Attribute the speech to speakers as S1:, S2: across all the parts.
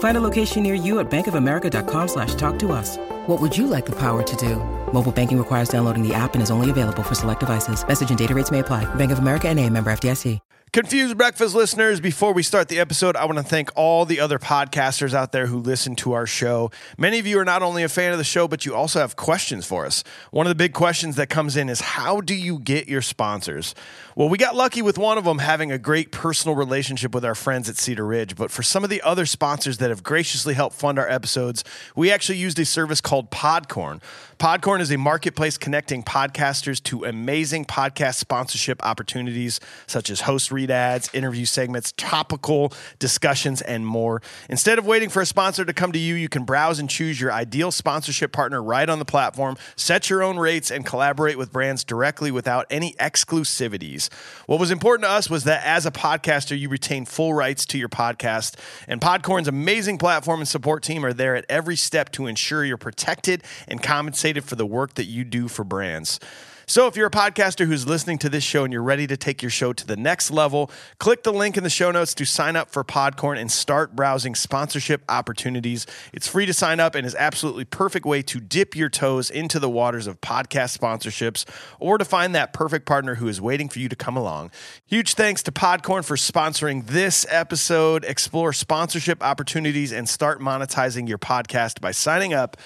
S1: Find a location near you at bankofamerica.com slash talk to us. What would you like the power to do? Mobile banking requires downloading the app and is only available for select devices. Message and data rates may apply. Bank of America and a member FDIC.
S2: Confused Breakfast listeners, before we start the episode, I want to thank all the other podcasters out there who listen to our show. Many of you are not only a fan of the show, but you also have questions for us. One of the big questions that comes in is how do you get your sponsors? Well, we got lucky with one of them having a great personal relationship with our friends at Cedar Ridge, but for some of the other sponsors that have graciously helped fund our episodes, we actually used a service called Podcorn. Podcorn is a marketplace connecting podcasters to amazing podcast sponsorship opportunities such as host read ads, interview segments, topical discussions, and more. Instead of waiting for a sponsor to come to you, you can browse and choose your ideal sponsorship partner right on the platform, set your own rates, and collaborate with brands directly without any exclusivities. What was important to us was that as a podcaster, you retain full rights to your podcast, and Podcorn's amazing platform and support team are there at every step to ensure you're protected and compensated for the work that you do for brands. So if you're a podcaster who's listening to this show and you're ready to take your show to the next level, click the link in the show notes to sign up for Podcorn and start browsing sponsorship opportunities. It's free to sign up and is absolutely perfect way to dip your toes into the waters of podcast sponsorships or to find that perfect partner who is waiting for you to come along. Huge thanks to Podcorn for sponsoring this episode. Explore sponsorship opportunities and start monetizing your podcast by signing up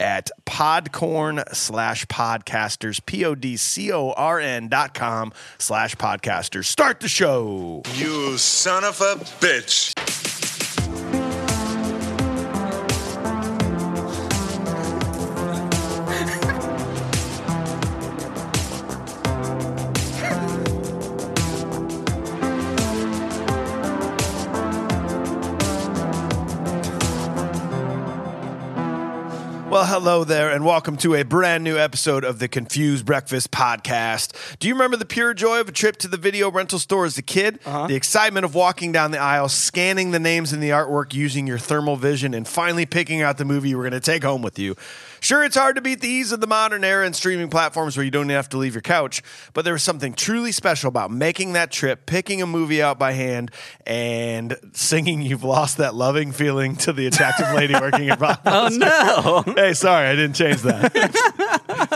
S2: at podcorn slash podcasters, P O D C O R N dot com slash podcasters. Start the show.
S3: You son of a bitch.
S2: Well, hello there, and welcome to a brand new episode of the Confused Breakfast Podcast. Do you remember the pure joy of a trip to the video rental store as a kid?
S4: Uh-huh.
S2: The excitement of walking down the aisle, scanning the names and the artwork using your thermal vision, and finally picking out the movie you were going to take home with you. Sure, it's hard to beat the ease of the modern era and streaming platforms where you don't have to leave your couch, but there was something truly special about making that trip, picking a movie out by hand, and singing You've Lost That Loving Feeling to the attractive lady working at Bob.
S4: Oh no!
S2: Hey, sorry, I didn't change that.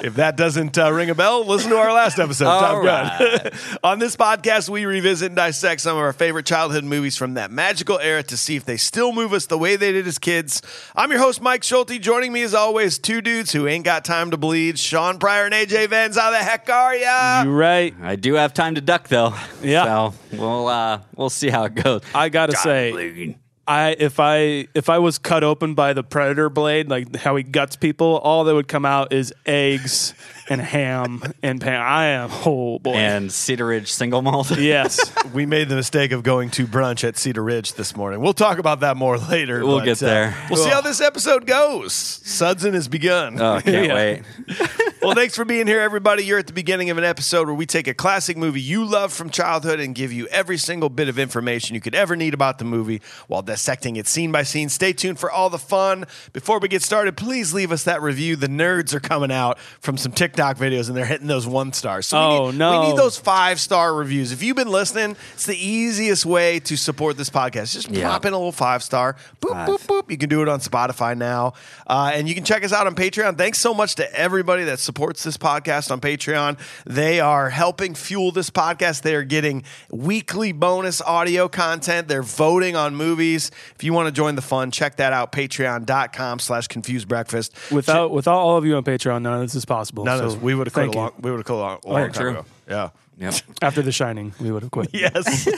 S2: if that doesn't uh, ring a bell, listen to our last episode,
S4: All
S2: Top Gun. On this podcast, we revisit and dissect some of our favorite childhood movies from that magical era to see if they still move us the way they did as kids. I'm your host, Mike Schulte. Joining me, as always, two dudes who ain't got time to bleed, Sean Pryor and AJ Vans. How the heck are ya?
S5: You right.
S4: I do have time to duck though.
S5: Yeah.
S4: So we'll uh, we'll see how it goes.
S5: I gotta say, I if I if I was cut open by the predator blade, like how he guts people, all that would come out is eggs and ham and pan. I am oh boy.
S4: and Cedar Ridge single malt.
S5: yes,
S2: we made the mistake of going to brunch at Cedar Ridge this morning. We'll talk about that more later.
S4: We'll
S2: but,
S4: get
S2: uh,
S4: there.
S2: we'll see how this episode goes. Sudson has begun.
S4: Oh, can't
S5: Yeah.
S4: wait.
S2: well, thanks for being here, everybody. You're at the beginning of an episode where we take a classic movie you love from childhood and give you every single bit of information you could ever need about the movie while dissecting it scene by scene. Stay tuned for all the fun. Before we get started, please leave us that review. The nerds are coming out from some TikTok videos and they're hitting those one stars. So
S5: Oh,
S2: we need,
S5: no.
S2: We need those five star reviews. If you've been listening, it's the easiest way to support this podcast. Just
S4: Yeah.
S2: pop in a little five star. Boop, boop, boop. You can do it on Spotify now. Uh, and you can check us out on Patreon. Thanks so much to everybody that supports this podcast on Patreon. They are helping fuel this podcast. They are getting weekly bonus audio content. They're voting on movies. If you want to join the fun, check that out. Patreon.com slash confused breakfast.
S5: without without all of you on Patreon, none of this is possible.
S2: None of
S5: So
S2: this. We would have quit
S5: thank
S2: a long,
S5: you.
S2: we would have quit a long, a long
S4: yeah,
S2: time
S4: true.
S2: ago. Yeah.
S4: Yep.
S5: After The Shining, we would have quit.
S2: Yes.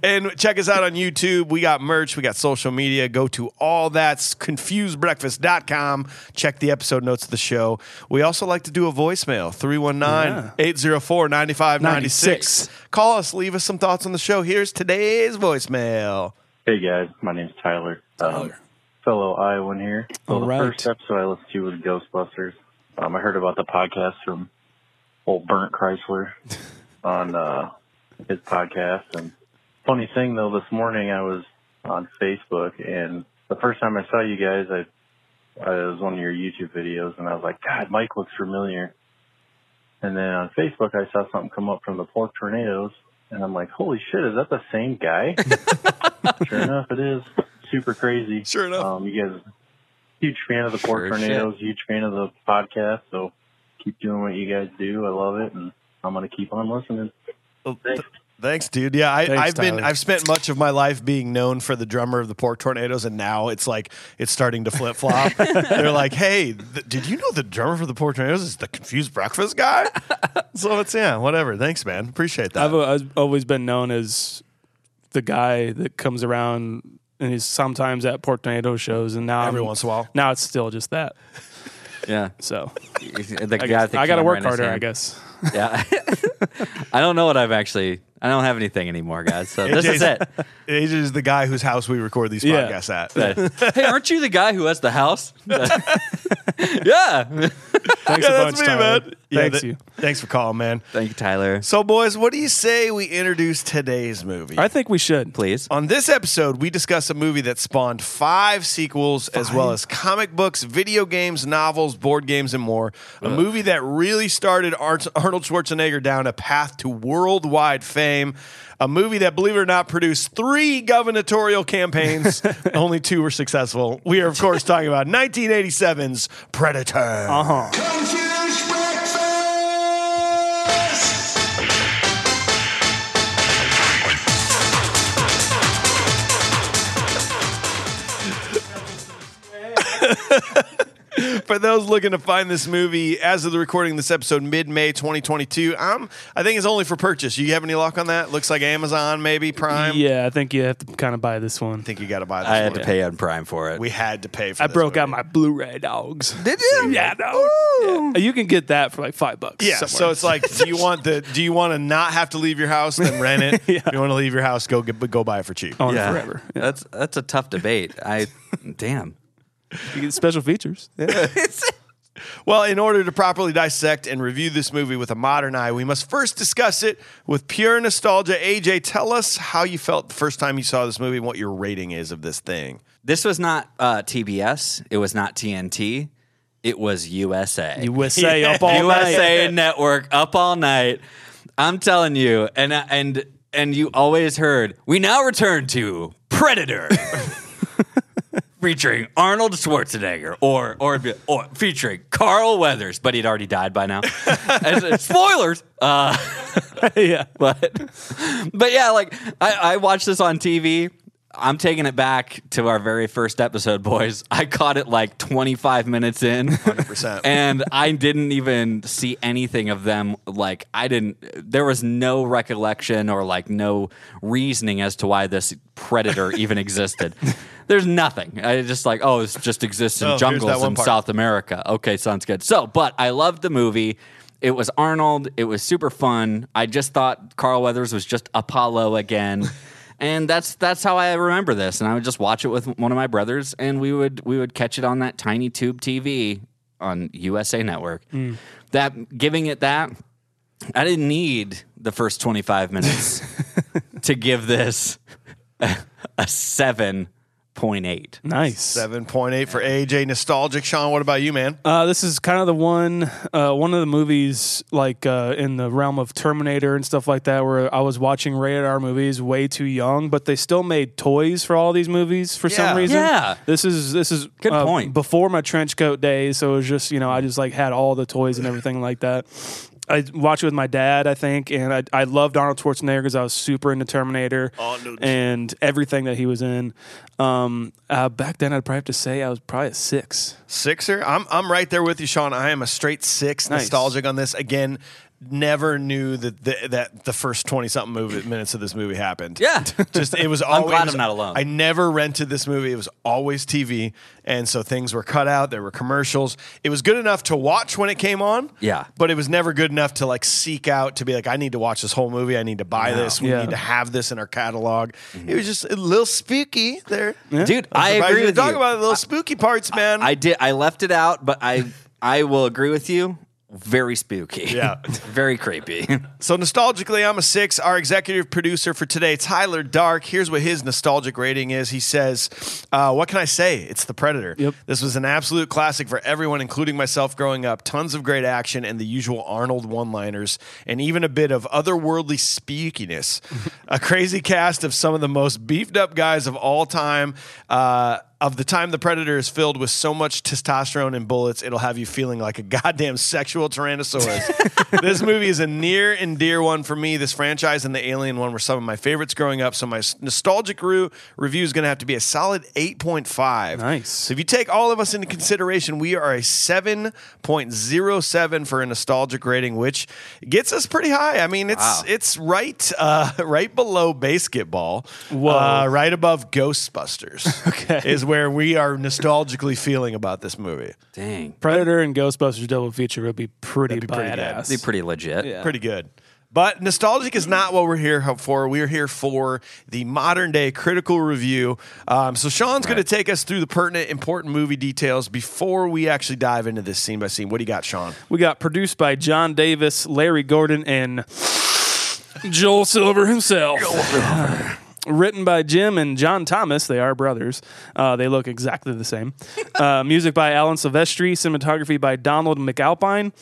S2: and check us out on YouTube. We got merch, we got social media. Go to all that's confusedbreakfast.com. Check the episode notes of the show. We also like to do a voicemail 319 804 9596. Call us, leave us some thoughts on the show. Here's today's voicemail.
S6: Hey guys, my name's Tyler. Um, fellow Iowan here. So
S5: All
S6: the
S5: right.
S6: first episode I listened to was Ghostbusters. Um, I heard about the podcast from old Burnt Chrysler on uh, his podcast. And funny thing though, this morning I was on Facebook, and the first time I saw you guys, I, I it was one of your YouTube videos, and I was like, God, Mike looks familiar. And then on Facebook, I saw something come up from the Pork Tornadoes, and I'm like, Holy shit, is that the same guy? sure enough, it is super crazy.
S2: Sure enough.
S6: Um, you guys, huge fan of the Pork
S4: Sure
S6: Tornadoes, huge fan of the podcast. So keep doing what you guys do. I love it, and I'm gonna keep on listening. Thanks.
S2: Thanks, dude. Yeah, I,
S5: Thanks,
S2: I've been
S5: Tyler.
S2: I've spent much of my life being known for the drummer of the Pork Tornadoes, and now it's like it's starting to flip flop. They're like, "Hey, th- did you know the drummer for the Pork Tornadoes is the Confused Breakfast guy?" so it's yeah, whatever. Thanks, man. Appreciate that.
S5: I've, I've always been known as the guy that comes around and is sometimes at Port Tornado shows, and now
S2: Every
S5: I'm-
S2: once in a while.
S5: Now it's still just that.
S4: Yeah.
S5: So
S4: The
S5: I,
S4: guy
S5: guess,
S4: with the
S5: I got to
S4: camera
S5: work
S4: in his
S5: harder, I
S4: hand.
S5: guess.
S4: Yeah. I don't know what I've actually. I don't have anything anymore, guys. So this is
S2: AJ's
S4: it.
S2: AJ is the guy whose house we record these
S5: Yeah.
S2: podcasts at.
S4: hey, aren't you the guy who has the house? yeah.
S5: Thanks a bunch, Tyler.
S2: Yeah,
S5: Thanks
S2: th-
S5: you.
S2: Thanks for calling, man.
S4: Thank you, Tyler.
S2: So, boys, what do you say we introduce today's movie?
S5: I think we should.
S4: Please.
S2: On this episode, we discuss a movie that spawned five sequels, as well as comic books, video games, novels, board games, and more. A movie that really started Ar- Arnold Schwarzenegger down a path to worldwide fame. A movie that, believe it or not, produced three gubernatorial campaigns. Only two were successful. We are, of course, talking about 1987's Predator.
S3: Confused Breakfast!
S2: For those looking to find this movie, as of the recording of this episode, mid-May 2022, um, I think it's only for purchase. You have any luck on that? Looks like Amazon, maybe Prime.
S5: Yeah, I think you have to kind of buy this one.
S2: I think you got to buy this.
S4: I had
S2: one.
S4: to pay on Prime for it.
S2: We had to pay for.
S5: I
S2: this
S5: broke out
S2: movie.
S5: my Blu-ray dogs.
S2: Did you?
S5: Yeah, no. Yeah. You can get that for like five bucks.
S2: Yeah, so
S5: somewhere.
S2: it's like, do you want the? Do you want to not have to leave your house then rent it? If you want to leave your house, go get, go buy it for cheap.
S5: on
S4: yeah.
S5: forever. Yeah.
S4: That's that's a tough debate. I damn.
S5: You get special features.
S2: Well, in order to properly dissect and review this movie with a modern eye, we must first discuss it with pure nostalgia. AJ, tell us how you felt the first time you saw this movie and what your rating is of this thing.
S4: This was not uh, TBS. It was not TNT. It was USA.
S5: USA up all night.
S4: USA Network up all night. I'm telling you, and uh, and and you always heard. We now return to Predator, featuring Arnold Schwarzenegger, or or or featuring Carl Weathers, but he'd already died by now. And- spoilers. Uh,
S5: yeah.
S4: but but yeah, like I, I watched this on TV. I'm taking it back to our very first episode, boys. I caught it like 25 minutes in,
S2: 100%.
S4: and I didn't even see anything of them. Like I didn't. There was no recollection or like no reasoning as to why this predator even existed. There's nothing. I just like oh, it just exists in
S2: Oh, here's that
S4: jungles
S2: one
S4: in
S2: part.
S4: South. South America. Okay, sounds good. So, but I loved the movie. It was Arnold. It was super fun. I just thought Carl Weathers was just Apollo again. And that's that's how I remember this. And I would just watch it with one of my brothers and we would we would catch it on that tiny tube TV on USA Network.
S2: Hmm.
S4: That giving it that I didn't need the first 25 minutes to give this a 7.8.
S5: Nice.
S2: Seven point eight for AJ. Nostalgic, Sean. What about you, man?
S5: Uh, this is kind of the one, uh, one of the movies like uh, in the realm of Terminator and stuff like that, where I was watching rated R movies way too young, but they still made toys for all these movies for some
S2: Yeah.
S5: reason.
S4: Yeah.
S5: this is this is uh,
S4: Good point.
S5: Before my trench coat days, so it was just you know I just like had all the toys and everything like that. I watched it with my dad, I think, and I, I loved Arnold Schwarzenegger because I was super into Terminator and everything that he was in. Um, uh, back then, I'd probably have to say I was probably a six.
S2: Sixer. I'm I'm right there with you, Sean. I am a straight six.
S5: Nice.
S2: Nostalgic on this again. never knew that the, that the first twenty something movie, minutes of this movie happened.
S4: Yeah.
S2: just it was.
S4: I'm
S2: Always,
S4: glad I'm not alone.
S2: I never rented this movie. It was always TV, and so things were cut out. There were commercials. It was good enough to watch when it came on.
S4: Yeah.
S2: but it was never good enough to like seek out to be like, I need to watch this whole movie. I need to buy this. We
S5: Yeah.
S2: need to have this in our catalog. It was just a little spooky there.
S4: Mm-hmm. Dude,
S2: I'm
S4: I
S2: surprised
S4: agree
S2: you
S4: with
S2: didn't Talk
S4: you.
S2: about the little spooky parts, man.
S4: I did. I left it out, but I I will agree with you. Very spooky.
S2: Yeah.
S4: Very creepy.
S2: So nostalgically, I'm a six. Our executive producer for today, Tyler Dark. Here's what his nostalgic rating is. He says, uh, "What can I say? It's The Predator.
S5: Yep.
S2: This was an absolute classic for everyone, including myself growing up. Tons of great action and the usual Arnold one-liners, and even a bit of otherworldly spookiness. a crazy cast of some of the most beefed-up guys of all time." Uh, of the time the predator is filled with so much testosterone and bullets, it'll have you feeling like a goddamn sexual tyrannosaurus. this movie is a near and dear one for me. This franchise and the alien one were some of my favorites growing up. So my s- nostalgic ru- review is going to have to be a solid 8.5.
S5: Nice.
S2: So if you take all of us into consideration, we are a 7.07 for a nostalgic rating, which gets us pretty high. I mean, it's it's right uh, right below basketball. Uh, right above Ghostbusters is where we are nostalgically feeling about this movie.
S4: Dang.
S5: Predator and Ghostbusters double feature would be pretty
S2: That'd be pretty good.
S5: badass.
S4: Be pretty legit. Yeah.
S2: Pretty good. But nostalgic is not what we're here for. We're here for the modern day critical review. Um, so Sean's going to take us through the pertinent, important movie details before we actually dive into this scene by scene. What do you got, Sean?
S5: We got produced by John Davis, Larry Gordon, and Joel Silver himself. Written by Jim and John Thomas. They are brothers. Uh, they look exactly the same. Uh, music by Alan Silvestri. Cinematography by Donald McAlpine.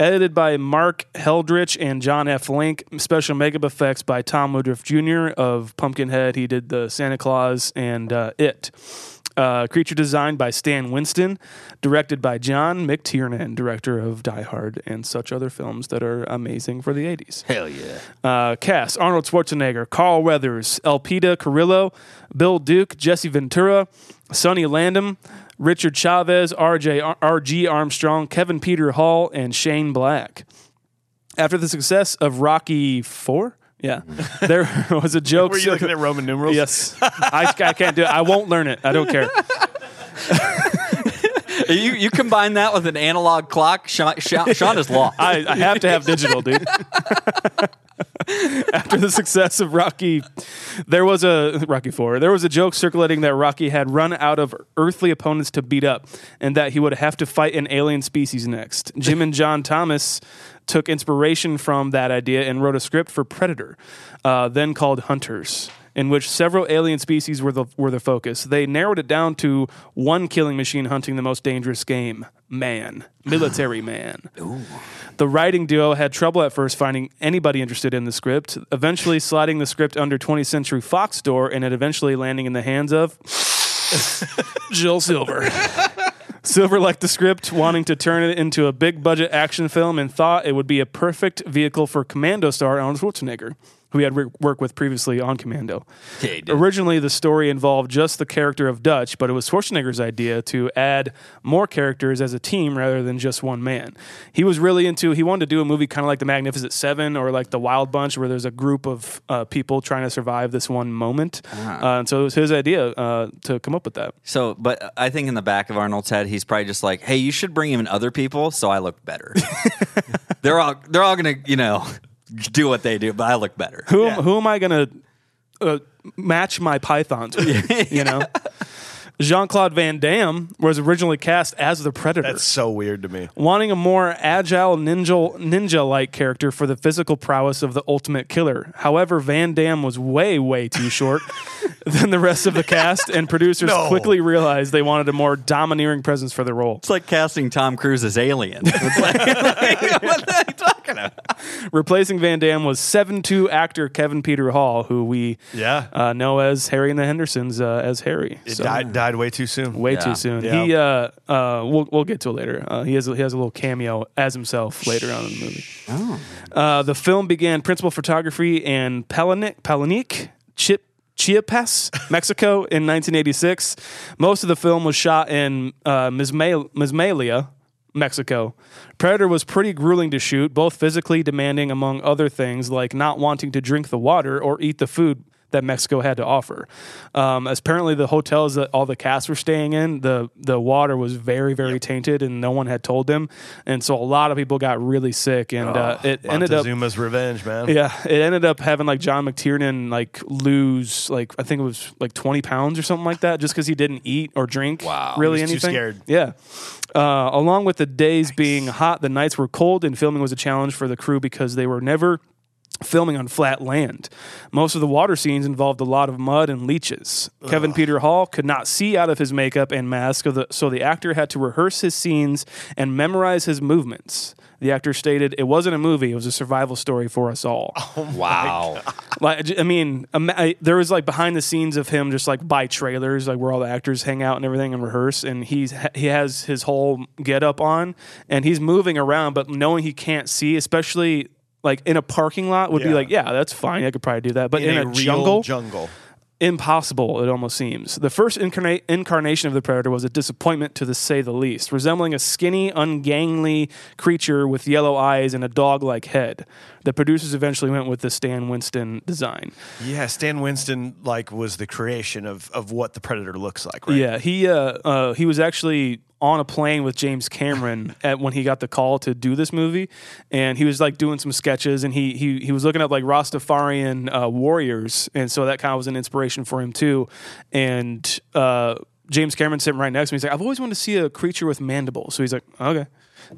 S5: Edited by Mark Heldrich and John F. Link. Special makeup effects by Tom Woodruff Jr. of Pumpkinhead. He did the Santa Claus and uh, It. Uh, creature designed by Stan Winston, directed by John McTiernan, director of Die Hard and such other films that are amazing for the 80s.
S4: Hell yeah.
S5: Uh, cast Arnold Schwarzenegger, Carl Weathers, Elpida Carrillo, Bill Duke, Jesse Ventura, Sonny Landham, Richard Chavez, RJ, Ar- RG Armstrong, Kevin Peter Hall, and Shane Black. After the success of Rocky 4, yeah, there was a joke.
S2: Were you looking at Roman numerals?
S5: Yes. I, I can't do it. I won't learn it. I don't care.
S4: You you combine that with an analog clock, Sean, Sean, Sean is lost.
S5: I, I have to have digital, dude. After the success of Rocky, there was a Rocky Four. There was a joke circulating that Rocky had run out of earthly opponents to beat up, and that he would have to fight an alien species next. Jim and John Thomas took inspiration from that idea and wrote a script for Predator, uh, then called Hunters. In which several alien species were the were the focus. They narrowed it down to one killing machine hunting the most dangerous game, man, military man. The writing duo had trouble at first finding anybody interested in the script, eventually sliding the script under 20th Century Fox door and it eventually landing in the hands of Jill Silver. Silver liked the script, wanting to turn it into a big budget action film, and thought it would be a perfect vehicle for Commando star Arnold Schwarzenegger, who he had re- worked with previously on Commando.
S4: Okay, dude.
S5: Originally, the story involved just the character of Dutch, but it was Schwarzenegger's idea to add more characters as a team rather than just one man. He was really into, he wanted to do a movie kind of like The Magnificent Seven or like The Wild Bunch, where there's a group of uh, people trying to survive this one moment. Uh, and so it was his idea uh, to come up with that.
S4: So, but I think in the back of Arnold's head, he's probably just like, "Hey, you should bring in other people, so I look better." they're all they're all gonna you know do what they do, but I look better.
S5: Who, who am I going to uh, match my pythons with? You know? Jean Claude Van Damme was originally cast as the Predator.
S2: That's so weird to me.
S5: wanting a more agile ninja ninja like character for the physical prowess of the ultimate killer. However, Van Damme was way way too short than the rest of the cast and producers
S2: No.
S5: quickly realized they wanted a more domineering presence for the role.
S4: It's like casting Tom Cruise as Alien. It's like, like, what are you talking about?
S5: Replacing Van Damme was 7'2 actor Kevin Peter Hall who we
S2: Yeah.
S5: uh, know as Harry and the Hendersons uh, as Harry.
S2: It
S5: So-
S2: died, died way too soon.
S5: Way
S4: Yeah.
S5: too soon.
S2: Yeah.
S5: He, uh, uh, we'll, we'll get to it later. Uh, he has he has a little cameo as himself later on in the movie. Uh, the film began principal photography in Palanic, Palanic Chip, Chiapas, Mexico in 1986. Most of the film was shot in uh, Mismalia, Mexico. Predator was pretty grueling to shoot, both physically demanding, among other things, like not wanting to drink the water or eat the food that Mexico had to offer. Um, as apparently, the hotels that all the cast were staying in, the the water was very, very tainted, and no one had told them, and so a lot of people got really sick, and uh,
S2: Oh,
S5: it ended up
S2: Montezuma's revenge, man.
S5: yeah, it ended up having like John McTiernan like lose like I think it was like twenty pounds or something like that, just because he didn't eat or drink. Wow, really
S7: was too
S5: anything.
S7: scared.
S5: Yeah. Uh, along with the days being hot, the nights were cold, and filming was a challenge for the crew because they were never filming on flat land. Most of the water scenes involved a lot of mud and leeches. Kevin Peter Hall could not see out of his makeup and mask, of the- so the actor had to rehearse his scenes and memorize his movements. The actor stated, "It wasn't a movie; it was a survival story for us all."
S4: Wow.
S5: Like, I mean, um, I, there was like behind the scenes of him just like by trailers, like where all the actors hang out and everything and rehearse. And he's he has his whole get up on, and he's moving around, but knowing he can't see, especially like in a parking lot, would be
S2: Yeah.
S5: like, yeah, that's fine, I could probably do that. But in, a,
S2: real
S5: jungle,
S2: jungle.
S5: impossible, it almost seems. The first incarna- incarnation of the predator was a disappointment to the, say the least, resembling a skinny, ungainly creature with yellow eyes and a dog like head. The producers eventually went with the Stan Winston design.
S2: Yeah, Stan Winston like was the creation of of what the predator looks like, right?
S5: Yeah, he uh, uh, he was actually on a plane with James Cameron at when he got the call to do this movie, and he was like doing some sketches, and he he he was looking up like Rastafarian uh, warriors, and so that kind of was an inspiration for him too, and. Uh, James Cameron sitting right next to me. He's like, I've always wanted to see a creature with mandibles. So he's like, okay,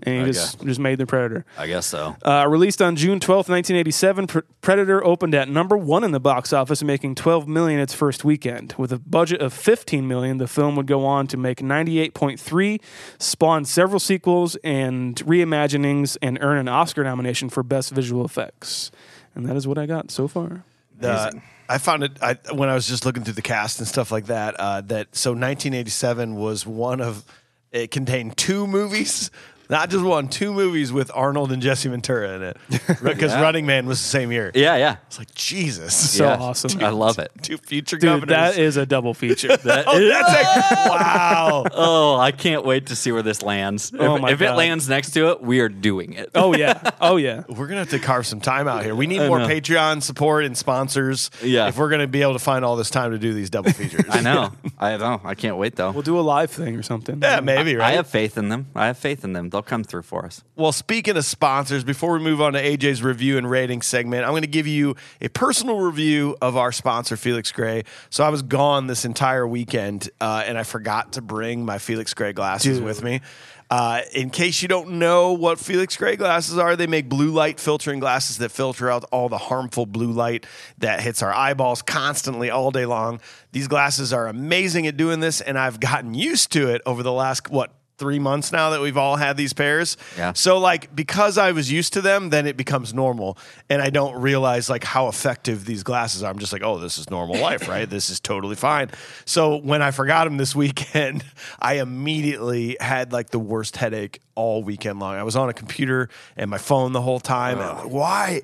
S5: and he just just made the predator.
S4: I guess so.
S5: Uh, released on June twelfth, 1987, Pr- Predator opened at number 1 in the box office, making 12 million its first weekend. With a budget of 15 million, the film would go on to make 98.3, spawn several sequels and reimaginings and earn an Oscar nomination for best visual effects. And that is what I got so far.
S2: The, I found it I, when I was just looking through the cast and stuff like that. Uh, that so 1987 was one of it contained two movies, not just one, two movies with Arnold and Jesse Ventura in it because Running Man was the same year.
S4: Yeah, yeah.
S2: It's like Jesus,
S5: So
S4: Yeah.
S5: awesome.
S4: I love it.
S2: two future
S5: Dude,
S2: governors.
S5: that is a double feature.
S2: oh, that's like, wow.
S4: Oh, I can't wait to see where this lands.
S5: Oh
S4: if
S5: my
S4: if it
S5: God.
S4: lands next to it, we are doing it.
S5: oh, yeah. Oh, yeah.
S2: We're gonna have to carve some time out here. We need more Patreon support and sponsors.
S4: Yeah.
S2: if we're gonna be able to find all this time to do these double features.
S4: I know. I know. I can't wait though.
S5: We'll do a live thing or something.
S2: Yeah, maybe right.
S4: I have faith in them. I have faith in them. They'll come through for us.
S2: Well, speaking of sponsors, before we move on to AJ's review and rating segment, I'm going to give you a personal review of our sponsor, Felix Gray. So I was gone this entire weekend, uh, and I forgot to bring my Felix Gray glasses with me. Uh, in case you don't know what Felix Gray glasses are, they make blue light filtering glasses that filter out all the harmful blue light that hits our eyeballs constantly all day long. These glasses are amazing at doing this, and I've gotten used to it over the last, what, three months now that we've all had these pairs.
S4: Yeah.
S2: So like because I was used to them, then it becomes normal, and I don't realize like how effective these glasses are. I'm just like, oh, this is normal life, right? This is totally fine. So when I forgot them this weekend, I immediately had like the worst headache all weekend long. I was on a computer and my phone the whole time. And I'm like, why?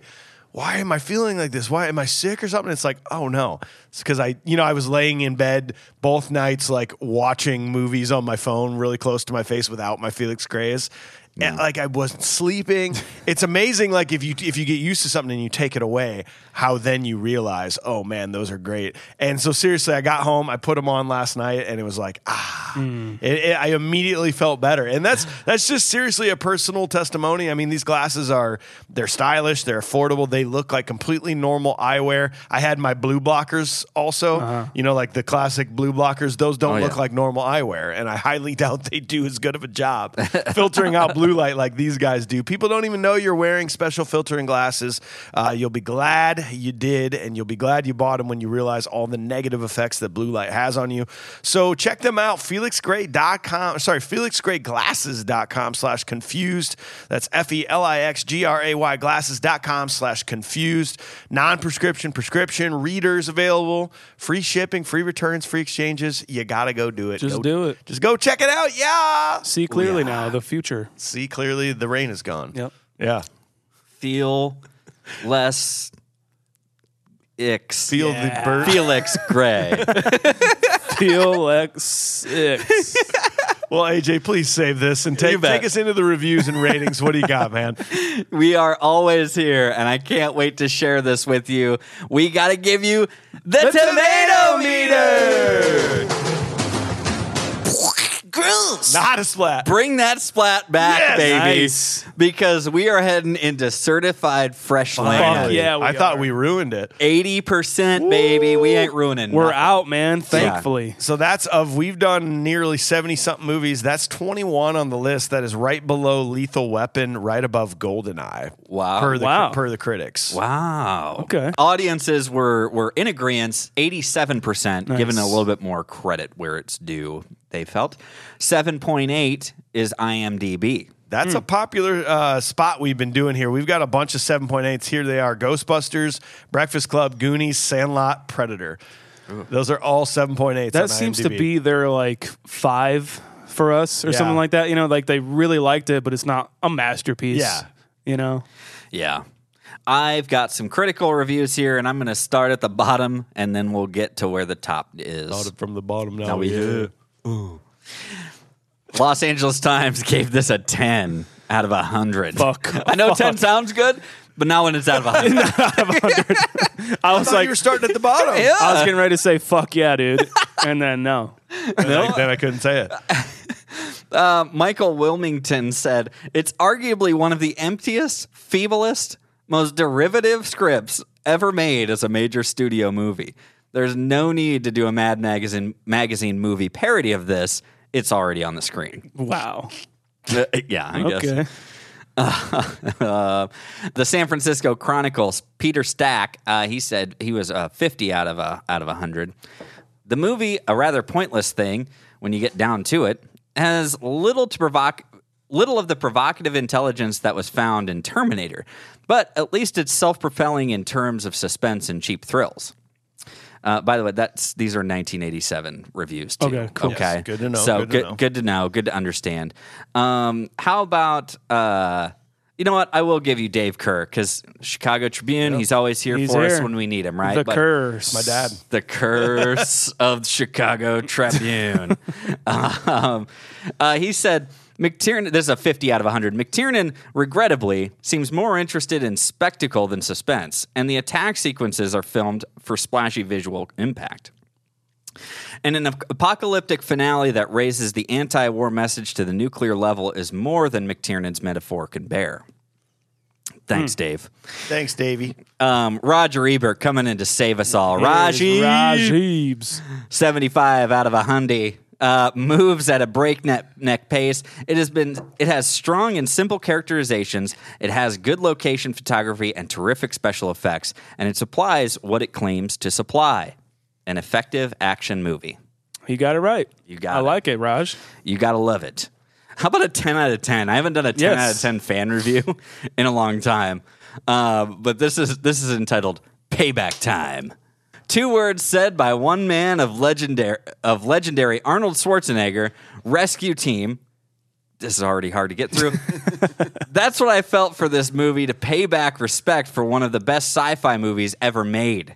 S2: why am I feeling like this? Why am I sick or something? It's like, oh no, it's because I, you know, I was laying in bed both nights, like watching movies on my phone really close to my face without my Felix Grays. And, like I wasn't sleeping. it's amazing, like if you if you get used to something and you take it away, how then you realize, oh man, those are great. And so seriously, I got home, I put them on last night, and it was like, ah, it, it, I immediately felt better. And that's that's just seriously a personal testimony. I mean, these glasses are they're stylish, they're affordable, they look like completely normal eyewear. I had my blue blockers also, you know, like the classic blue blockers. Those don't look
S4: yeah.
S2: like normal eyewear, and I highly doubt they do as good of a job filtering out blue light like these guys do. People don't even know you're wearing special filtering glasses. Uh, you'll be glad you did, and you'll be glad you bought them when you realize all the negative effects that blue light has on you. So check them out, felixgray.com, sorry, felixgrayglasses.com slash confused. That's E F-E-L-I-X-G-R-A-Y glasses.com slash confused. Non-prescription, prescription, readers available, free shipping, free returns, free exchanges. You gotta go do it.
S5: Just
S2: Go-
S5: do it.
S2: Just go check it out, yeah.
S5: See clearly now the future.
S2: See clearly the rain is gone.
S5: Yep.
S2: Yeah.
S4: Feel less icks.
S2: Feel the bird.
S4: Felix Gray.
S5: Felix six.
S2: Well, AJ, please save this and
S4: You
S2: take,
S4: bet.
S2: take us into the reviews and ratings. What do you got, man?
S4: We are always here, and I can't wait to share this with you. We got to give you the, tomato, meter. Gross.
S2: Not a splat.
S4: Bring that splat back,
S2: Yes.
S4: baby,
S2: Nice.
S4: because we are heading into certified fresh land.
S5: Fuck yeah, we
S2: I thought
S5: are.
S2: we ruined it.
S4: 80%, baby. We ain't ruining
S5: We're
S4: nothing.
S5: out, man. Thankfully.
S2: So that's of we've done nearly 70 something movies. That's 21 on the list. That is right below Lethal Weapon, right above Goldeneye.
S4: Wow.
S2: Per the,
S5: Wow.
S2: Per the critics.
S4: Wow.
S5: Okay.
S4: Audiences were were in agreement, eighty seven percent, given a little bit more credit where it's due. They felt seven point eight is IMDb.
S2: That's a
S5: Hmm.
S2: popular uh, spot we've been doing here. We've got a bunch of 7.8s. Here they are Ghostbusters, Breakfast Club, Goonies, Sandlot, Predator. Those are all 7.8s. on
S5: That seems to
S2: IMDb.
S5: be their like five for us or
S2: Yeah.
S5: something like that. You know, like they really liked it, but it's not a masterpiece.
S2: Yeah.
S5: You know?
S4: Yeah. I've got some critical reviews here, and I'm going to start at the bottom, and then we'll get to where the top is.
S2: from the bottom now.
S4: Now we
S2: yeah.
S4: do. Oh, Los Angeles Times gave this a 10 out of 100.
S5: Fuck.
S4: I know 10 sounds good, but not when it's out of 100.
S5: I
S2: I
S5: was
S2: thought
S5: like,
S2: you were starting at the bottom.
S5: I was getting ready to say, fuck yeah, dude. and then no.
S2: Like, then I couldn't say it.
S4: Michael Wilmington said, It's arguably one of the emptiest, feeblest, most derivative scripts ever made as a major studio movie. There's no need to do a Mad Magazine magazine movie parody of this. It's already on the screen.
S5: Wow.
S4: Uh, yeah, I guess.
S5: Okay.
S4: Uh, the San Francisco Chronicles, Peter Stack, uh, he said he was uh, 50 out of uh, out of 100. The movie, a rather pointless thing when you get down to it, has little to provoc little of the provocative intelligence that was found in Terminator, but at least it's self-propelling in terms of suspense and cheap thrills. Uh, by the way, that's these are 1987 reviews too.
S5: Okay, cool.
S4: Okay,
S2: Yes, good to know,
S4: So
S2: good to know.
S4: good to know. Good to understand. Um, how about uh, you know what? I will give you Dave Kerr because Chicago Tribune. He's always here
S5: He's
S4: for us
S5: here.
S4: when we need him, right?
S5: the
S4: But
S5: curse. My
S2: dad.
S4: The curse of the Chicago Tribune. um, uh, he said. McTiernan, this is a 50 out of 100. McTiernan, regrettably, seems more interested in spectacle than suspense, and the attack sequences are filmed for splashy visual impact. And an ap- apocalyptic finale that raises the anti war message to the nuclear level is more than McTiernan's metaphor can bear. Thanks, Dave.
S2: Thanks, Davey.
S4: Um, Roger Ebert coming in to save us all. Raji,
S5: Rajibs.
S4: 75 out of a hundy. Uh, moves at a breakneck neck pace. It has been. It has strong and simple characterizations. It has good location photography and terrific special effects, and it supplies what it claims to supply: an effective action movie.
S5: You got it right.
S4: You got
S5: I
S4: it.
S5: like it, Raj.
S4: You gotta love it. How about a ten out of ten? I haven't done a ten
S5: Yes.
S4: out of ten fan review in a long time, uh, but this is this is entitled "Payback Time." Two words said by one man of legendary of legendary Arnold Schwarzenegger rescue team. This is already hard to get through. That's what I felt for this movie to pay back respect for one of the best sci-fi movies ever made.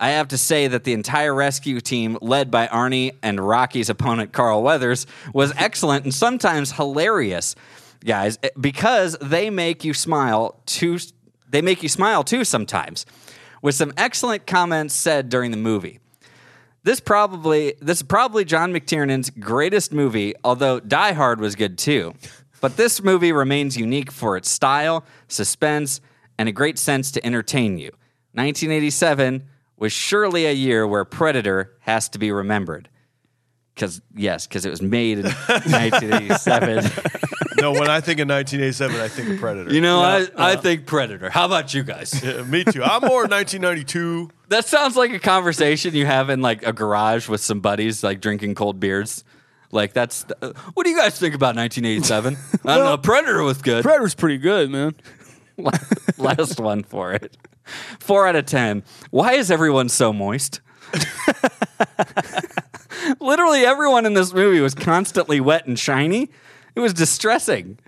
S4: I have to say that the entire rescue team, led by Arnie and Rocky's opponent Carl Weathers, was excellent and sometimes hilarious, guys, eh, because they make you smile too. They make you smile too sometimes, with some excellent comments said during the movie. This probably this is probably John McTiernan's greatest movie, although Die Hard was good too. But this movie remains unique for its style, suspense, and a great sense to entertain you. 1987 was surely a year where Predator has to be remembered. Cuz yes, cuz it was made in 1987.
S2: No, when I think of 1987, I think of Predator.
S4: you know, I I think Predator. How about you guys?
S2: Yeah, me too. I'm more 1992.
S4: That sounds like a conversation you have in like a garage with some buddies, like drinking cold beers. Like that's. uh, what do you guys think about 1987? I don't know. Predator was good.
S5: Predator's pretty good, man.
S4: Last one for it. Four out of ten. Why is everyone so moist? Literally everyone in this movie was constantly wet and shiny. It was distressing.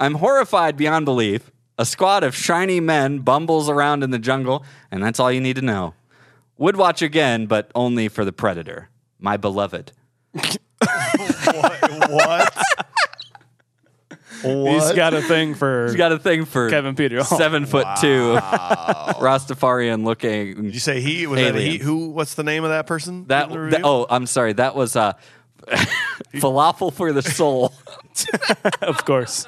S4: I'm horrified beyond belief. A squad of shiny men bumbles around in the jungle, and that's all you need to know. Would watch again, but only for the predator, my beloved.
S2: what? what?
S5: He's got a thing for.
S4: He's got a thing for
S5: Kevin Peter Hall.
S4: seven foot two, Rastafarian looking.
S2: Did you say he was that a he?
S4: Alien.
S2: Who? What's the name of that person?
S4: That,
S2: in the
S4: that-
S2: review?
S4: oh, I'm sorry. That was uh, falafel for the soul.
S5: of course.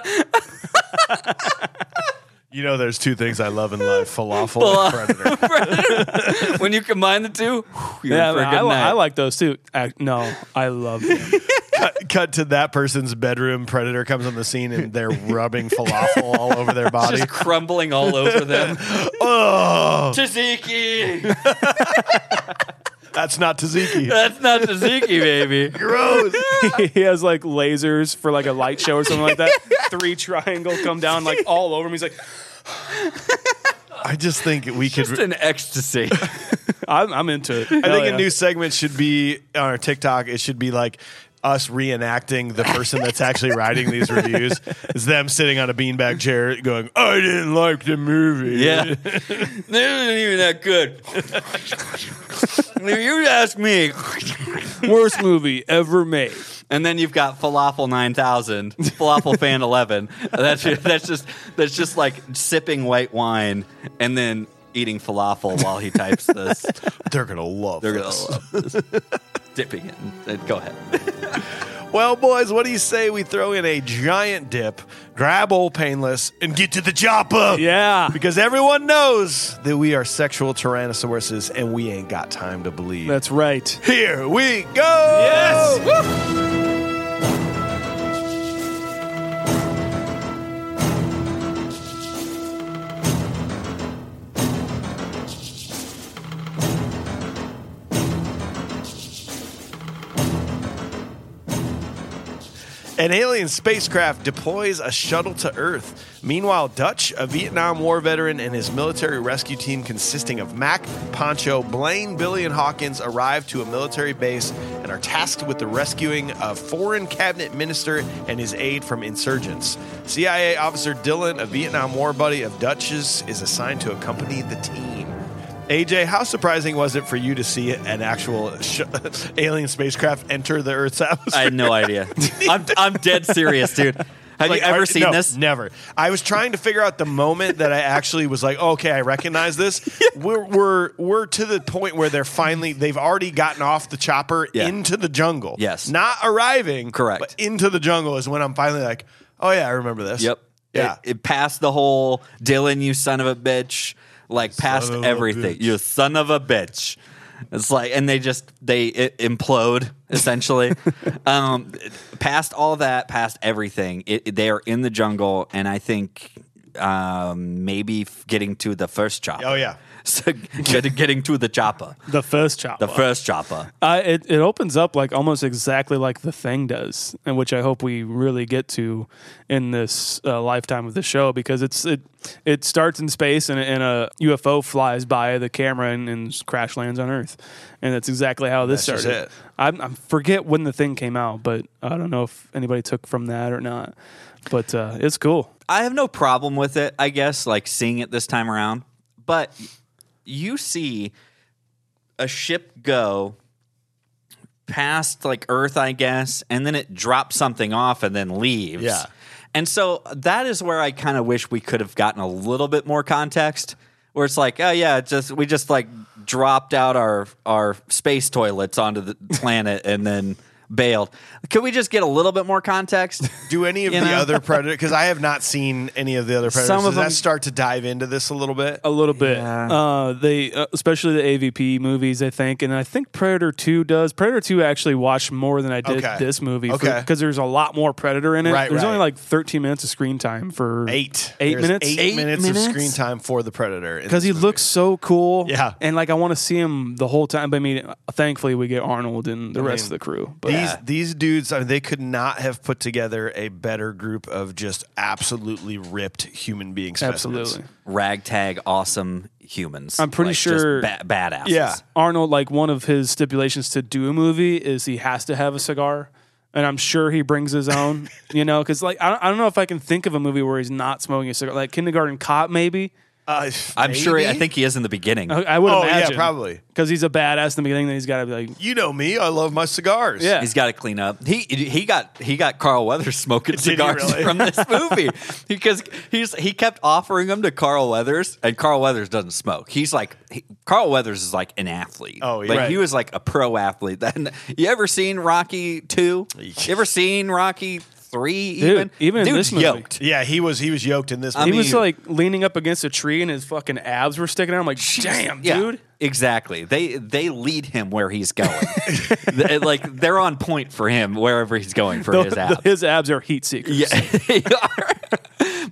S2: you know, there's two things I love in life: falafel and predator.
S4: when you combine the two, whew, you're
S5: Yeah,
S4: in for a
S5: I,
S4: good
S5: li-
S4: night.
S5: I like those too. I, no, I love them.
S2: cut, cut to that person's bedroom. Predator comes on the scene and they're rubbing falafel all over their body.
S4: just crumbling all over them.
S2: oh,
S4: Tzatziki.
S2: that's not tzatziki.
S4: That's not tzatziki, baby.
S2: Gross.
S5: he has like lasers for like a light show or something like that. Three triangle come down like all over him. He's like,
S2: I just think we could.
S4: Just an ecstasy.
S5: I'm, I'm into it.
S2: I think a new segment should be on our TikTok. It should be like us reenacting the person that's actually writing these reviews. It's them sitting on a beanbag chair going, "I didn't like the movie."
S4: Yeah. it isn't even that good. if you ask me.
S5: worst movie ever made.
S4: And then you've got Falafel 9000, Falafel Fan 11. That's ju- that's just that's just like sipping white wine and then eating falafel while he types this.
S2: They're gonna love
S4: They're gonna
S2: this.
S4: love this. Dipping it. And- Go ahead.
S2: Well, boys, what do you say we throw in a giant dip, grab old painless, and get to the chopper?
S5: Yeah.
S2: Because everyone knows that we are sexual tyrannosauruses and we ain't got time to believe.
S5: That's right.
S2: Here we go.
S5: Yes.
S2: An alien spacecraft deploys a shuttle to Earth. Meanwhile, Dutch, a Vietnam War veteran, and his military rescue team consisting of Mac, Poncho, Blaine, Billy, and Hawkins arrive to a military base and are tasked with the rescuing a foreign cabinet minister and his aide from insurgents. CIA officer Dylan, a Vietnam War buddy of Dutch's, is assigned to accompany the team. AJ, how surprising was it for you to see an actual sh- alien spacecraft enter the Earth's atmosphere?
S4: I had no idea. I'm I'm dead serious, dude. Have
S2: Like,
S4: you ever
S2: I-
S4: seen
S2: no,
S4: this?
S2: Never. I was trying to figure out the moment that I actually was like, okay, I recognize this. We're we're we're to the point where they're finally they've already gotten off the chopper
S4: Yeah.
S2: into the jungle.
S4: Yes.
S2: not arriving.
S4: Correct.
S2: but into the jungle is when I'm finally like, oh yeah, I remember this.
S4: Yep.
S2: Yeah.
S4: It, it passed the whole Dylan, you son of a bitch. Like passed
S2: of a
S4: everything.
S2: bitch.
S4: You son of a bitch. It's like, and they just they it implode essentially. um, past all that, past everything, it, it- they are in the jungle, and I think um, maybe f- getting to the first chopper.
S2: Oh, yeah.
S4: so get, getting to the chopper,
S5: The first chop.
S4: the first chopper.
S5: Uh, it, it opens up like almost exactly like the thing does, and which I hope we really get to in this uh, lifetime of the show because it's it it starts in space and, and a UFO flies by the camera and, and crash lands on Earth, and that's exactly how this
S2: That's just
S5: started.
S2: it.
S5: I, I forget when the thing came out, but I don't know if anybody took from that or not. But uh, it's cool.
S4: I have no problem with it, I guess, like seeing it this time around. But you see a ship go past like Earth, I guess, and then it drops something off and then leaves.
S2: Yeah.
S4: And so that is where I kind of wish we could have gotten a little bit more context where it's like, oh yeah, it's just we just like dropped out our our space toilets onto the planet and then bailed. Could we just get a little bit more context?
S2: Do any of
S4: You
S2: the
S4: know?
S2: other predator? Because I have not seen any of the other predators.
S4: Some of
S2: Does
S4: them- Oh,
S2: that start to dive into this a little bit?
S5: A little bit. Uh, they, uh, especially the AVP movies, I think, and I think Predator Two does. Predator Two I actually watched more than I did
S2: Okay.
S5: this movie
S2: Okay.
S5: because there's a lot more Predator in it.
S2: Right,
S5: there's
S2: right.
S5: only like 13 minutes of screen time for
S2: Eight.
S5: eight
S2: There's
S5: minutes.
S2: Eight, minutes, of screen time for the predator in
S5: because
S2: this
S5: he
S2: movie.
S5: looks so cool.
S2: Yeah.
S5: and like I want to see him the whole time. But I mean, thankfully we get Arnold and the rest
S2: mean,
S5: of the crew. But
S2: These these dudes, I mean, they could not have put together a better group of just absolutely ripped human being specimens.
S5: absolutely.
S4: ragtag awesome humans.
S5: I'm pretty
S4: Like, just
S5: sure-
S4: ba- badasses.
S2: Yeah.
S5: Arnold, like one of his stipulations to do a movie is he has to have a cigar, and I'm sure he brings his own. you know, because like I don't, I don't know if I can think of a movie where he's not smoking a cigar. Like Kindergarten Cop, maybe.
S2: Uh,
S4: I'm sure. I
S2: maybe?
S4: think he is in the beginning.
S5: I, I would
S2: Oh, yeah,
S5: imagine.
S2: probably.
S5: Because he's a badass in the beginning, then he's got to be like,
S2: you know me. I love my cigars.
S5: Yeah.
S4: He's got to clean up. He he got he got Carl Weathers smoking cigars
S2: really?
S4: from this movie because he's he kept offering them to Carl Weathers, and Carl Weathers doesn't smoke. He's like he, Carl Weathers is like an athlete.
S2: Oh, yeah.
S4: like
S2: Right.
S4: he was like a pro athlete. Then you ever seen Rocky two? You ever seen Rocky three?
S5: Dude,
S4: even
S5: even in
S4: Dude's
S5: this movie.
S4: yoked.
S2: Yeah, he was he was yoked in this.
S4: I
S5: he
S2: movie.
S5: was
S4: mean-
S5: like leaning up against a tree and his fucking abs were sticking out. I'm like, damn,
S4: Yeah,
S5: dude.
S4: Exactly. They they lead him where he's going. They- like they're on point for him wherever he's going for his abs.
S5: his abs are heat seekers.
S4: Yeah, they are.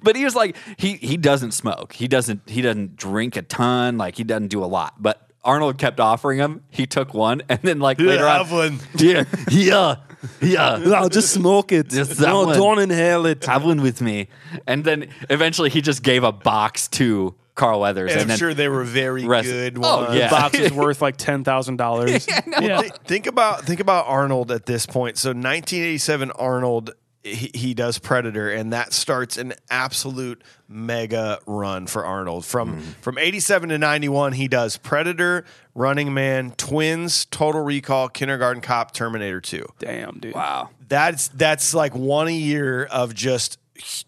S4: but he was like he he doesn't smoke. He doesn't he doesn't drink a ton. Like he doesn't do a lot. But Arnold kept offering him. He took one, and then like later
S2: have
S4: on,
S2: one.
S4: yeah, yeah, yeah.
S5: No, just smoke it.
S4: Just that
S5: Oh,
S4: No, one. don't
S5: inhale it.
S4: Have one with me. And then eventually he just gave a box to Carl Weathers,
S2: And
S4: and,
S2: I'm
S4: then
S2: sure they were very
S4: rest-
S2: good.
S4: Oh,
S2: ones.
S4: yeah.
S5: Box is worth like ten thousand dollars.
S2: Well, thi- think about think about Arnold at this point. So 1987 Arnold he, he does Predator and that starts an absolute mega run for Arnold. From from 87 to 91 he does Predator, Running Man, Twins, Total Recall, Kindergarten Cop, Terminator 2.
S5: Damn, dude.
S4: wow.
S2: That's that's like one a year of just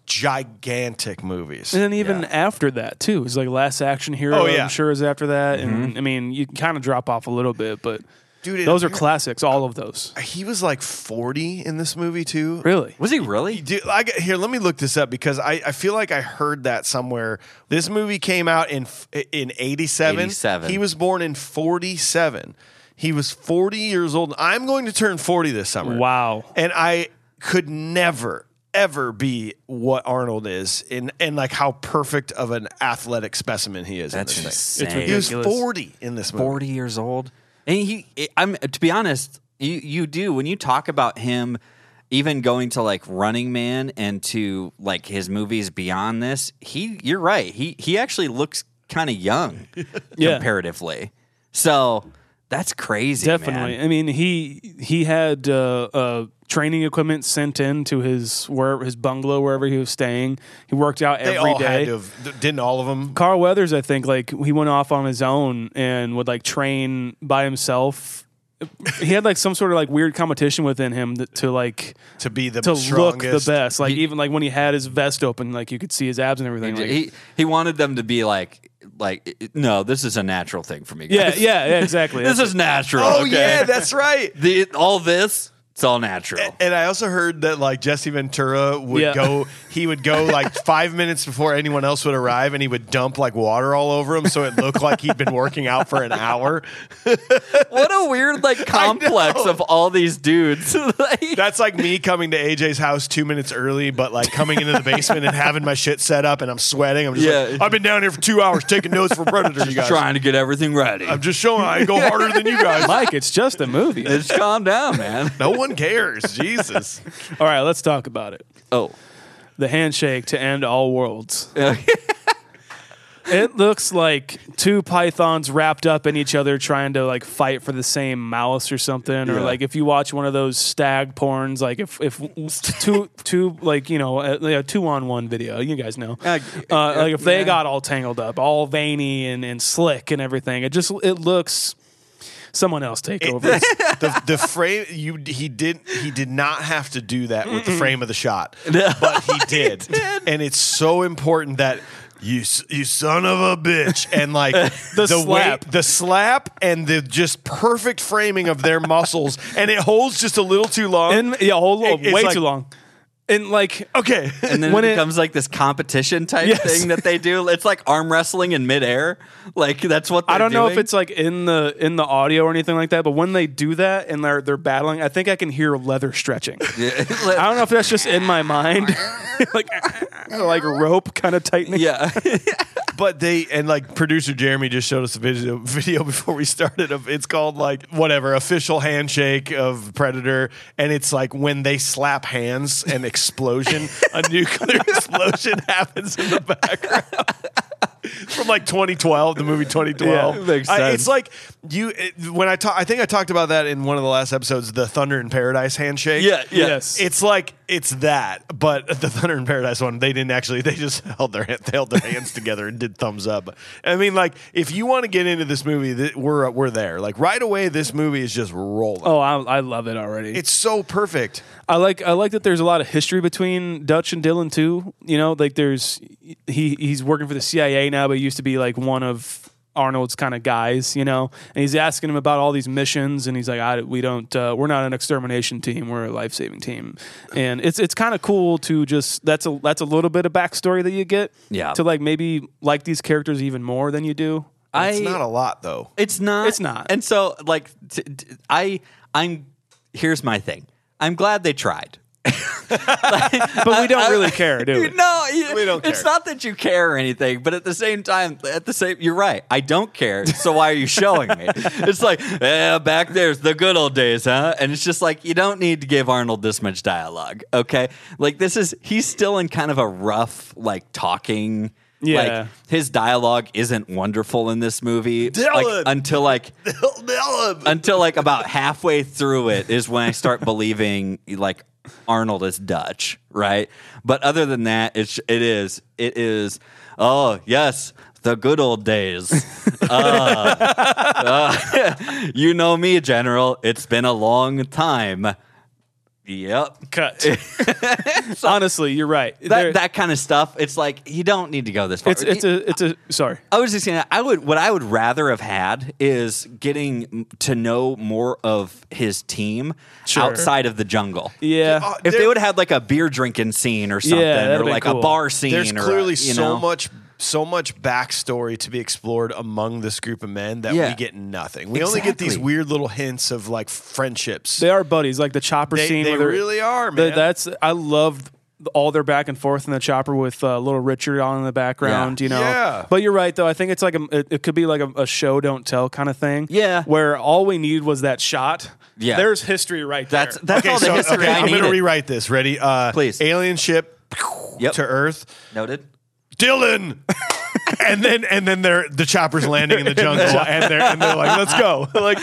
S2: gigantic movies.
S5: And then even after that too, it's like Last Action Hero.
S2: Oh, yeah. Mm-hmm.
S5: I'm sure is after that. And I mean, you can kind of drop off a little bit, but
S2: Dude, and
S5: those are
S2: you-
S5: classics. All of those.
S2: He was like 40 in this movie too.
S5: Really?
S4: Was he really?
S2: Dude, I, got- here, let me look this up because I, I feel like I heard that somewhere. This movie came out in f- in 87.
S4: 87.
S2: He was born in 47. He was 40 years old. I'm going to turn 40 this summer.
S5: Wow.
S2: And I could never ever be what Arnold is and and like how perfect of an athletic specimen he is
S4: That's
S2: in this thing.
S4: insane.
S2: He was
S5: ridiculous.
S2: 40 in this movie.
S4: 40 years old. And he, I'm to be honest, you you do when you talk about him, even going to like Running Man and to like his movies beyond this. He, you're right. He he actually looks kind of young
S5: Yeah.
S4: comparatively. So that's crazy. man.
S5: Definitely. I mean, he he had uh, uh, training equipment sent in to his where his bungalow wherever he was staying. He worked out
S2: They
S5: every
S2: all had
S5: day.
S2: to have, didn't all of them?
S5: Carl Weathers, I think, like he went off on his own and would like train by himself. He had like some sort of like weird competition within him that, to like
S2: To be the
S5: to look the
S2: strongest.
S5: best. Like even like when he had his vest open, like you could see his abs and everything. Like,
S4: He he wanted them to be like like no, this is a natural thing for me.
S5: yeah,
S4: Guys.
S5: yeah, yeah, exactly.
S4: this
S5: That's
S4: is natural.
S2: Oh
S4: okay?
S2: yeah, that's right.
S4: the all this. It's all natural.
S2: And I also heard that like Jesse Ventura would
S5: Yeah.
S2: go, he would go like five minutes before anyone else would arrive, and he would dump like water all over him, so it looked like he'd been working out for an hour.
S4: What a weird like complex of all these dudes. Like,
S2: That's like me coming to AJ's house two minutes early, but like coming into the basement and having my shit set up, and I'm sweating. I'm just like,
S4: Yeah.
S2: I've been down here for two hours taking notes for Predator. You guys,
S4: trying to get everything ready.
S2: I'm just showing I go harder than you
S5: it.
S2: guys.
S5: Mike, it's just a movie.
S4: Just calm down, man.
S2: No one cares. Jesus.
S5: All right, let's talk about it.
S4: Oh,
S5: The handshake to end all worlds. it looks like two pythons wrapped up in each other trying to like fight for the same mouse or something or like if you watch one of those stag porns like if if two two like you know a, like a two on one video you guys know uh, like if they got all tangled up all veiny and, and slick and everything it just it looks someone else take over It's-
S2: the, the frame you he did he did not have to do that with the frame of the shot, but he did. and it's so important that you s- you son of a bitch and like the,
S5: slap.
S2: the slap and the just perfect framing of their muscles and it holds just a little too long.
S5: and yeah hold on
S2: It- it's
S5: way
S2: like-
S5: too long and like
S2: okay,
S4: and then
S5: When
S4: it
S5: it-
S4: becomes like this competition type
S5: Yes.
S4: thing that they do. It's like arm wrestling in midair. Like that's what they're
S5: I don't know if
S4: doing.
S5: it's like in the in the audio or anything like that, but when they do that and they're they're battling, I think I can hear leather stretching. I don't know if that's just in my mind, like like rope kind of tightening.
S4: yeah.
S2: but they and like producer Jeremy just showed us a video video before we started of it's called like whatever official handshake of Predator and it's like when they slap hands an explosion a nuclear explosion happens in the background from like 2012 the movie 2012
S4: Yeah, it makes
S2: I-
S4: sense.
S2: it's like you it, when I talk I think I talked about that in one of the last episodes the Thunder in Paradise handshake
S4: Yeah, yeah.
S5: Yes.
S2: it's like it's that. But the Thunder in Paradise one, they didn't actually. They just held their hand- they held their hands together and did thumbs up. I mean, like if you want to get into this movie, th- we're we're there. Like right away, this movie is just rolling.
S5: Oh, I, I love it already.
S2: It's so perfect.
S5: I like I like that there's a lot of history between Dutch and Dylan too. You know, like there's he he's working for the CIA now, but he used to be like one of Arnold's kind of guys, you know. And he's asking him about all these missions, and he's like, I, "We don't, uh, we're not an extermination team, we're a life saving team." And it's it's kind of cool to just that's a that's a little bit of backstory that you get,
S4: Yeah.
S5: to like maybe like these characters even more than you do.
S4: I,
S2: It's not a lot though.
S4: It's not.
S5: It's not.
S4: And so, like, t- t- I, I'm. Here's my thing. I'm glad they tried.
S5: But we don't really care, do we?
S4: No, you-
S2: We don't
S4: It's
S2: care.
S4: not that you care or anything, but at the same time, at the same, you're right. I don't care. So why are you showing me? it's like, eh, back there's the good old days, huh? And it's just like you don't need to give Arnold this much dialogue, okay? Like this is he's still in kind of a rough like talking.
S5: Yeah.
S4: Like his dialogue isn't wonderful in this movie.
S2: Dylan!
S4: Like, until like until like about halfway through it is when I start believing like Arnold is Dutch, right? But other than that, it's it is it is oh yes. The good old days. Uh, uh, you know me, General. It's been a long time. Yep.
S5: Cut. Honestly, you're right. There-
S4: That, that kind of stuff. It's like you don't need to go this far.
S5: it's it's a it's a sorry.
S4: I was just saying, I would what I would rather have had is getting to know more of his team outside of the jungle.
S5: Yeah.
S2: Oh,
S4: If
S2: there-
S4: they would have had like a beer drinking scene or something,
S5: that'd
S4: or
S5: be
S4: like
S5: cool.
S4: a bar scene,
S2: There's
S4: or a-
S2: clearly
S4: you
S2: so
S4: know?
S2: much so much backstory to be explored among this group of men that
S4: Yeah.
S2: we get nothing. We only get these
S4: Exactly.
S2: weird little hints of like friendships.
S5: They are buddies, like the chopper
S2: They-
S5: scene.
S2: they
S5: where they're-
S2: really are,
S5: the-
S2: man.
S5: that's I loved all their back and forth in the chopper with uh, little Richard on in the background.
S4: Yeah.
S5: You know,
S2: Yeah.
S5: but you're right though. I think it's like a, it, it could be like a, a show don't tell kind of thing.
S4: Yeah.
S5: where all we need was that shot.
S4: Yeah.
S5: there's history right there.
S4: That's that's all the history
S2: okay,
S4: I
S2: I'm
S4: needed.
S2: gonna rewrite this. Ready? Uh,
S4: Please.
S2: Alien ship
S4: Yep.
S2: to Earth.
S4: Noted.
S2: Dylan. and then and then they're the choppers landing in the jungle and they're and they're like, let's go. Like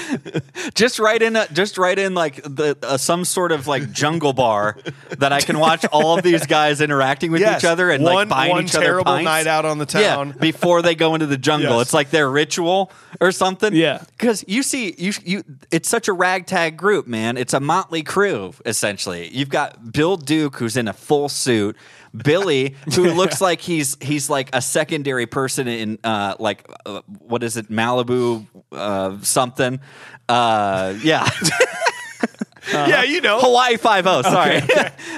S4: Just write in a just write in like the uh, some sort of like jungle bar that I can watch all of these guys interacting with
S2: Yes.
S4: each other and
S2: One-
S4: like buying
S2: one
S4: each other
S2: terrible
S4: pints.
S2: night out on the
S4: Yeah,
S2: town.
S4: before they go into the jungle.
S2: Yes.
S4: It's like their ritual or something.
S5: Yeah.
S4: because you see, you you it's such a ragtag group, man. It's a motley crew essentially. You've got Bill Duke who's in a full suit. Billy, who looks like he's he's like a secondary person in uh, like uh, what is it Malibu uh, something, uh, yeah.
S2: Yeah, you know.
S4: Hawaii Five O. Sorry,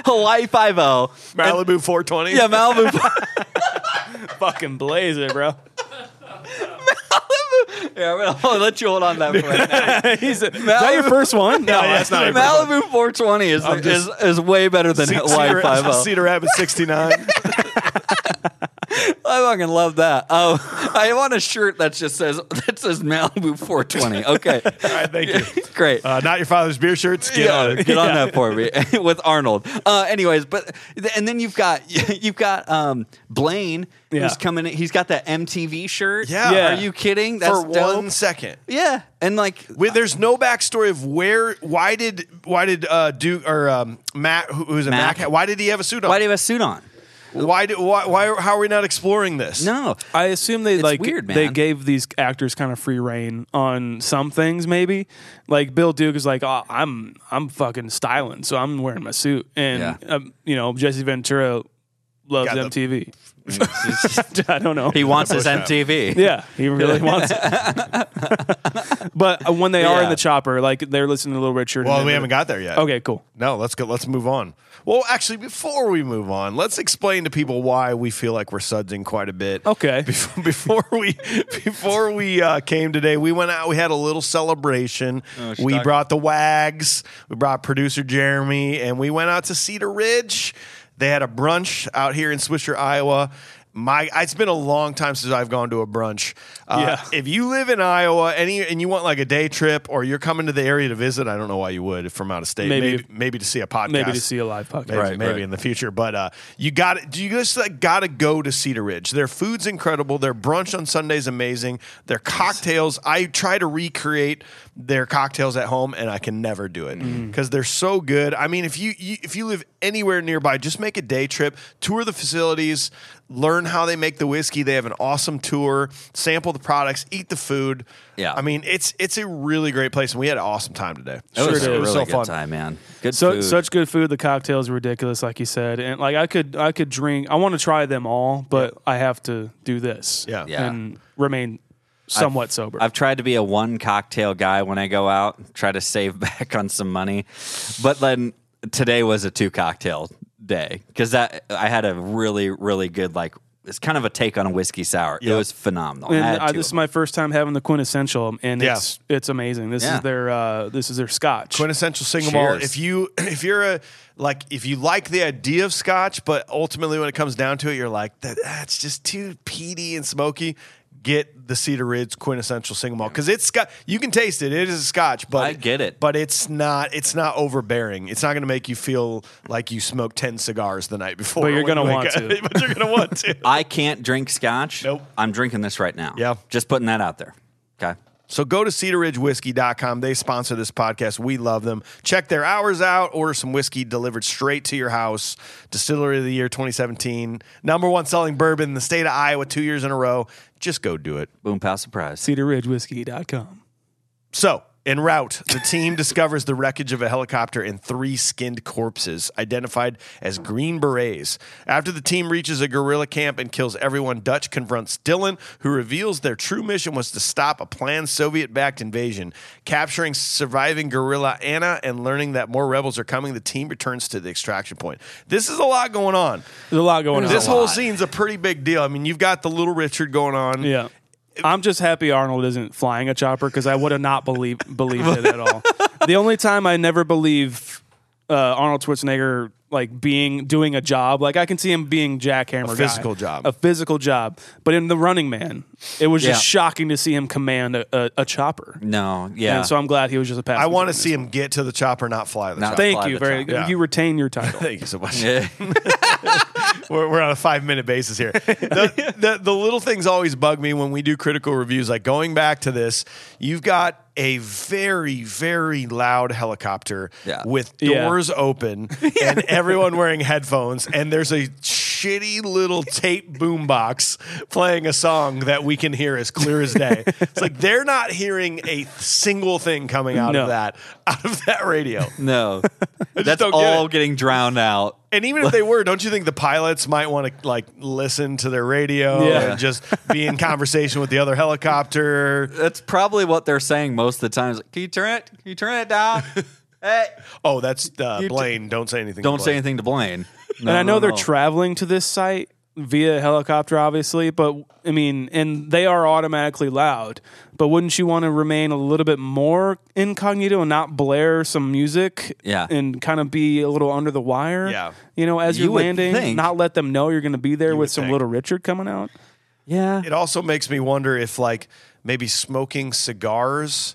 S4: Hawaii Five O.
S2: Malibu four twenty.
S4: Yeah, Malibu. oh.
S5: fucking blaze it, bro.
S4: yeah, I'm gonna I'll let you hold on that for a minute.
S5: He's a, is that your first one? No,
S2: that's not your first
S4: Malibu 420 is, is is way better than Hawaii
S2: Cedar,
S4: Five oh. O.
S2: Cedar Rapids sixty nine.
S4: I fucking love that. Oh, I want a shirt that just says that says Malibu 420. Okay,
S2: All right, thank you.
S4: great.
S2: Uh, not your father's beer shirts. Get
S4: yeah,
S2: on it.
S4: Get on that for me with Arnold. Uh, anyways, but and then you've got you've got um, Blaine
S5: Yeah.
S4: who's coming. in. He's got that MTV shirt.
S2: Yeah. Yeah.
S4: Are you kidding? That's
S2: For
S4: dope.
S2: one second.
S4: Yeah, and like
S2: Wait, there's no backstory of where, why did, why did uh, Duke or um, Matt, who, who's a Mac.
S4: Mac.
S2: why did he have a suit on?
S4: why do you have a suit on?
S2: why, do, why, why, how are we not exploring this?
S4: No,
S5: I assume they like
S4: weird,
S5: they
S4: man.
S5: gave these actors kind of free reign on some things, maybe. Like Bill Duke is like, oh, I'm I'm fucking styling, so I'm wearing my suit, and
S4: Yeah.
S5: um, you know Jesse Ventura loves
S2: Got the-
S5: MTV. I don't know.
S4: he wants his MTV.
S5: yeah, he really wants it. but uh, when they are in
S4: Yeah.
S5: the chopper, like they're listening to Little Richard.
S2: Well,
S5: and
S2: we
S5: they're-
S2: haven't got there yet.
S5: Okay, cool.
S2: No, let's go. Let's move on. Well, actually, before we move on, let's explain to people why we feel like we're sudsing quite a bit.
S5: Okay.
S2: Before, before we before we uh, came today, we went out. We had a little celebration.
S5: Oh,
S2: we brought the wags. We brought producer Jeremy, and we went out to Cedar Ridge. They had a brunch out here in Swisher, Iowa. my it's been a long time since I've gone to a brunch. Uh,
S5: Yeah.
S2: If you live in Iowa any and you want like a day trip or you're coming to the area to visit, I don't know why you would if from out of state.
S5: Maybe-
S2: maybe, maybe to see a podcast.
S5: Maybe to see a live podcast.
S2: Maybe, maybe in the future, but uh, you got do you just like, got to go to Cedar Ridge? Their food's incredible. Their brunch on Sunday's amazing. Their cocktails, I try to recreate their cocktails at home, and I can never do it
S5: Mm.
S2: because they're so good. I mean, if you, you if you live anywhere nearby, just make a day trip, tour the facilities, learn how they make the whiskey. They have an awesome tour. Sample the products, eat the food.
S4: Yeah.
S2: I mean it's it's a really great place, and we had an awesome time today.
S4: It was
S5: Sure
S4: a
S5: did.
S4: really
S5: It was
S2: so
S4: good
S2: fun.
S4: time, man. Good
S5: So
S4: food.
S5: such good food. The cocktails are ridiculous, like you said, and like I could I could drink. I want to try them all, but I have to do this.
S2: Yeah.
S4: Yeah.
S5: and remain somewhat sober.
S4: I've tried to be a one cocktail guy when I go out, try to save back on some money. But then today was a two cocktail day because that I had a really, really good like it's kind of a take on a whiskey sour. It was phenomenal. I had
S5: and I,
S4: two
S5: this
S4: of
S5: is my first time having the quintessential, and
S2: Yeah.
S5: it's it's amazing. This
S4: Yeah.
S5: is their uh, this is their scotch.
S2: quintessential single malt.
S4: Cheers.
S2: If you if you're a like if you like the idea of scotch, but ultimately when it comes down to it, you're like that that's just too peaty and smoky. Get the Cedar Ridge quintessential single malt because it's got you can taste it. It is a scotch, but
S4: I get it.
S2: But it's not it's not overbearing. It's not going to make you feel like you smoked ten cigars the night before.
S5: But you're
S2: when you
S5: gonna
S2: wake
S5: want
S2: up.
S5: to.
S2: but you're going to want to.
S4: I can't drink scotch.
S2: Nope.
S4: I'm drinking this right now.
S2: Yeah.
S4: Just putting that out there. Okay.
S2: So go to cedarridgewhiskey.com. They sponsor this podcast. We love them. Check their hours out. Order some whiskey delivered straight to your house. Distillery of the Year 2017. Number one selling bourbon in the state of Iowa two years in a row. Just go do it.
S4: Boom pow surprise.
S5: CedarRidgeWhiskey.com.
S2: So, en route, the team discovers the wreckage of a helicopter and three skinned corpses identified as Green Berets. After the team reaches a guerrilla camp and kills everyone, Dutch confronts Dylan, who reveals their true mission was to stop a planned Soviet backed invasion. Capturing surviving guerrilla Anna and learning that more rebels are coming, the team returns to the extraction point. This is a lot going on.
S5: There's a lot going on.
S2: This whole scene's a pretty big deal. I mean, you've got the little Richard going on.
S5: yeah. I'm just happy Arnold isn't flying a chopper because I would have not believe, believed it at all. The only time I never believe uh, Arnold Schwarzenegger like being doing a job, like I can see him being
S2: A
S5: jackhammer, guy.
S2: physical job.
S5: a physical job. But in The Running Man, it was just
S4: Yeah.
S5: shocking to see him command a, a, a chopper.
S4: No. Yeah.
S5: And so I'm glad he was just a passenger.
S2: I want to
S5: in this
S2: see him get to the chopper, not fly the
S4: Not
S2: chopper.
S5: Thank
S4: Fly
S5: you.
S4: the
S5: Very
S4: chopper.
S5: good.
S2: Yeah.
S5: You retained your title.
S2: Thank you so much.
S4: Yeah.
S2: we're, we're on a five minute basis here. The, the, the little things always bug me when we do critical reviews. Like going back to this, you've got a very, very loud helicopter
S4: Yeah.
S2: with
S5: Yeah.
S2: doors open and everyone wearing headphones, and there's a shitty little tape boom box playing a song that we can hear as clear as day. It's like they're not hearing a single thing coming out
S5: No.
S2: of that out of that radio.
S4: no. That's
S2: don't get
S4: all
S2: it.
S4: getting drowned out.
S2: And even if they were, don't you think the pilots might want to like listen to their radio
S5: Yeah.
S2: and just be in conversation with the other helicopter?
S4: That's probably what they're saying most of the time. It's like, Can you turn it? Can you turn it down? hey.
S2: Oh, that's uh,
S4: You
S2: Blaine. don't say anything. to
S4: Don't say
S2: Blaine.
S4: anything to Blaine.
S5: and I know they're traveling to this site via helicopter, obviously, but I mean, and they are automatically loud. But wouldn't you want to remain a little bit more incognito and not blare some music?
S4: Yeah.
S5: And kind of be a little under the wire?
S2: Yeah.
S5: You know, as
S4: You
S5: you're
S4: would
S5: landing,
S4: think.
S5: not let them know you're going to be there with
S2: would
S5: some
S2: think.
S5: little Richard coming out.
S4: Yeah.
S2: It also makes me wonder if like maybe smoking cigars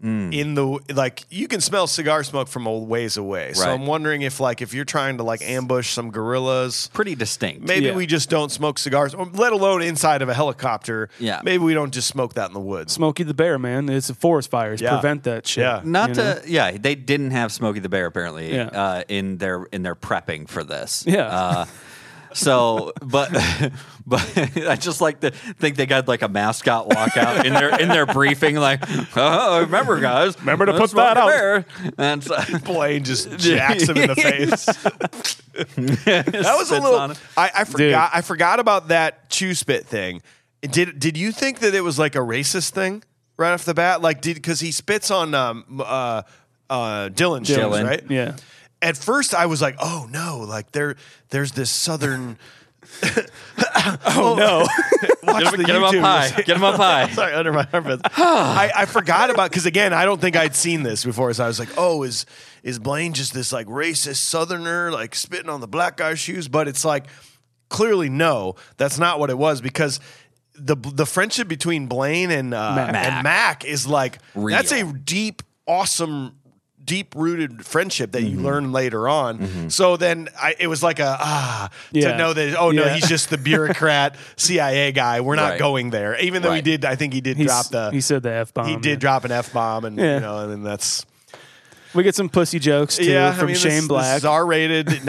S4: Mm.
S2: in the like you can smell cigar smoke from a ways away. So
S4: Right.
S2: I'm wondering if like if you're trying to like ambush some gorillas.
S4: Pretty distinct.
S2: Maybe
S5: Yeah.
S2: we just don't smoke cigars, or let alone inside of a helicopter.
S4: Yeah.
S2: Maybe we don't just smoke that in the woods.
S5: Smokey the Bear, man. It's a forest fires.
S2: Yeah.
S5: Prevent that shit.
S2: Yeah.
S4: Not to yeah, they didn't have Smokey the Bear apparently
S5: Yeah.
S4: uh, in their in their prepping for this.
S5: Yeah.
S4: Uh, so, but but I just like to think they got like a mascot walkout in their in their briefing, like, oh, remember guys, remember
S5: to put that out."
S4: And so,
S2: Blaine just jacks him in the face. that was a
S4: spits
S2: little.
S4: on
S2: I,
S4: him.
S2: I forgot. I forgot about that chew spit thing. Did Did you think that it was like a racist thing right off the bat? Like, did because he spits on um uh uh Dylan, Dylan.
S4: Dylan.
S2: right?
S5: Yeah.
S2: At first, I was like, oh no, like there there's this southern. oh, no! Watch the
S4: get him up
S2: YouTube.
S4: high, get him up high.
S2: Sorry, under my armpits. I, I forgot about because again, I don't think I'd seen this before. So I was like, oh, is is Blaine just this like racist Southerner like spitting on the black guy's shoes? But it's like clearly no, that's not what it was because the the friendship between Blaine and uh, and Mac is like that's a deep, awesome. Deep rooted friendship that you learn later on. So then I, it was like a ah
S5: Yeah.
S2: to know that oh no
S5: Yeah.
S2: he's just the bureaucrat CIA guy. We're not
S4: Right.
S2: going there. Even though he
S4: Right.
S2: did, I think he did
S5: He
S2: drop
S5: s-
S2: the
S5: he said the f bomb.
S2: he did drop an f bomb and
S5: Yeah.
S2: you know and then that's
S5: We get some pussy jokes too
S2: yeah
S5: from Shane Black.
S2: R rated 1987.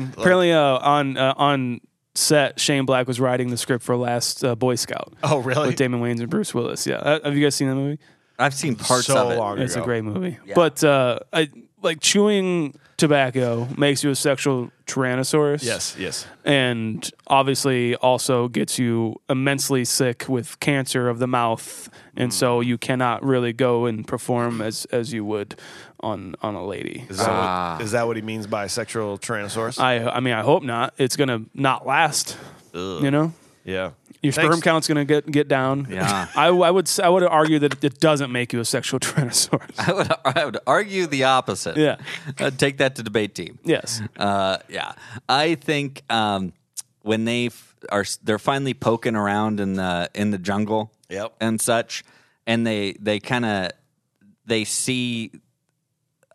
S2: Like,
S5: Apparently, uh, on uh, on set, Shane Black was writing the script for Last uh, Boy Scout.
S2: oh really?
S5: With Damon Wayans and Bruce Willis. Yeah, Uh, have you guys seen that movie?
S4: I've seen parts
S2: so
S4: of it.
S2: long
S5: It's a
S2: ago.
S5: great movie. But uh, I like chewing tobacco makes you a sexual tyrannosaurus.
S2: Yes, yes.
S5: and obviously also gets you immensely sick with cancer of the mouth and so you cannot really go and perform as as you would on on a lady
S2: Is that,
S4: Ah.
S2: what, is that what he means by sexual tyrannosaurus?
S5: i i mean i hope not it's gonna not last you know
S2: yeah.
S5: your
S2: Thanks.
S5: sperm count's gonna get get down
S4: Yeah.
S5: I, I would s- i would argue that it doesn't make you a sexual tyrannosaurus
S4: I would, I would argue the opposite.
S5: Yeah.
S4: I'd take that to debate team.
S5: yes
S4: Uh, yeah. I think um, when they f- are they're finally poking around in the in the jungle
S2: Yep.
S4: and such and they they kind of they see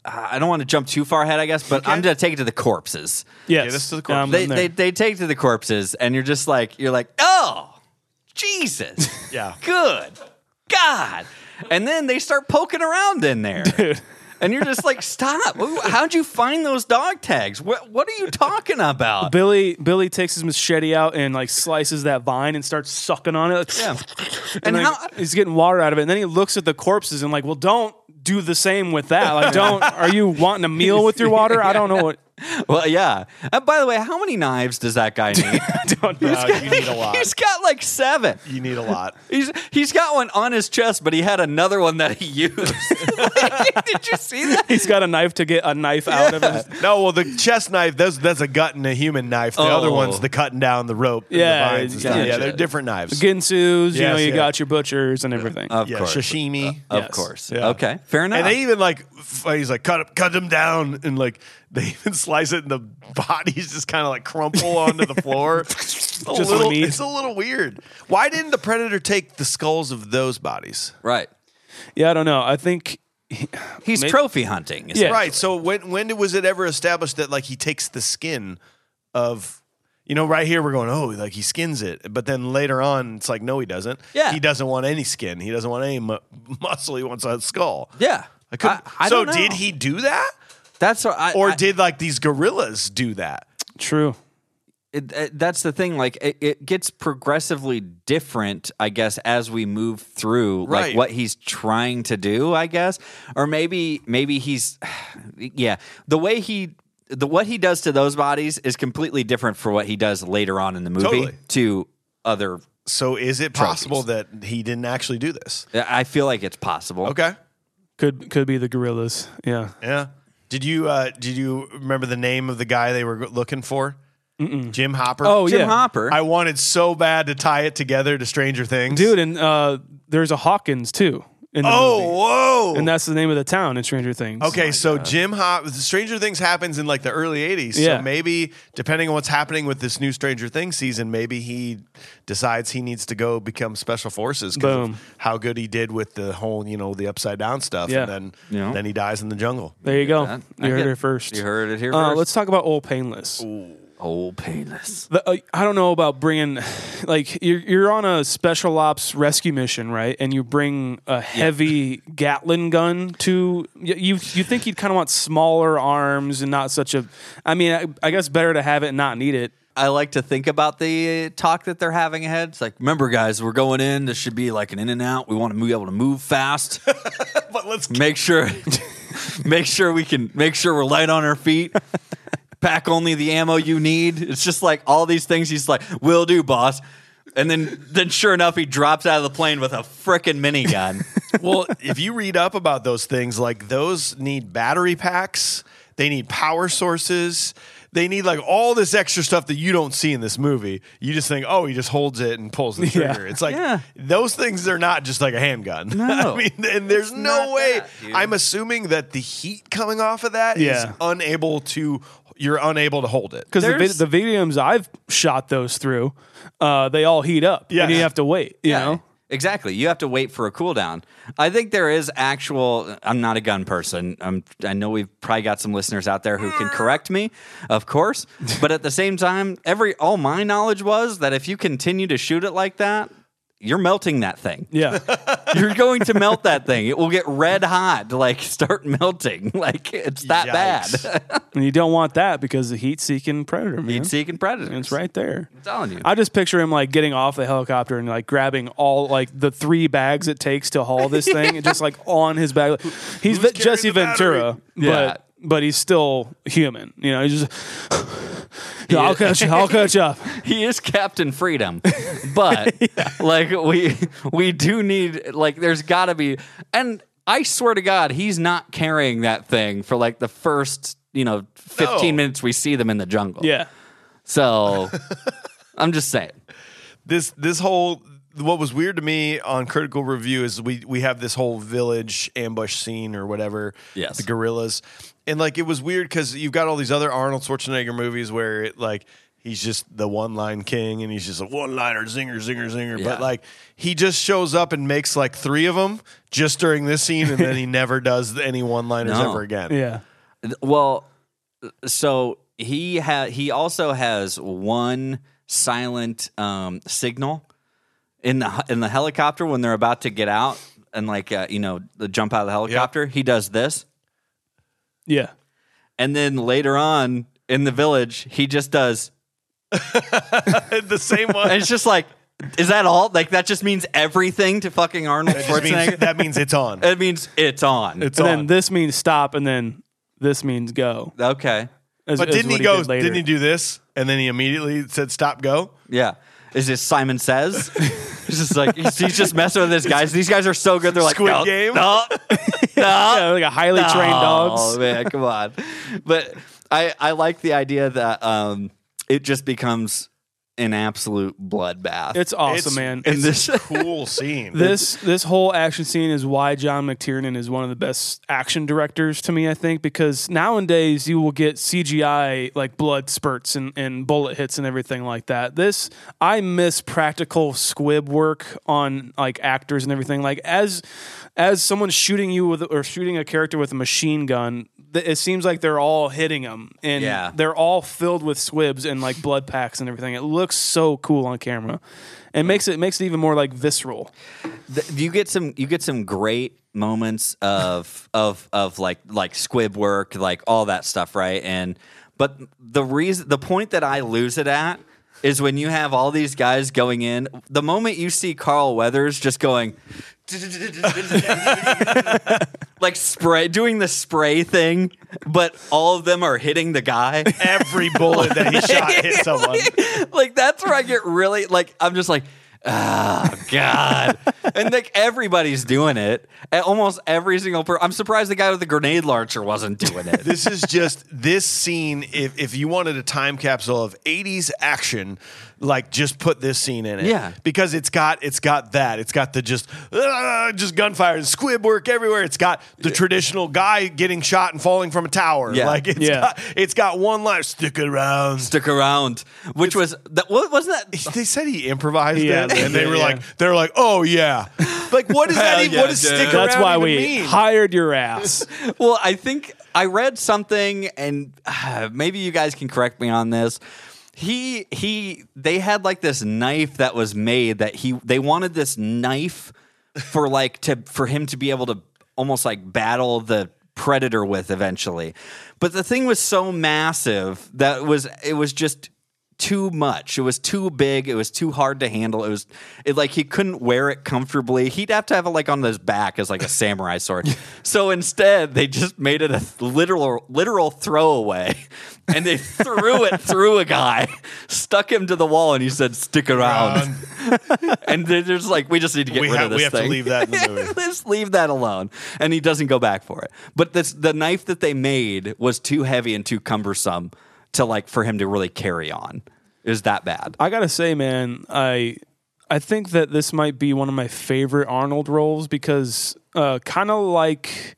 S4: I don't want to jump too far ahead, I guess, but I'm going to take it to the corpses.
S5: yes
S2: us to the
S5: Um,
S4: They,
S5: I'm there.
S4: they they take to the corpses and you're just like you're like, "Oh, Jesus."
S2: Yeah.
S4: Good God. And then they start poking around in there. And you're just like, stop. Wh- How'd you find those dog tags? What, what are you talking about?
S5: Billy Billy takes his machete out and like slices that vine and starts sucking on it.
S4: Yeah.
S5: and
S4: And
S5: like,
S4: how-
S5: he's getting water out of it. And then he looks at the corpses and like, well, don't do the same with that. Like, don't. Are you wanting a meal with your water? I don't know what.
S4: Well, yeah. And by the way, how many knives does that guy need?
S5: Don't know.
S2: Uh, you need a lot.
S4: he's got like seven.
S2: You need a lot.
S4: He's he's got one on his chest, but he had another one that he used. Like, did you see that?
S5: He's got a knife to get a knife out of it.
S2: No, well, the chest knife, that's, that's a gutting a human knife. The other
S4: Oh.
S2: one's the cutting down the rope. and
S5: Yeah,
S2: the vines and stuff.
S4: gotcha.
S2: yeah, they're different knives.
S5: Ginsus, you
S2: Yes,
S5: know, you
S2: yeah.
S5: got your butchers and everything.
S4: Of
S2: yeah,
S4: course.
S2: sashimi.
S4: Of
S5: Yes.
S4: course.
S2: Yeah.
S4: Okay. Fair enough.
S2: And they even like f- he's like cut cut them down and like they even slice it and the bodies just kind of like crumple onto the floor. It's a
S5: Just
S2: little,
S5: meat.
S2: it's a little weird. Why didn't the predator take the skulls of those bodies?
S4: right.
S5: yeah, I don't know. I think
S4: He's trophy hunting. is
S5: Yeah.
S4: it?
S2: Right. So when when was it ever established that like he takes the skin of you know right here we're going oh like he skins it but then later on it's like no he doesn't
S4: Yeah.
S2: he doesn't want any skin he doesn't want any mu- muscle he wants a skull
S4: Yeah.
S2: I couldn't,
S4: I
S2: so
S4: don't know.
S2: did he do that
S4: That's what I,
S2: or
S4: I-
S2: did like these gorillas do that?
S5: true.
S4: it, it- that's the thing. Like it, it gets progressively different, I guess, as we move through,
S2: Right.
S4: like what he's trying to do, I guess, or maybe maybe he's, yeah, the way he. The, what he does to those bodies is completely different for what he does later on in the movie
S2: Totally.
S4: to other.
S2: So is it possible that he didn't actually do this?
S4: I feel like it's possible.
S2: Okay.
S5: Could could be the gorillas. Yeah.
S2: Yeah. Did you uh, did you remember the name of the guy they were looking for? Jim Hopper.
S5: Oh
S4: Jim
S5: yeah,
S4: Hopper.
S2: I wanted so bad to tie it together to Stranger Things,
S5: dude. And uh, there's a Hawkins too. In the movie.
S2: Oh, whoa!
S5: and that's the name of the town in Stranger Things.
S2: okay. So Jim Hop, Stranger Things happens in like the early '80s.
S5: Yeah.
S2: So maybe depending on what's happening with this new Stranger Things season, maybe he decides he needs to go become special forces. 'cause of
S5: Boom.
S2: How good he did with the whole, you know, the upside down stuff,
S5: Yeah.
S2: and then
S4: Yeah.
S2: then he dies in the jungle.
S5: There you go.
S4: I- I
S5: You heard
S4: get-
S5: it first.
S4: You heard it here
S5: Uh,
S4: first.
S5: let's talk about old painless.
S4: Old painless.
S5: The- uh, I don't know about bringing, like you're you're on a special ops rescue mission, right? And you bring a heavy Gatlin gun to y- you. You think you'd kind of want smaller arms and not such a. I mean, I, I guess better to have it and not need it.
S4: I like to think about the uh, talk that they're having ahead. It's like, remember, guys, we're going in. This should be like an in and out. We want to be able to move fast.
S2: But let's
S4: Make sure, make sure we can make sure we're light on our feet. Pack only the ammo you need. It's just like all these things. He's like, "Will do, boss." And then, then sure enough, he drops out of the plane with a frickin' minigun.
S2: well, if you read up about those things, like those need battery packs, they need power sources, they need like all this extra stuff that you don't see in this movie. You just think, oh, he just holds it and pulls the
S5: Yeah.
S2: trigger. It's like
S4: Yeah.
S2: those things are not just like a handgun. I
S4: No.
S2: mean, and there's no
S4: not
S2: way.
S4: that, dude.
S2: I'm assuming that the heat coming off of that is
S5: Yeah.
S2: unable to You're unable to hold it.
S5: Because the, vid-
S4: There's-
S5: the videos I've shot those through, uh, they all heat up.
S2: Yes.
S5: And you have to wait, you know?
S4: Exactly. You have to wait for a cooldown. I think there is actual. I'm not a gun person. I'm, I know we've probably got some listeners out there who can correct me, of course. But at the same time, every all my knowledge was that if you continue to shoot it like that, you're melting that thing.
S5: Yeah.
S4: You're going to melt that thing. It will get red hot. Like start melting. Like it's that
S2: Yikes.
S4: bad.
S5: and you don't want that because the heat seeking predator, man.
S4: Heat seeking predators.
S5: It's right there. I'm
S4: telling you.
S5: I just picture him like getting off the helicopter and like grabbing all like the three bags it takes to haul this thing and just like on his back. He's
S2: Who's
S5: Jesse
S2: carrying the
S5: Ventura,
S4: Yeah.
S5: but but he's still human. You know, he's just Yeah, I'll catch you. I'll catch up.
S4: he is Captain Freedom, but like we we do need like there's got to be and I swear to God he's not carrying that thing for like the first you know 15
S2: No.
S4: minutes we see them in the jungle.
S5: Yeah.
S4: So I'm just saying.
S2: this this whole what was weird to me on critical review is we we have this whole village ambush scene or whatever
S4: Yes.
S2: the gorillas and like it was weird because you've got all these other arnold schwarzenegger movies where it like he's just the one line king and he's just a one liner zinger zinger zinger
S4: Yeah.
S2: but like he just shows up and makes like three of them just during this scene and then he never does any one liners
S4: No.
S2: ever again
S5: Yeah.
S4: Well, so he ha- he also has one silent um, signal in the in the helicopter when they're about to get out and like uh, you know the jump out of the helicopter. He does this.
S5: Yeah.
S4: And then later on in the village, he just does.
S2: the same one
S4: And it's just like, is that all? Like that just means everything to fucking Arnold
S2: That just means,
S4: Schwarzenegger.
S2: that means it's on
S4: it means it's on.
S2: it's
S5: and
S2: on
S5: then this means stop and then this means go.
S4: okay.
S5: As-
S2: but
S5: is
S2: didn't
S5: what
S2: he go
S5: did later.
S2: didn't he do this and then he immediately said stop go
S4: Yeah. Is this Simon Says? It's just like he's, he's just messing with these guys. These guys are so good. They're like
S2: Squid
S4: no,
S2: Game?
S4: No, no,
S5: yeah, like a highly trained
S4: Oh
S5: dogs.
S4: man, come on. But I I like the idea that um it just becomes an absolute bloodbath.
S5: It's awesome, man.
S2: It's
S4: And this-
S2: a cool scene.
S5: This this whole action scene is why John McTiernan is one of the best action directors to me, I think, because nowadays you will get CGI like blood spurts and, and bullet hits and everything like that. This I miss practical squib work on like actors and everything. Like as as someone shooting you with or shooting a character with a machine gun, th- it seems like they're all hitting them and
S4: Yeah.
S5: they're all filled with squibs and like blood packs and everything. It looks so cool on camera. It makes it makes it even more like visceral.
S4: th- you get some you get some great moments of of of like like squib work like all that stuff right and but the reason the point that i lose it at is when you have all these guys going in the moment you see carl weathers just going like spray doing the spray thing but all of them are hitting the guy
S2: Every bullet that he shot hit someone.
S4: like that's where I get really like I'm just like oh god and like everybody's doing it And almost every single person I'm surprised the guy with the grenade launcher wasn't doing it
S2: This is just this scene. If if you wanted a time capsule of '80s action, like just put this scene in it.
S4: Yeah.
S2: because it's got it's got that. It's got the just uh, just gunfire and squib work everywhere. It's got the traditional guy getting shot and falling from a tower.
S4: Yeah.
S2: like it's
S5: Yeah.
S2: got it's got one line. Stick around.
S4: stick around which was that what was that
S2: They said he improvised
S5: Yeah,
S2: it,
S5: they
S2: and they
S5: did,
S2: were
S5: yeah.
S2: like, they're like, oh yeah, like what is that?
S4: Hell
S2: Even,
S4: yeah,
S2: what does
S4: dude.
S2: stick around?
S5: That's why
S2: even
S5: we
S2: mean?
S5: hired your ass.
S4: well I think I read something and uh, maybe you guys can correct me on this he he they had like this knife that was made that he they wanted this knife for like to for him to be able to almost like battle the predator with eventually but the thing was so massive that it was it was just too much it was too big it was too hard to handle it was it like he couldn't wear it comfortably he'd have to have it like on his back as like a samurai sword so instead they just made it a th- literal literal throwaway and they threw it through a guy stuck him to the wall and he said stick around and they're just like we just need to get
S2: we
S4: rid
S2: have,
S4: of this
S2: we have
S4: thing
S2: to leave that in the movie.
S4: Let's leave that alone. And he doesn't go back for it. But this the knife that they made was too heavy and too cumbersome to like for him to really carry on. It was that bad.
S5: I gotta say, man, I I think that this might be one of my favorite Arnold roles because uh, kind of like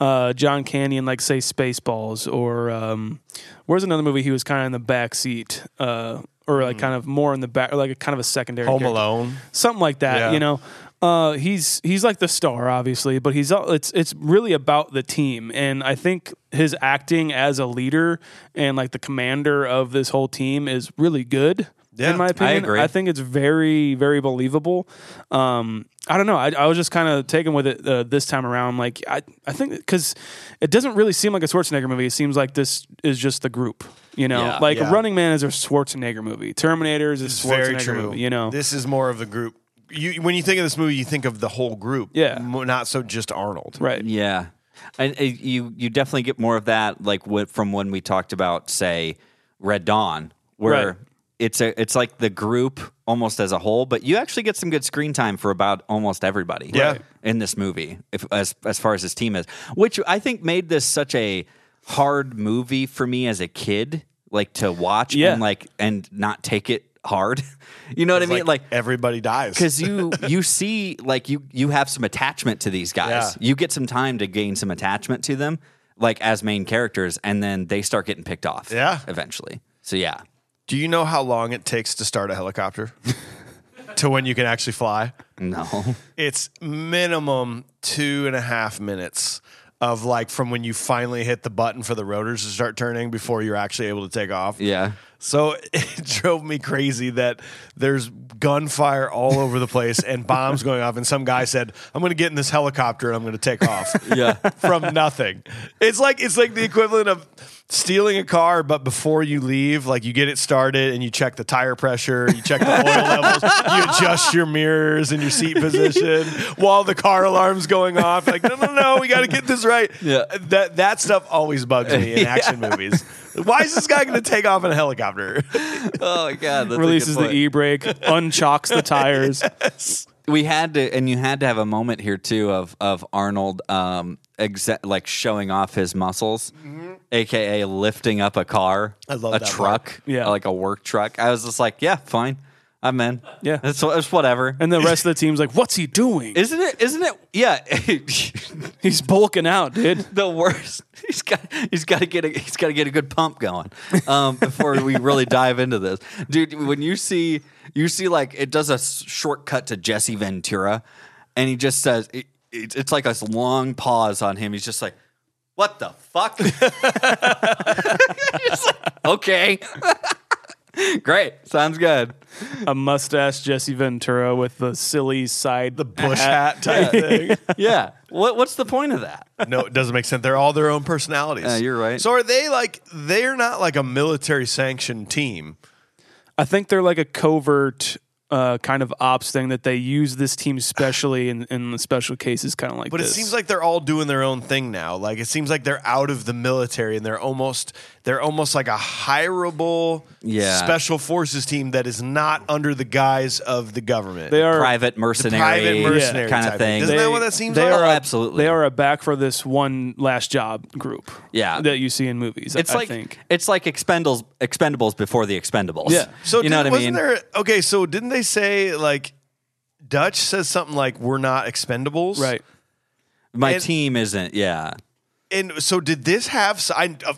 S5: uh, John Canyon, like say Spaceballs, or um, where's another movie he was kind of in the back seat, uh, or like kind of more in the back, or like a kind of a secondary.
S2: Home
S5: character.
S2: Alone.
S5: something like that.
S2: Yeah.
S5: You know, uh, he's he's like the star, obviously, but he's all- it's it's really about the team, and I think his acting as a leader and like the commander of this whole team is really good.
S2: Yeah,
S5: in my opinion,
S4: agree.
S5: think it's very very believable. Um, I don't know. I, I was just kind of taken with it uh, this time around. Like I I think because it doesn't really seem like a Schwarzenegger movie. It seems like this is just the group. You know,
S4: Yeah.
S5: like
S2: Yeah.
S5: Running Man is a Schwarzenegger movie. Terminator is a
S2: It's
S5: Schwarzenegger
S2: very true.
S5: movie. You know,
S2: this is more of the group. You when you think of this movie, you think of the whole group.
S5: Yeah.
S2: mo- not so just Arnold.
S5: right?
S4: Yeah, and uh, you you definitely get more of that, like what, from when we talked about, say, Red Dawn, where
S5: Right.
S4: it's a it's like the group almost as a whole, but you actually get some good screen time for about almost everybody.
S2: Yeah. Right.
S4: in this movie, if, as as far as his team is, which I think made this such a hard movie for me as a kid, like to watch
S5: Yeah.
S4: and like and not take it hard. you know what I mean? like
S2: everybody dies.
S4: because you you see like you you have some attachment to these guys
S2: Yeah.
S4: you get some time to gain some attachment to them like as main characters and then they start getting picked off
S2: Yeah.
S4: eventually so yeah
S2: Do you know how long it takes to start a helicopter? to when you can actually fly?
S4: no
S2: It's minimum two and a half minutes of like from when you finally hit the button for the rotors to start turning before you're actually able to take off.
S4: yeah
S2: So it drove me crazy that there's gunfire all over the place and bombs going off. And some guy said, I'm going to get in this helicopter and I'm going to take off
S4: yeah
S2: from nothing. It's like it's like the equivalent of stealing a car, but before you leave, like you get it started and you check the tire pressure, you check the oil levels, you adjust your mirrors and your seat position while the car alarm's going off. Like, no, no, no, we got to get this right.
S4: Yeah.
S2: that that stuff always bugs me in action movies. Why is this guy going to take off in a helicopter?
S4: oh my god that's a good
S5: releases the
S4: point.
S5: e brake, unchocks the tires.
S4: we had to and you had to have a moment here too of of arnold um exa- like showing off his muscles aka lifting up a car
S2: I love
S4: a
S2: that
S4: truck
S5: Yeah.
S4: like a work truck i was just like yeah fine i'm in
S5: Yeah.
S4: it's, it's whatever
S5: And the rest of the team's like, "What's he doing?
S4: Isn't it? Isn't it? Yeah,
S5: He's bulking out, dude."
S4: the worst. He's got. He's got to get. A, he's got to get a good pump going um, before we really dive into this, dude. When you see, you see, like it does a s- shortcut to Jesse Ventura, and he just says, it, it, "It's like a s- long pause on him." He's just like, "What the fuck?" Just like, okay, great, sounds good.
S5: A mustache Jesse Ventura with the silly side, the
S2: Bush hat type thing.
S4: Yeah. What, what's the point of that?
S2: No, it doesn't make sense. They're all their own personalities.
S4: Yeah, you're right.
S2: So are they like they're not like a military sanctioned team?
S5: I think they're like a covert. Uh, kind of ops thing that they use this team specially in, in the special cases, kind of like
S2: But
S5: this.
S2: it seems like they're all doing their own thing now. Like it seems like they're out of the military and they're almost they're almost like a hireable
S4: Yeah.
S2: special forces team that is not under the guise of the government.
S5: they are
S4: Private mercenary,
S2: private mercenary
S4: kind
S2: type
S4: of thing.
S2: Isn't
S5: They-
S2: that what that seems
S5: they
S2: like?
S4: Oh,
S5: are a-
S4: absolutely.
S5: They are a back for this one last job group.
S4: Yeah.
S5: that you see in movies.
S4: It's
S5: I
S4: like
S5: think.
S4: it's like expendables expendables before the expendables.
S5: Yeah.
S2: so
S4: you know
S2: did-
S4: what I
S2: wasn't
S4: mean?
S2: there okay, so didn't they say like Dutch says something like we're not expendables?
S5: right.
S4: My
S2: and-
S4: team isn't. Yeah.
S2: And so did this have s- I uh,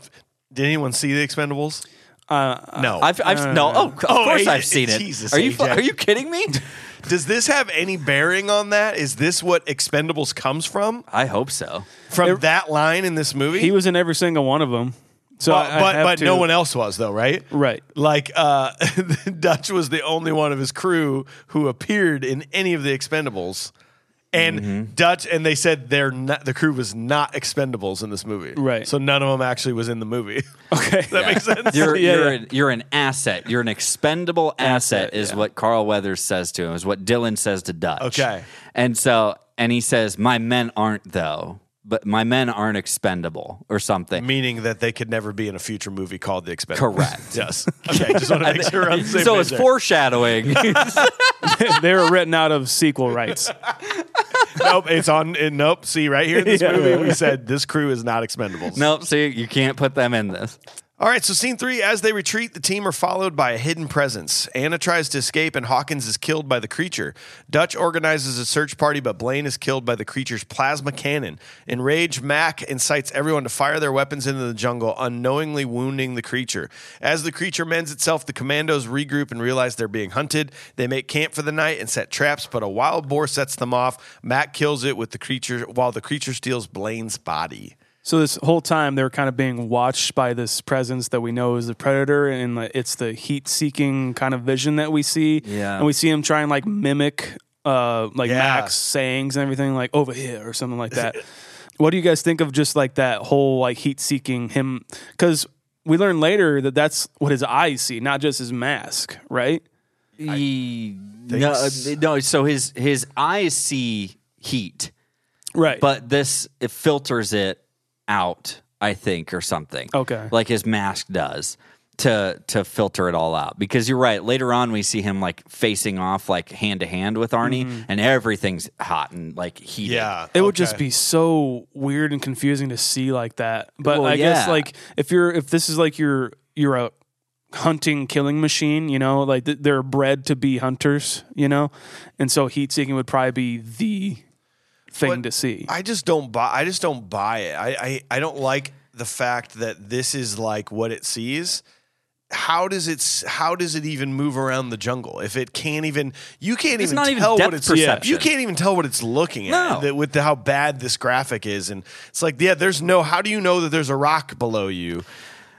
S2: did anyone see the expendables? Uh, no.
S4: I've, I've no. Oh, of
S2: Oh,
S4: course
S2: hey,
S4: I've seen it.
S2: Jesus,
S4: are you fu-
S2: AJ.
S4: are you kidding me?
S2: Does this have any bearing on that? Is this what Expendables comes from?
S4: I hope so.
S2: From that line in this movie?
S5: He was in every single one of them. So,
S2: Well,
S5: I- I
S2: but
S5: have
S2: but
S5: to-
S2: no one else was though, right?
S5: Right.
S2: Like uh, Dutch was the only one of his crew who appeared in any of the Expendables, and
S5: Mm-hmm.
S2: Dutch and they said they're not the crew was not Expendables in this movie,
S5: Right.
S2: So none of them actually was in the movie.
S5: Okay.
S2: that makes sense.
S4: You're
S5: Yeah,
S4: you're
S5: yeah.
S4: An, you're an asset. You're an expendable asset,
S5: Asset,
S4: is
S5: yeah.
S4: what Carl Weathers says to him. Is what Dylan says to Dutch.
S2: Okay.
S4: And so and he says, "My men aren't though, but my men aren't expendable or something."
S2: Meaning that they could never be in a future movie called The Expendables.
S4: Correct.
S2: yes. Okay. Just want to make sure we're on the same
S4: so
S2: page
S4: it's
S2: there.
S4: foreshadowing.
S5: they were written out of sequel rights.
S2: nope, it's on. It, nope. See, right here in this
S5: Yeah.
S2: movie, we said this crew is not Expendables.
S4: nope. See, you can't put them in this.
S2: All right, so scene three as they retreat, the team are followed by a hidden presence. Anna tries to escape, and Hawkins is killed by the creature. Dutch organizes a search party, but Blaine is killed by the creature's plasma cannon. Enraged, Mac incites everyone to fire their weapons into the jungle, unknowingly wounding the creature. As the creature mends itself, the commandos regroup and realize they're being hunted. They make camp for the night and set traps, but a wild boar sets them off. Mac kills it with the creature while the creature steals Blaine's body.
S5: So this whole time they were kind of being watched by this presence that we know is the predator, and like, it's the heat-seeking kind of vision that we see.
S4: Yeah.
S5: and we see him try and like mimic, uh, like
S2: Yeah.
S5: Max sayings and everything, like over here or something like that. what do you guys think of just like that whole like heat-seeking him? Because we learn later that that's what his eyes see, not just his mask, right?
S4: He, no, uh, no. So his his eyes see heat,
S5: Right,
S4: but this it filters it out. I think or something.
S5: Okay.
S4: like his mask does to to filter it all out. Because you're right. Later on, we see him like facing off like hand to hand with Arnie, and everything's hot and like heated.
S5: It would just be so weird and confusing to see like that. But
S4: Well,
S5: I guess
S4: yeah.
S5: like if you're if this is like your you're a hunting killing machine, you know, like th- they're bred to be hunters, you know, and so heat seeking would probably be the
S2: But
S5: thing to see.
S2: I just don't buy. I just don't buy it. I, I I don't like the fact that this is like what it sees. How does it? s- How does it even move around the jungle if it can't even? You can't
S4: It's
S2: even
S4: not even
S2: tell what
S4: depth
S2: it's.
S4: perception.
S2: You can't even tell what it's looking at
S4: No.
S2: that with the, how bad this graphic is, and it's like yeah, there's no. How do you know that there's a rock below you?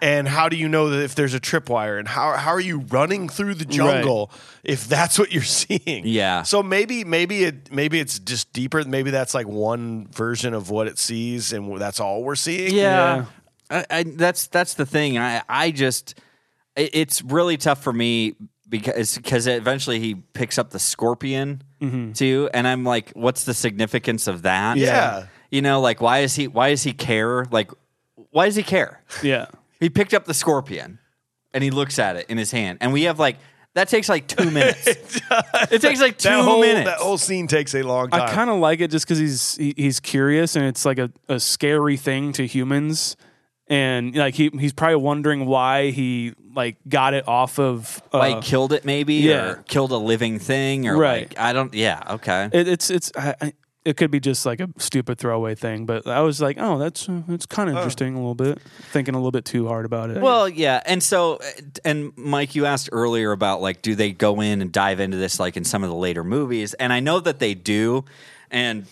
S2: And how do you know that if there's a tripwire? And how, how are you running through the jungle if that's what you're seeing?
S4: Yeah.
S2: So maybe maybe it maybe it's just deeper. Maybe that's like one version of what it sees, and that's all we're seeing.
S4: Yeah, I, I, that's that's the thing. I I just it, it's really tough for me because because eventually he picks up the scorpion
S5: Mm-hmm.
S4: too, and I'm like, what's the significance of that?
S2: Yeah.
S4: you know, like why is he why does he care? Like why does he care?
S5: yeah.
S4: He picked up the scorpion and he looks at it in his hand, and we have like that takes like two minutes. it, takes like two
S2: That whole
S4: minutes.
S2: that whole scene takes a long time.
S5: I kind of like it just because he's he, he's curious and it's like a, a scary thing to humans, and like he he's probably wondering why he like got it off of uh,
S4: like killed it maybe
S5: yeah.
S4: or killed a living thing or
S5: Right.
S4: like I don't yeah okay
S5: It, it's it's I, I, it could be just like a stupid throwaway thing, but I was like, oh, that's uh, that's kind of interesting a little bit. Thinking a little bit too hard about it.
S4: Well, yeah, and so uh, and Mike, you asked earlier about like, do they go in and dive into this like in some of the later movies? And I know that they do, and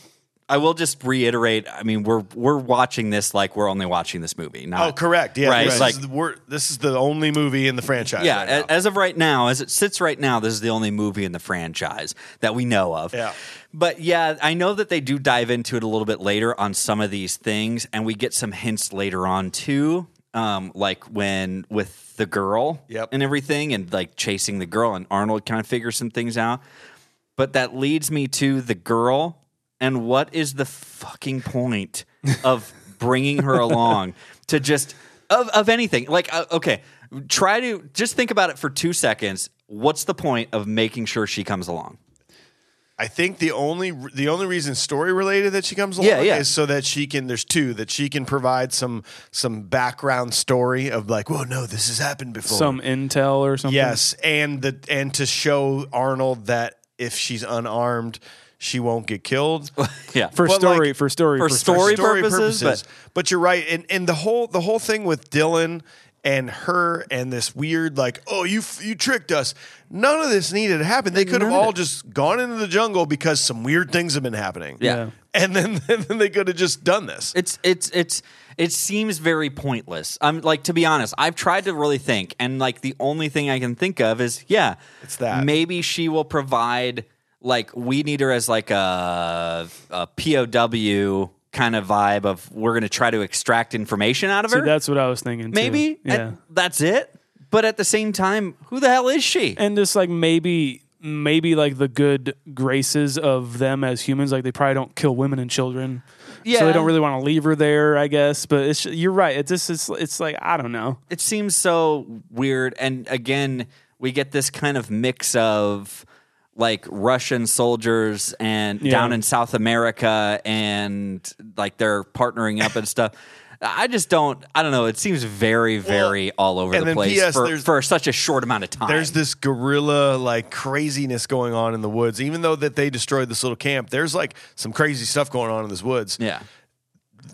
S4: I will just reiterate. I mean, we're we're watching this like we're only watching this movie. Not,
S2: oh, correct. Yeah,
S4: right.
S2: This,
S4: Like,
S2: is the, we're, this is the only movie in the franchise.
S4: yeah,
S2: right
S4: a-
S2: now.
S4: as of right now, as it sits right now, this is the only movie in the franchise that we know of.
S2: Yeah.
S4: But yeah, I know that they do dive into it a little bit later on some of these things, and we get some hints later on too, um, like when with the girl
S2: Yep.
S4: and everything, and like chasing the girl, and Arnold kind of figures some things out. But that leads me to the girl, and what is the fucking point of bringing her along to just of of anything? Like, uh, okay, try to just think about it for two seconds. What's the point of making sure she comes along?
S2: I think the only the only reason story related that she comes along
S4: Yeah, yeah.
S2: is so that she can. There's two that she can provide some some background story of like, well, no, this has happened before.
S5: some intel or something.
S2: Yes, and the and to show Arnold that if she's unarmed, she won't get killed.
S4: Yeah.
S5: For
S2: But,
S5: story,
S2: like,
S5: for story,
S4: for story purposes,
S2: But, you're right, and and the whole the whole thing with Dylan and her and this weird like, oh, you f- you tricked us. None of this needed to happen. They could have
S4: None of
S2: all
S4: it.
S2: just gone into the jungle because some weird things have been happening.
S4: Yeah.
S2: and then then they could have just done this.
S4: It's it's it's it seems very pointless. I'm like to be honest, I've tried to really think, and like the only thing I can think of is yeah,
S2: It's that.
S4: maybe she will provide like we need her as like a, a POW kind of vibe of we're gonna try to extract information out of
S5: See,
S4: her.
S5: that's what I was thinking. too.
S4: maybe
S5: yeah.
S4: And that's it. But at the same time, who the hell is she?
S5: and just like maybe maybe like the good graces of them as humans like they probably don't kill women and children so
S4: Yeah.
S5: they don't really want to leave her there i guess but it's you're right it just it's, it's like i don't know
S4: it seems so weird and again we get this kind of mix of like russian soldiers and down in south america and like they're partnering up and stuff I just don't. I don't know. It seems very, very all over
S2: and
S4: the
S2: then
S4: place
S2: PS,
S4: for,
S2: there's-
S4: for such a short amount of time.
S2: There's this guerrilla like craziness going on in the woods. Even though that they destroyed this little camp, there's like some crazy stuff going on in this woods.
S4: yeah.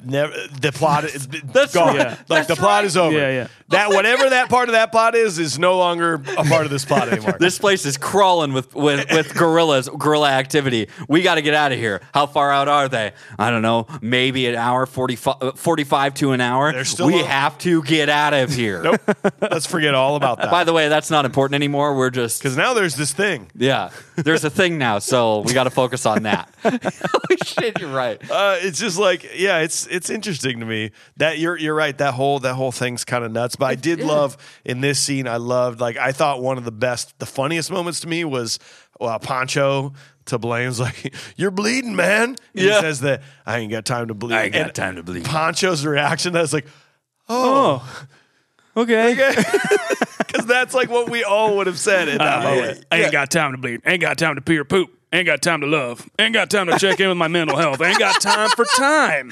S2: Never the plot is
S4: That's
S2: gone.
S5: Yeah.
S4: right.
S2: Like the
S4: That's
S2: plot
S4: right.
S2: is over.
S5: Yeah, yeah.
S2: That whatever that part of that plot is is no longer a part of this plot anymore.
S4: This place is crawling with with, with gorillas, gorilla activity. We got to get out of here. How far out are they? I don't know. Maybe an hour, 45, uh, 45 to an hour.
S2: They're still
S4: we
S2: up.
S4: have to get out of here.
S2: Let's forget all about
S4: By
S2: that.
S4: the way, that's not important anymore. We're just
S2: Because now there's this thing.
S4: yeah. There's a thing now, so we got to focus on that. Holy shit, you're right.
S2: Uh, it's just like yeah, it's it's interesting to me that you're you're right. That whole that whole thing's kind of nuts. But I did love in this scene. I loved like I thought one of the best, the funniest moments to me was uh, Pancho to Blaine's like, "You're bleeding, man." And He
S4: Yeah.
S2: says that I ain't got time to bleed.
S4: I ain't got
S2: And
S4: time to bleed.
S2: Pancho's reaction that's like,
S5: Oh, okay.
S2: because that's like what we all would have said uh, at that
S5: Oh,
S2: moment.
S5: I ain't got time to bleed. Ain't got time to pee or poop. Ain't got time to love. Ain't got time to check in with my mental health. Ain't got time for time.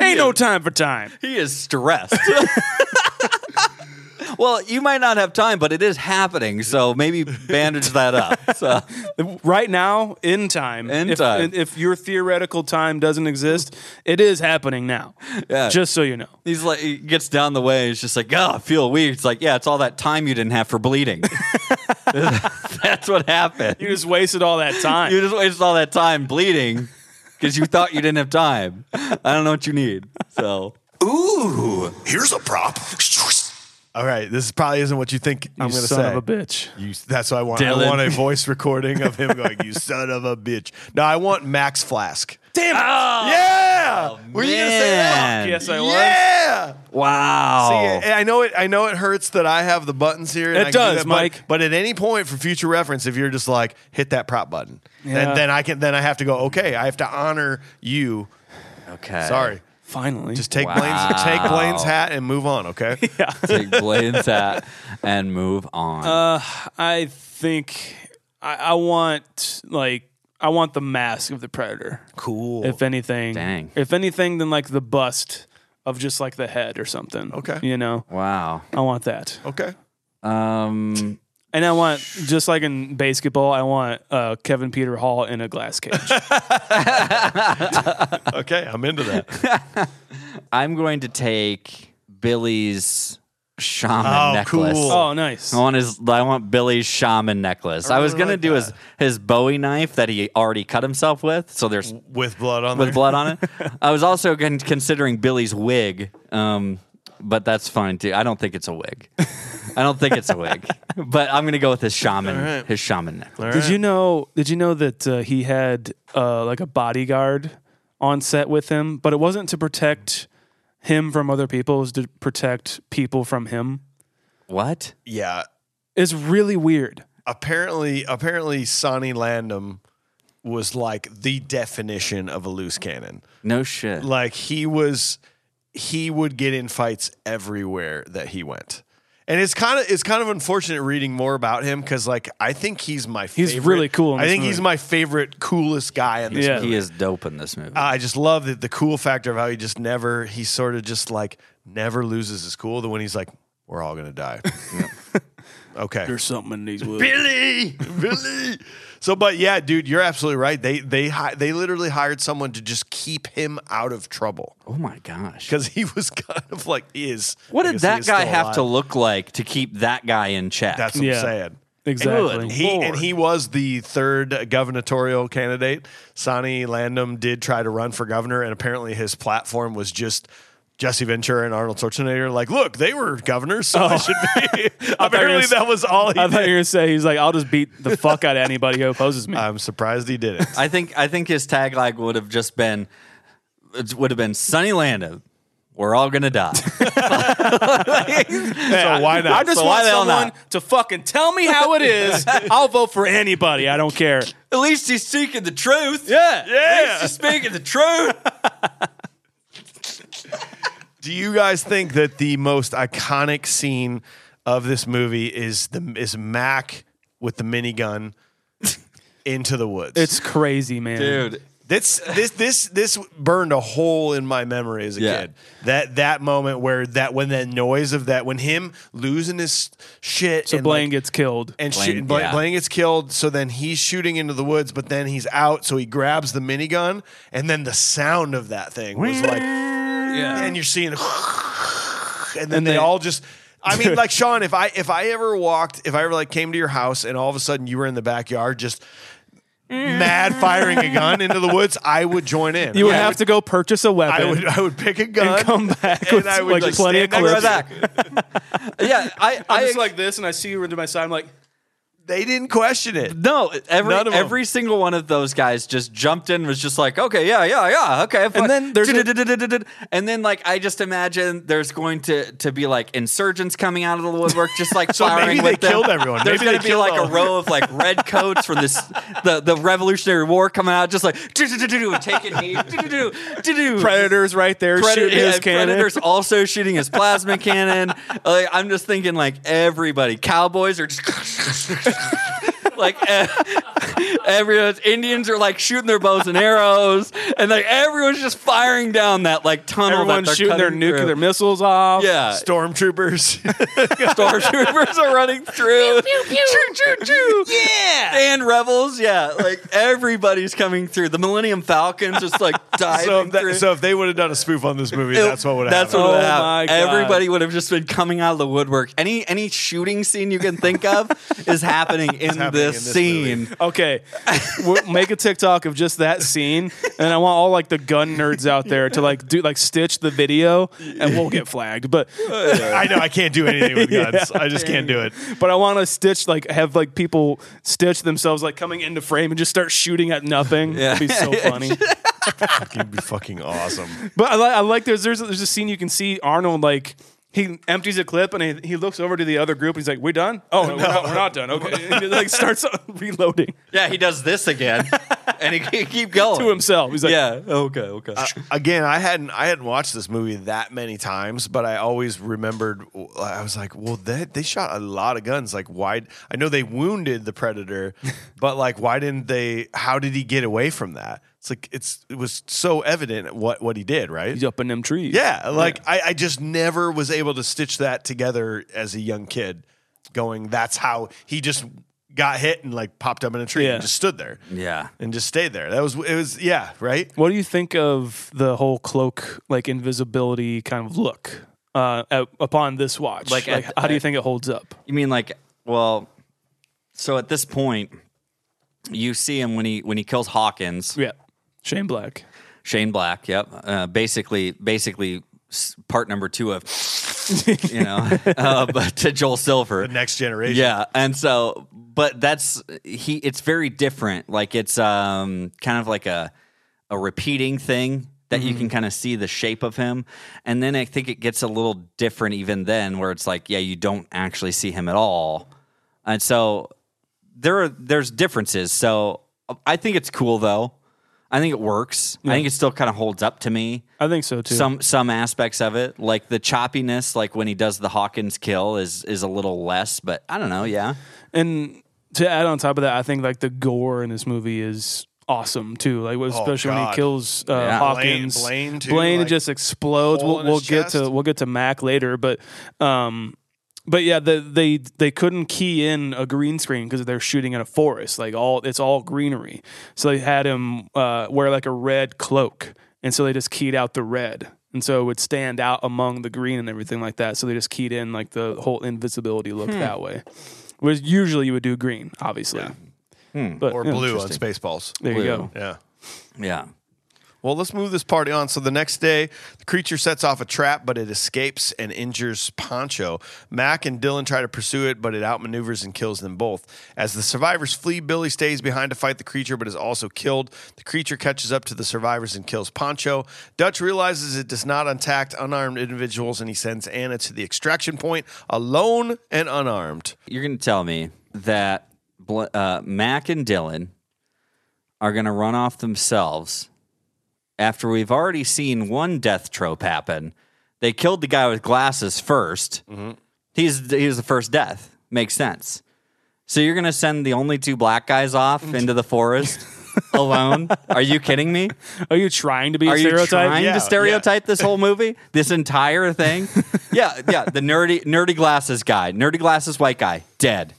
S5: Ain't no time for time.
S4: He is stressed. well, you might not have time, but it is happening, so maybe bandage that up. So
S5: Right now, in time.
S4: In
S5: if,
S4: time.
S5: If your theoretical time doesn't exist, it is happening now.
S4: Yeah.
S5: Just so you know.
S4: he's like, he gets down the way. He's just like, oh, I feel weird. It's like, yeah, it's all that time you didn't have for bleeding. That's what happened.
S5: You just wasted all that time.
S4: You just wasted all that time bleeding because you thought you didn't have time. I don't know what you need. So
S3: Here's a prop.
S2: All right, this probably isn't what you think I'm
S5: You
S2: going to
S5: son
S2: say.
S5: of a bitch.
S2: You, that's what I want. I
S4: Dylan.
S2: want a voice recording of him going, "You son of a bitch." No, I want Max Flask.
S5: Damn it.
S2: Yeah. Were you gonna say that?
S4: Man.
S5: Oh, yes, I was.
S2: Yeah.
S4: Wow.
S3: Oh.
S2: See, I know it. I know it hurts that I have the buttons here. and
S5: It
S2: I can do
S5: does,
S2: that, but-
S5: Mike.
S2: But, at any point, for future reference, if you're just like hit that prop button,
S5: Yeah.
S2: then, then I can. Then I have to go. Okay, I have to honor you.
S4: okay.
S2: Sorry.
S5: Finally.
S2: Just take Blaine's take Blaine's hat and move on. Okay.
S4: Take Blaine's hat and move on.
S2: Uh,
S5: I think I, I want like I want the mask of the predator.
S2: Cool.
S5: If anything,
S4: Dang.
S5: If anything, then like the bust of just like the head or something.
S2: Okay.
S5: you know,
S4: wow.
S5: I want that,
S2: Okay.
S4: Um.
S5: and I want just like in basketball, I want uh, Kevin Peter Hall in a glass cage.
S2: Okay. I'm into that.
S4: I'm going to take Billy's shaman
S2: Oh,
S4: necklace.
S2: cool.
S5: oh, nice.
S4: I want his. I want Billy's shaman necklace. I, was gonna
S2: like
S4: do his his Bowie knife that he already cut himself with. So there's
S2: With blood on
S4: with
S2: there.
S4: blood on it. I was also con- considering Billy's wig, um, but that's fine too. I don't think it's a wig. I don't think it's a wig. But I'm gonna go with his shaman. His shaman necklace.
S5: Did you know? Did you know that uh, he had uh, like a bodyguard on set with him, but it wasn't to protect him from other people; it was to protect people from him.
S4: What?
S2: Yeah.
S5: It's really weird.
S2: apparently apparently Sonny Landham was like the definition of a loose cannon.
S4: No shit.
S2: Like he was he would get in fights everywhere that he went. And it's kind of it's kind of unfortunate reading more about him cuz like I think he's my favorite.
S5: He's really cool in
S2: I
S5: this
S2: think he's
S5: movie.
S2: my favorite coolest guy in this
S5: Yeah.
S2: movie.
S4: He is dope in this movie.
S2: I just love the, the cool factor of how he just never he sort of just like never loses his cool. The when he's like we're all going to die. okay.
S5: something in these woods.
S2: Billy, Billy. So, but yeah, dude, you're absolutely right. They they hi- they literally hired someone to just keep him out of trouble
S4: oh my gosh.
S2: because he was kind of like he is.
S4: What
S2: I
S4: did
S2: guess he
S4: that
S2: is
S4: guy
S2: still
S4: have to
S2: alive.
S4: look like to keep that guy in check?
S2: That's what
S5: Yeah.
S2: I'm saying.
S5: Exactly.
S4: Good.
S2: He and
S4: Lord.
S2: he was the third gubernatorial candidate. Sonny Landham did try to run for governor, and apparently his platform was just. Jesse Ventura and Arnold Schwarzenegger, like, look, they were governors, so
S5: Oh.
S2: I should be. apparently,
S5: gonna
S2: that was all he
S5: I thought
S2: did.
S5: you were gonna say he's like, I'll just beat the fuck out of anybody who opposes me.
S2: I'm surprised he did it.
S4: I think I think his tagline would have just been it would have been Sunny Landon. We're all gonna die.
S5: Oh,
S2: so why not?
S5: I just
S4: so why
S5: want
S4: the hell
S5: someone
S4: not?
S5: to fucking tell me how it is. I'll vote for anybody. I don't care.
S4: At least he's seeking the truth.
S5: Yeah.
S4: At least he's speaking the truth.
S2: Do you guys think that the most iconic scene of this movie is the is Mac with the minigun into the woods?
S5: It's crazy, man.
S4: Dude.
S2: This this this this burned a hole in my memory as a
S4: Yeah.
S2: kid. That that moment where that when that noise of that when him losing his shit
S5: So
S2: and
S5: Blaine
S2: like,
S5: gets killed.
S2: and
S4: Blaine,
S2: shoot, Blaine,
S4: yeah.
S2: Blaine gets killed. So then he's shooting into the woods, but then he's out. So he grabs the minigun, and then the sound of that thing was like, and you're seeing, and then
S5: And
S2: they,
S5: they-
S2: all just. I mean, like Sean, if I if I ever walked, if I ever like came to your house, and all of a sudden you were in the backyard, just mad firing a gun into the woods, I would join in.
S5: you would
S2: I
S5: have to go purchase a weapon.
S2: I would I would pick a gun
S5: come back with, like,
S2: just
S5: plenty
S2: stand
S5: of
S2: next to
S5: clips.
S2: that.
S4: yeah, I, I
S5: this, and I see you into my side. I'm like,
S2: They didn't question it.
S4: No, every
S2: None of 'em.
S4: every single one of those guys just jumped in was just like, okay, yeah, yeah, yeah, okay. fine."
S5: then there's a-
S4: Du-du-du-du-du-du-du. and then like I just imagine there's going to to be like insurgents coming out of the woodwork, just like
S2: So maybe
S4: firing
S2: they
S4: with them.
S2: killed everyone.
S4: There's
S2: Maybe
S4: going
S2: they
S4: to be
S2: killed
S4: like
S2: all
S4: a
S2: of
S4: row of like red coats from this the the Revolutionary War coming out, just like "Du-du-du-du-du," taking heat, "Du-du-du-du, du-du-du."
S5: Predators right there
S4: Predator-
S5: shooting his
S4: yeah,
S5: cannon.
S4: Predator's also shooting his plasma cannon. Like, I'm just thinking, like everybody, cowboys are just like eh, everyone. Indians are like shooting their bows and arrows, and like everyone's just firing down that like tunnel. that
S5: Everyone's
S4: they're
S5: shooting their
S4: cutting
S5: nuclear
S4: through.
S5: missiles off.
S4: Yeah,
S2: Stormtroopers.
S4: stormtroopers are running through. Choo, choo, choo. Yeah, and rebels. Yeah, like everybody's coming through. The Millennium Falcon's just like diving
S2: so, if
S4: through.
S2: that, so if they would have done a spoof on this movie,
S4: It-
S2: that's what would have
S4: That's
S2: happened.
S4: what would
S5: Oh my
S4: happen.
S5: God.
S4: Everybody would have just been coming out of the woodwork. Any any shooting scene you can think of is happening in
S2: happening in
S4: this,
S2: this
S4: scene.
S5: Okay, we'll make a TikTok of just that scene, and I want all like the gun nerds out there to like do like stitch the video, and we'll get flagged. But
S2: I know I can't do anything with guns. I just can't do it.
S5: but I want to stitch like have like people stitch themselves like coming into frame and just start shooting at nothing. Yeah. That'd be so funny.
S2: It'd be fucking awesome.
S5: But I, li- I like there's there's a, there's a scene you can see Arnold like he empties a clip and he, he looks over to the other group and he's like, "We done? Oh, no, we're, not, we're not done. Okay." And he, like starts reloading
S4: Yeah, he does this again, and he can keep going
S5: to himself. He's like,
S4: Yeah. Okay. Okay.
S2: Again, I hadn't I hadn't watched this movie that many times, but I always remembered. I was like, well, they they shot a lot of guns. Like, why? I know they wounded the predator, but like, why didn't they? How did he get away from that? It's like it's it was so evident what what he did, right?
S5: "He's up in them trees."
S2: Yeah, like I, I just never was able to stitch that together as a young kid. Going, that's how he just got hit and like popped up in a tree
S5: Yeah.
S2: and just stood there.
S4: Yeah.
S2: and just stayed there. That was it. Was yeah, right.
S5: What do you think of the whole cloak, like invisibility kind of look uh, at, upon this watch?
S4: Like, at-
S5: how do you think it holds up?
S4: You mean like well? So at this point, you see him when he when he kills Hawkins.
S5: Yeah, Shane Black.
S4: Shane Black. Yep. Uh, basically, basically s- part number two of you know, uh, but to Joel Silver.
S2: The next generation.
S4: Yeah, and so, but that's he. It's very different. Like it's um kind of like a a repeating thing that you can kind of see the shape of him, and then I think it gets a little different even then, where it's like, yeah, you don't actually see him at all, and so there are there's differences. So I think it's cool though. I think it works. I think it still kind of holds up to me
S5: I think so too.
S4: some some aspects of it like the choppiness like when he does the hawkins kill is is a little less but i don't know yeah
S5: and to add on top of that, I think like the gore in this movie is awesome too. Like especially when he
S2: Oh, God.
S5: kills uh,
S4: Yeah.
S5: Hawkins,
S2: Blaine- Blaine, too,
S5: Blaine
S2: like,
S5: just explodes.
S2: hole
S5: We'll,
S2: in
S5: we'll
S2: his
S5: get to
S2: chest.
S5: we'll get to Mac later, but um, but yeah, the, they they couldn't key in a green screen because they're shooting in a forest. Like all it's all greenery, so they had him uh, wear like a red cloak, and so they just keyed out the red. And so it would stand out among the green and everything like that. So they just keyed in like the whole invisibility look that way. Whereas usually you would do green, obviously. But
S2: or
S5: yeah,
S2: blue on Spaceballs.
S5: there you go.
S2: Yeah.
S4: yeah
S2: Well, let's move this party on. So the next day, the creature sets off a trap, but it escapes and injures Poncho. Mac and Dylan try to pursue it, but it outmaneuvers and kills them both. As the survivors flee, Billy stays behind to fight the creature, but is also killed. The creature catches up to the survivors and kills Poncho. Dutch realizes it does not attack unarmed individuals, and he sends Anna to the extraction point alone and unarmed.
S4: you're gonna tell me that Bl- uh, mac and dylan are gonna run off themselves after we've already seen one death trope happen they killed the guy with glasses 1st he's he was the first death makes sense so you're gonna send the only two black guys off into the forest alone? Are you kidding me?
S5: Are you trying to be
S4: Are
S5: a
S4: you
S5: stereotype?
S4: trying
S2: Yeah,
S4: to stereotype this whole movie? This entire thing? yeah, yeah. The nerdy nerdy glasses guy, nerdy glasses white guy, dead.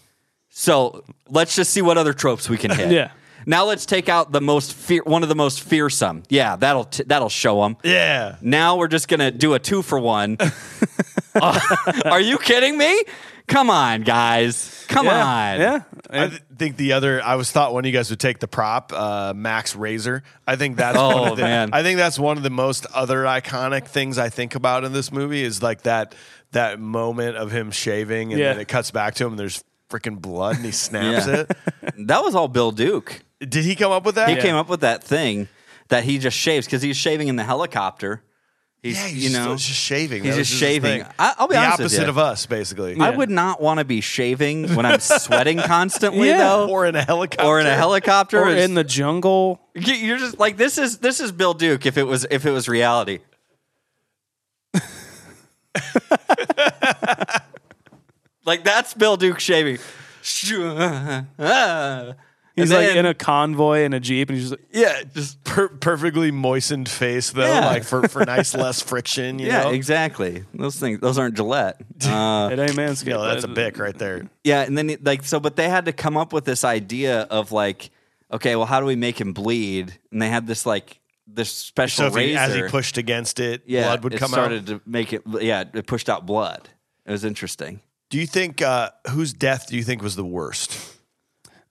S4: So let's just see what other tropes we can hit.
S5: Yeah.
S4: Now let's take out the most fear, one of the most fearsome. Yeah, that'll t- that'll show them.
S2: Yeah.
S4: Now we're just gonna do a two for one. Uh, are you kidding me? Come on, guys. Come
S5: yeah.
S4: on.
S5: Yeah.
S2: I th- think the other. I was thought one of you guys would take the prop, uh, Max Razor. I think that's. one
S4: Oh,
S2: of the,
S4: man.
S2: I think that's one of the most other iconic things I think about in this movie is like that that moment of him shaving and
S5: Yeah.
S2: then it cuts back to him and there's freaking blood and he snaps
S4: Yeah. That was all Bill Duke.
S2: it. Did he come up with that?
S4: He came up with that thing that he just shaves because he's shaving in the helicopter. He's,
S2: Yeah, he's
S4: you know,
S2: just shaving.
S4: he's
S2: That was
S4: just
S2: his
S4: shaving.
S2: thing.
S4: I- I'll be
S2: the
S4: honest with
S2: opposite
S4: you.
S2: of us, basically.
S4: I would not want to be shaving when I'm sweating constantly,
S5: Yeah.
S4: though,
S2: or in a helicopter.
S4: or in a helicopter,
S5: Or
S4: It's-
S5: in the jungle.
S4: You- You're just like this is this is Bill Duke if it was if it was reality. like that's Bill Duke shaving.
S5: He's
S4: And
S5: like
S4: then-
S5: in a convoy in a jeep, and he's just like,
S2: Yeah, just per- perfectly moistened face though,
S4: Yeah.
S2: like for, for nice less friction. You
S4: Yeah,
S2: know?
S4: exactly. Those things those aren't Gillette. Uh,
S5: "It ain't manscaped."
S2: No, that's a bick right there.
S4: yeah, and then like so, but they had to come up with this idea of like, okay, well, how do we make him bleed? And they had this like this
S2: So
S4: special
S2: if he, as he
S4: razor.
S2: pushed against it,
S4: yeah,
S2: blood would
S4: it
S2: come out.
S4: started to make it. Yeah, it pushed out blood. It was interesting.
S2: Do you think uh, whose death do you think was the worst?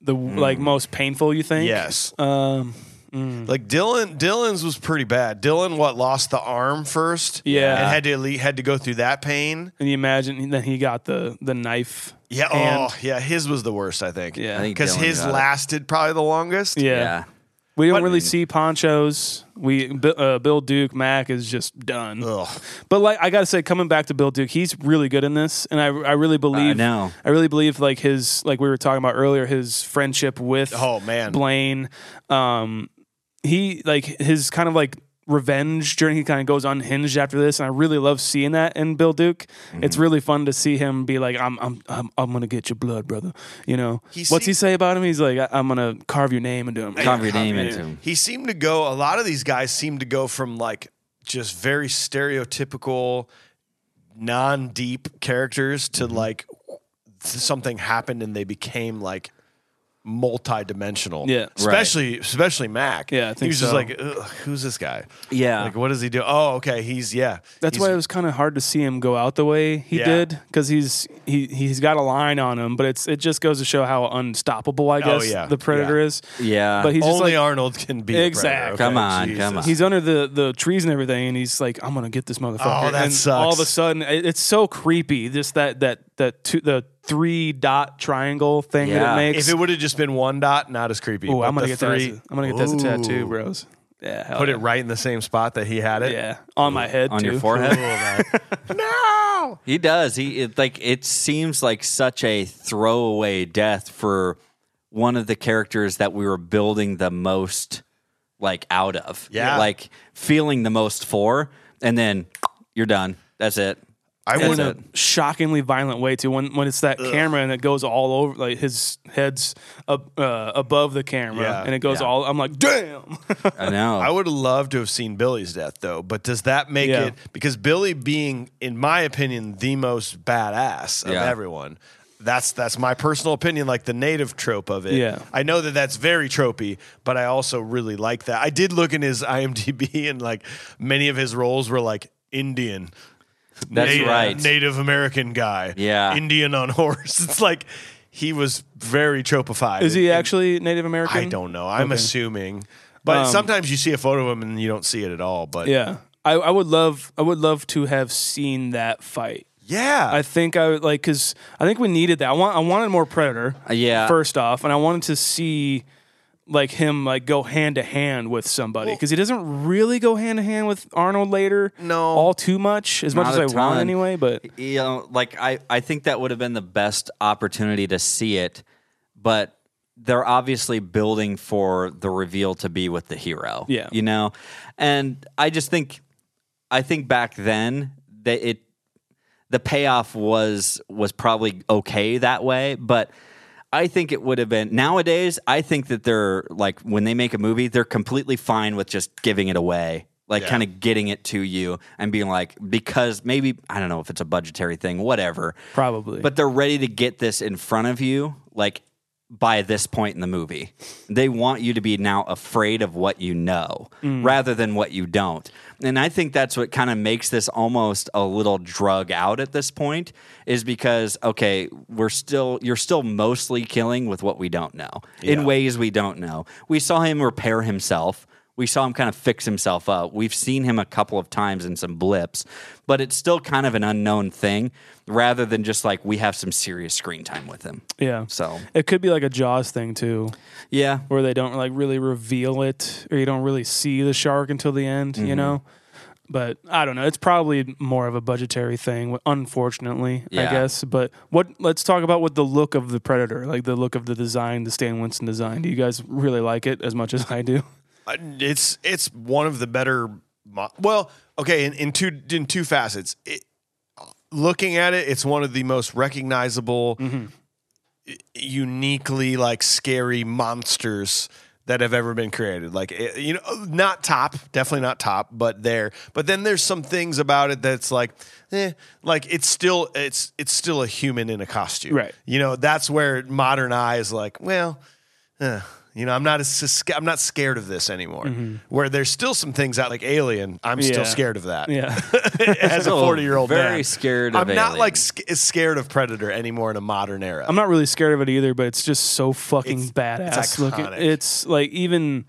S5: The like most painful, you think?
S2: Yes,
S5: Um.
S2: like Dylan. Dylan's was pretty bad. Dylan what lost the arm first.
S5: Yeah.
S2: and had to le- had to go through that pain.
S5: And you imagine then he got the the knife.
S2: Yeah.
S5: hand.
S2: oh, yeah. His was the worst. I think.
S5: Yeah.
S4: I think
S2: because
S4: Dylan
S2: his
S4: got it.
S2: lasted probably the longest.
S5: Yeah.
S4: yeah.
S5: We don't
S2: What-
S5: really see ponchos. We Bi- uh, Bill Duke Mac is just done.
S2: Ugh.
S5: But like I gotta say, coming back to Bill Duke, he's really good in this, and I I really believe
S4: know.
S5: I really believe like his like we were talking about earlier his friendship with
S2: Oh, man.
S5: Blaine, um, he like his kind of like revenge journey he kind of goes unhinged after this and i really love seeing that in bill duke it's really fun to see him be like i'm i'm i'm, I'm gonna get your blood brother you know
S2: He
S5: what's he
S2: seemed-
S5: say about him he's like I- i'm gonna carve your name into him
S4: Carve your name into him.
S2: He seemed to go. A lot of these guys seem to go from like just very stereotypical, non-deep characters to
S5: Mm-hmm.
S2: like something happened and they became like multi-dimensional.
S5: Yeah. Right.
S2: especially especially Mac.
S5: Yeah, I
S2: he
S5: think
S2: was just
S5: so.
S2: like, "Ugh, who's this guy?
S4: Yeah.
S2: like what does he do? Oh, okay, he's yeah.
S5: That's
S2: He's-
S5: why it was kind of hard to see him go out the way he
S2: Yeah.
S5: did because he's he he's got a line on him, but it's it just goes to show how unstoppable
S2: Oh,
S5: I guess
S2: yeah.
S5: the predator
S2: Yeah.
S5: is.
S4: Yeah.
S5: but he's just
S2: only
S5: like
S2: Arnold can be. the Predator.
S5: Exact.
S4: Come on, come on.
S5: he's under the the trees and everything, and he's like, "I'm gonna get this motherfucker."
S2: Oh, that
S5: and
S2: sucks.
S5: All of a sudden, it, it's so creepy. Just that that that two, the three dot triangle thing that
S4: Yeah.
S5: it makes.
S2: If it would have just been one dot, not as creepy.
S5: Ooh,
S2: but
S5: I'm gonna
S2: the
S5: get that.
S2: three-
S5: as- I'm gonna get that as a tattoo,
S2: Ooh.
S5: bros. Yeah, hell
S2: Put
S5: yeah.
S2: it right in the same spot that he had it.
S5: Yeah, on my head
S4: on
S5: too.
S4: your forehead. no, he does. He it, like it seems like such a throwaway death for one of the characters that we were building the most like out of.
S2: Yeah.
S4: like feeling the most for, and then you're done. That's it.
S2: I
S4: That's
S2: wouldn't.
S4: it.
S5: shockingly violent way too. When when it's that camera and it goes all over, like his head's up, uh, above the camera
S2: Yeah.
S5: and it goes
S4: Yeah.
S5: all. I'm like, damn.
S4: I know.
S2: I would have loved to have seen Billy's death though, but does that make
S5: Yeah.
S2: it because Billy being, in my opinion, the most badass of
S4: Yeah.
S2: everyone? That's that's my personal opinion, like the native trope of it.
S5: Yeah.
S2: I know that that's very tropey, but I also really like that. I did look in his IMDb, and like many of his roles were like Indian.
S4: That's
S2: Na-
S4: right.
S2: Native American guy.
S4: Yeah.
S2: Indian on horse. It's like he was very tropified.
S5: Is
S2: And-
S5: he actually Native American?
S2: I don't know. I'm assuming. But sometimes you see a photo of him and you don't see it at all. But
S5: Um, Yeah, I, I would love I would love to have seen that fight.
S2: yeah.
S5: I think I would like because I think we needed that. I want I wanted more Predator.
S4: Uh, yeah.
S5: First off, and I wanted to see like him like go hand to hand with somebody because he doesn't really go hand to hand with Arnold later.
S2: No.
S5: all too much as much
S4: Not
S5: as
S4: a
S5: I want
S4: ton.
S5: anyway. But
S4: you know, like I, I think that would have been the best opportunity to see it, but they're obviously building for the reveal to be with the hero.
S5: Yeah.
S4: You know? And I just think I think back then that it the payoff was was probably okay that way, but I think it would have been nowadays. I think that they're like when they make a movie, they're completely fine with just giving it away, like kind of getting it to you and being like, because maybe I don't know if it's a budgetary thing, whatever.
S5: Probably.
S4: But they're ready to get this in front of you, like by this point in the movie. They want you to be now afraid of what you know rather than what you don't. And I think that's what kind of makes this almost a little drug out at this point is because okay, we're still you're still mostly killing with what we don't know in ways we don't know. We saw him repair himself. We saw him kind of fix himself up. We've seen him a couple of times in some blips, but it's still kind of an unknown thing rather than just like we have some serious screen time with him.
S5: yeah.
S4: So,
S5: It could be like a Jaws thing too,
S4: yeah.
S5: where they don't like really reveal it, or you don't really see the shark until the end.
S4: Mm-hmm.
S5: You know. But I don't know. It's probably more of a budgetary thing, unfortunately,
S4: Yeah.
S5: I guess. But what? Let's talk about what the look of the predator, like the look of the design, the Stan Winston design. Do you guys really like it as much as I do?
S2: Uh, It's it's one of the better. mo- Well, okay, in, in two in two facets. It, looking at it, it's one of the most recognizable, u- uniquely like scary monsters that have ever been created. Like it, you know, not top, definitely not top, but there. But then there's some things about it that's like, eh, like it's still it's it's still a human in a costume,
S5: Right.
S2: You know, that's where modern eye is like, well. eh, you know, I'm not as sca- I'm not scared of this anymore. Where there's still some things out like Alien, I'm
S5: Yeah.
S2: still scared of that.
S5: Yeah.
S2: as a
S4: Still
S2: 40 year old,
S4: Oh, very
S2: man.
S4: scared
S2: I'm
S4: of
S2: not
S4: Alien.
S2: like sc- as scared of Predator anymore in a modern era.
S5: I'm not really scared of it either, but it's just so fucking
S2: It's-
S5: badass
S2: it's
S5: looking.
S2: iconic.
S5: It's like even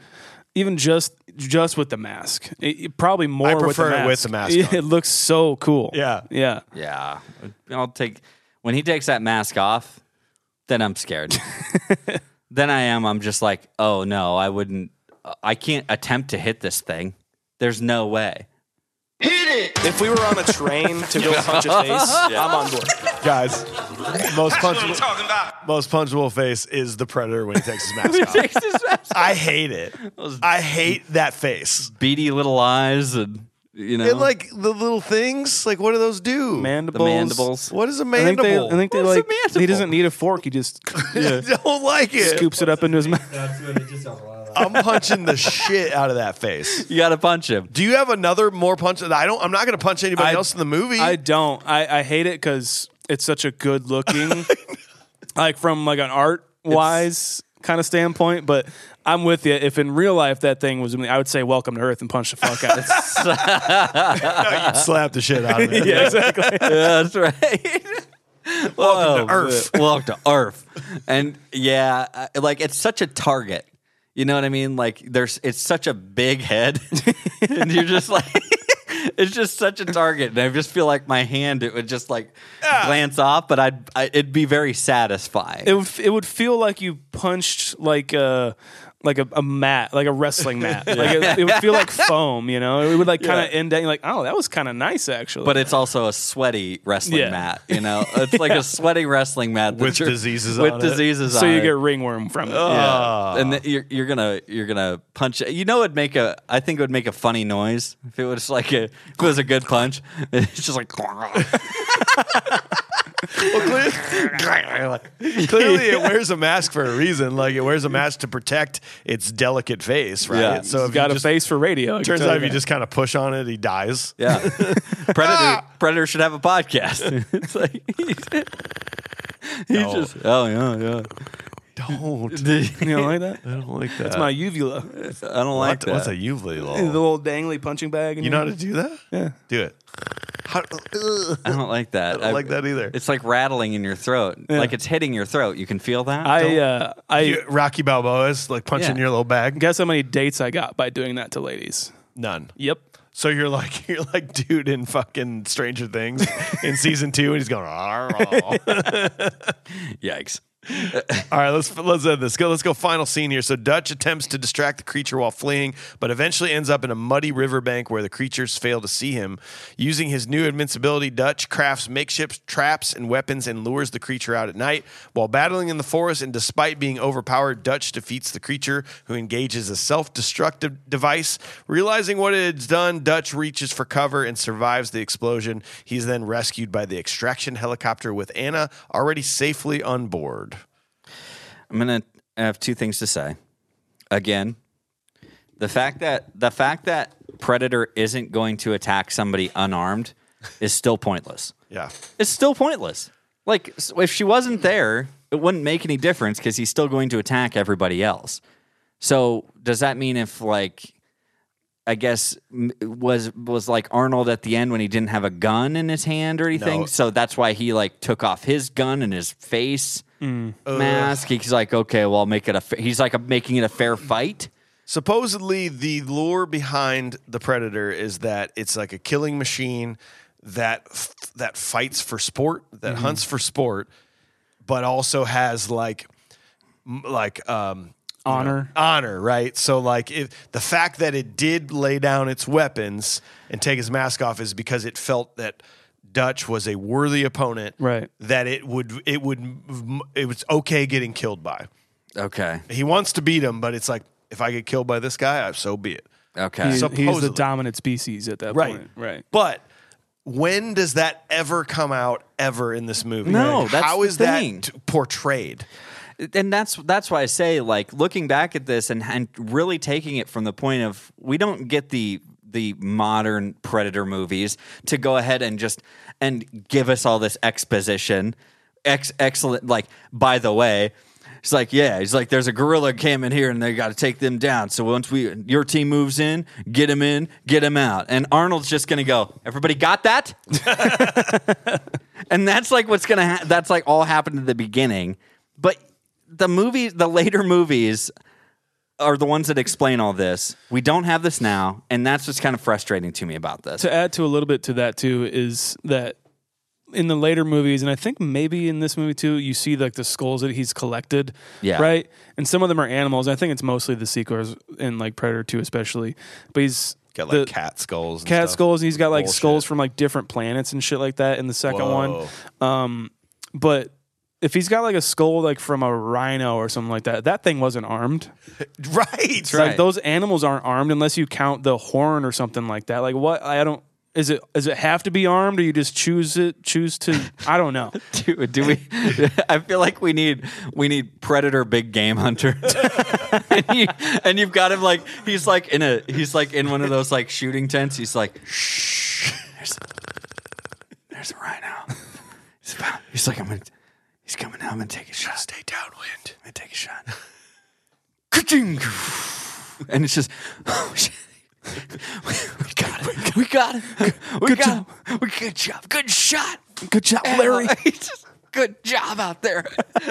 S5: even just just with the mask, It- it- probably more.
S2: prefer it with
S5: with
S2: the
S5: the
S2: mask on.
S5: It looks so cool.
S2: Yeah.
S5: yeah.
S4: Yeah. I'll take when he takes that mask off, then I'm scared. then I am I'm just like, "Oh no, I wouldn't I can't attempt to hit this thing. There's no way."
S7: If we were on a train to go punch a face, I'm on board.
S2: guys. Most punchable, most punchable face is the Predator when he takes his mask off.
S4: Takes his mask-
S2: I hate it. I hate that face.
S4: Beady little eyes and you know
S2: And like the little things, like what do those do?
S4: the
S5: Mandibles.
S4: mandibles.
S2: what is a
S5: I think
S2: mandible?
S5: they. I think they
S4: What's a
S5: like. He
S4: mandible?
S5: doesn't need a fork. He just yeah,
S2: don't like it.
S5: scoops it up into his mouth.
S2: I'm punching the shit out of that face.
S4: You got to punch him.
S2: Do you have another more punch? I don't. I'm not going to punch anybody
S5: I-
S2: else in the movie.
S5: I don't. I, I hate it because it's such a good looking, like from like an art wise kind of standpoint. But I'm with you. If in real life that thing was, me, I would say "Welcome to Earth" and punch the fuck out. of it.
S2: Uh-huh. slap the shit out of it.
S5: yeah, exactly.
S4: Yeah, that's right. Welcome
S2: to Earth.
S4: Welcome to Earth. And yeah, I- like it's such a target. You know what I mean? Like there's, it's such a big head, and you're just like, it's just such a target. And I just feel like my hand, it would just like glance off, but I'd, I, it'd be very satisfying.
S5: it would it would feel like you punched like a like a, a mat, like a wrestling mat. Like it, it would feel like foam, you know. It would like kind of end up you're like, oh, that was kind of nice actually.
S4: but it's also a sweaty wrestling
S5: Yeah.
S4: mat. You know, it's like a sweaty wrestling mat that
S2: With
S4: you're-
S2: diseases
S4: With
S2: on it.
S4: diseases,
S5: so
S4: on
S5: you
S4: it.
S5: get ringworm from it.
S2: Oh,
S4: Yeah. And th- you're, you're gonna you're gonna punch. You know, it'd make a. I think it would make a funny noise if it was like a. If it was a good punch, it's just like.
S2: Clearly, it wears a mask for a reason. Like it wears a mask to protect its delicate face, right?
S4: Yeah.
S2: So if
S5: Got
S2: you
S5: a
S2: just,
S5: face for radio. I can
S2: turns
S5: tell
S2: out if you
S5: that.
S2: just kind of push on it, he dies.
S4: yeah, predator. Predator should have a podcast. it's like he's, he's just. Oh yeah,
S2: Don't.
S4: yeah.
S5: you know like that.
S2: I don't like that.
S5: It's my uvula,
S4: I don't like
S2: What,
S4: that.
S2: what's a uvula?
S5: the little dangly punching bag.
S2: Oh. You know how to do that?
S5: Yeah.
S2: Do it. How, ugh.
S4: I don't like that. I
S2: don't like that either.
S4: It's like rattling in your throat. Like it's hitting your throat. You can feel that.
S5: I uh, I
S2: You- Rocky Balboa's like punching
S4: Yeah.
S2: your little bag.
S5: guess how many dates I got by doing that to ladies.
S2: None.
S5: Yep.
S2: So you're like you're like dude in fucking Stranger Things in season two, and he's going. "Arr, arr."
S4: Yikes.
S2: All right, let's let's end this. Go, let's go. Final scene here. So Dutch attempts to distract the creature while fleeing, but eventually ends up in a muddy riverbank where the creatures fail to see him. Using his new invincibility, Dutch crafts makeshift traps and weapons and lures the creature out at night. While battling in the forest and despite being overpowered, Dutch defeats the creature, who engages a self-destructive device. Realizing what it has done, Dutch reaches for cover and survives the explosion. He's then rescued by the extraction helicopter with Anna already safely on board.
S4: I'm gonna have two things to say. Again, the fact that the fact that Predator isn't going to attack somebody unarmed is still pointless.
S2: Yeah.
S4: It's still pointless. Like s- if she wasn't there, it wouldn't make any difference because he's still going to attack everybody else. So does that mean if like I guess m- was was like Arnold at the end when he didn't have a gun in his hand or anything,
S2: No.
S4: so that's why he like took off his gun and his face mask. He's like, okay, well, make it a. Fa-. He's like making it a fair fight.
S2: Supposedly, the lure behind the Predator is that it's like a killing machine that f- that fights for sport, that hunts for sport, but also has like m- like um,
S5: Honor.
S2: honor, right? So like if the fact that it did lay down its weapons and take his mask off is because it felt that Dutch was a worthy opponent,
S5: Right.
S2: That it would it would m- it was okay getting killed by.
S4: Okay,
S2: He wants to beat him, but it's like if I get killed by this guy, I- so be it.
S4: okay.
S5: He- he's the
S2: supposedly.
S5: dominant species at that point. Right.
S2: But when does that ever come out ever in this movie?
S4: No, that's
S2: how
S4: the
S2: is that
S4: thing.
S2: t- portrayed?
S4: and that's that's why I say like looking back at this and and really taking it from the point of we don't get the the modern predator movies to go ahead and just and give us all this exposition ex excellent like by the way it's like yeah he's like there's a gorilla came in here and they got to take them down so once we your team moves in get him in get him out and arnold's just gonna go everybody got that and that's like what's gonna ha- that's like all happened at the beginning but the movie the later movies are the ones that explain all this we don't have this now and that's what's kind of frustrating to me about this
S5: to add to a little bit to that too is that in the later movies and i think maybe in this movie too you see like the skulls that he's collected
S4: Yeah.
S5: right and some of them are animals i think it's mostly the sequels in like predator 2 especially but he's
S2: Got like
S5: the-
S2: cat skulls, and
S5: cat
S2: stuff.
S5: skulls and he's got like
S2: Bullshit.
S5: skulls from like different planets and shit like that in the second
S2: Whoa.
S5: one Um, but if he's got like a skull like from a rhino or something like that that thing wasn't armed
S2: right?
S4: right.
S5: like those animals aren't armed unless you count the horn or something like that. Like what? I don't. Is it? Is it have to be armed, or you just choose it? Choose to? I don't know.
S4: do, do we i feel like we need we need predator big game hunter and, you, and you've got him like he's like in a he's like in one of those like shooting tents he's like shh there's, there's a rhino he's, about, he's like i'm gonna he's coming out i'm gonna take a shot stay downwind i'm gonna take a shot Ka-ching! and it's just oh shit we got it. We got it. We good got it. We, good job. Good shot. Good job, Larry. good job out there.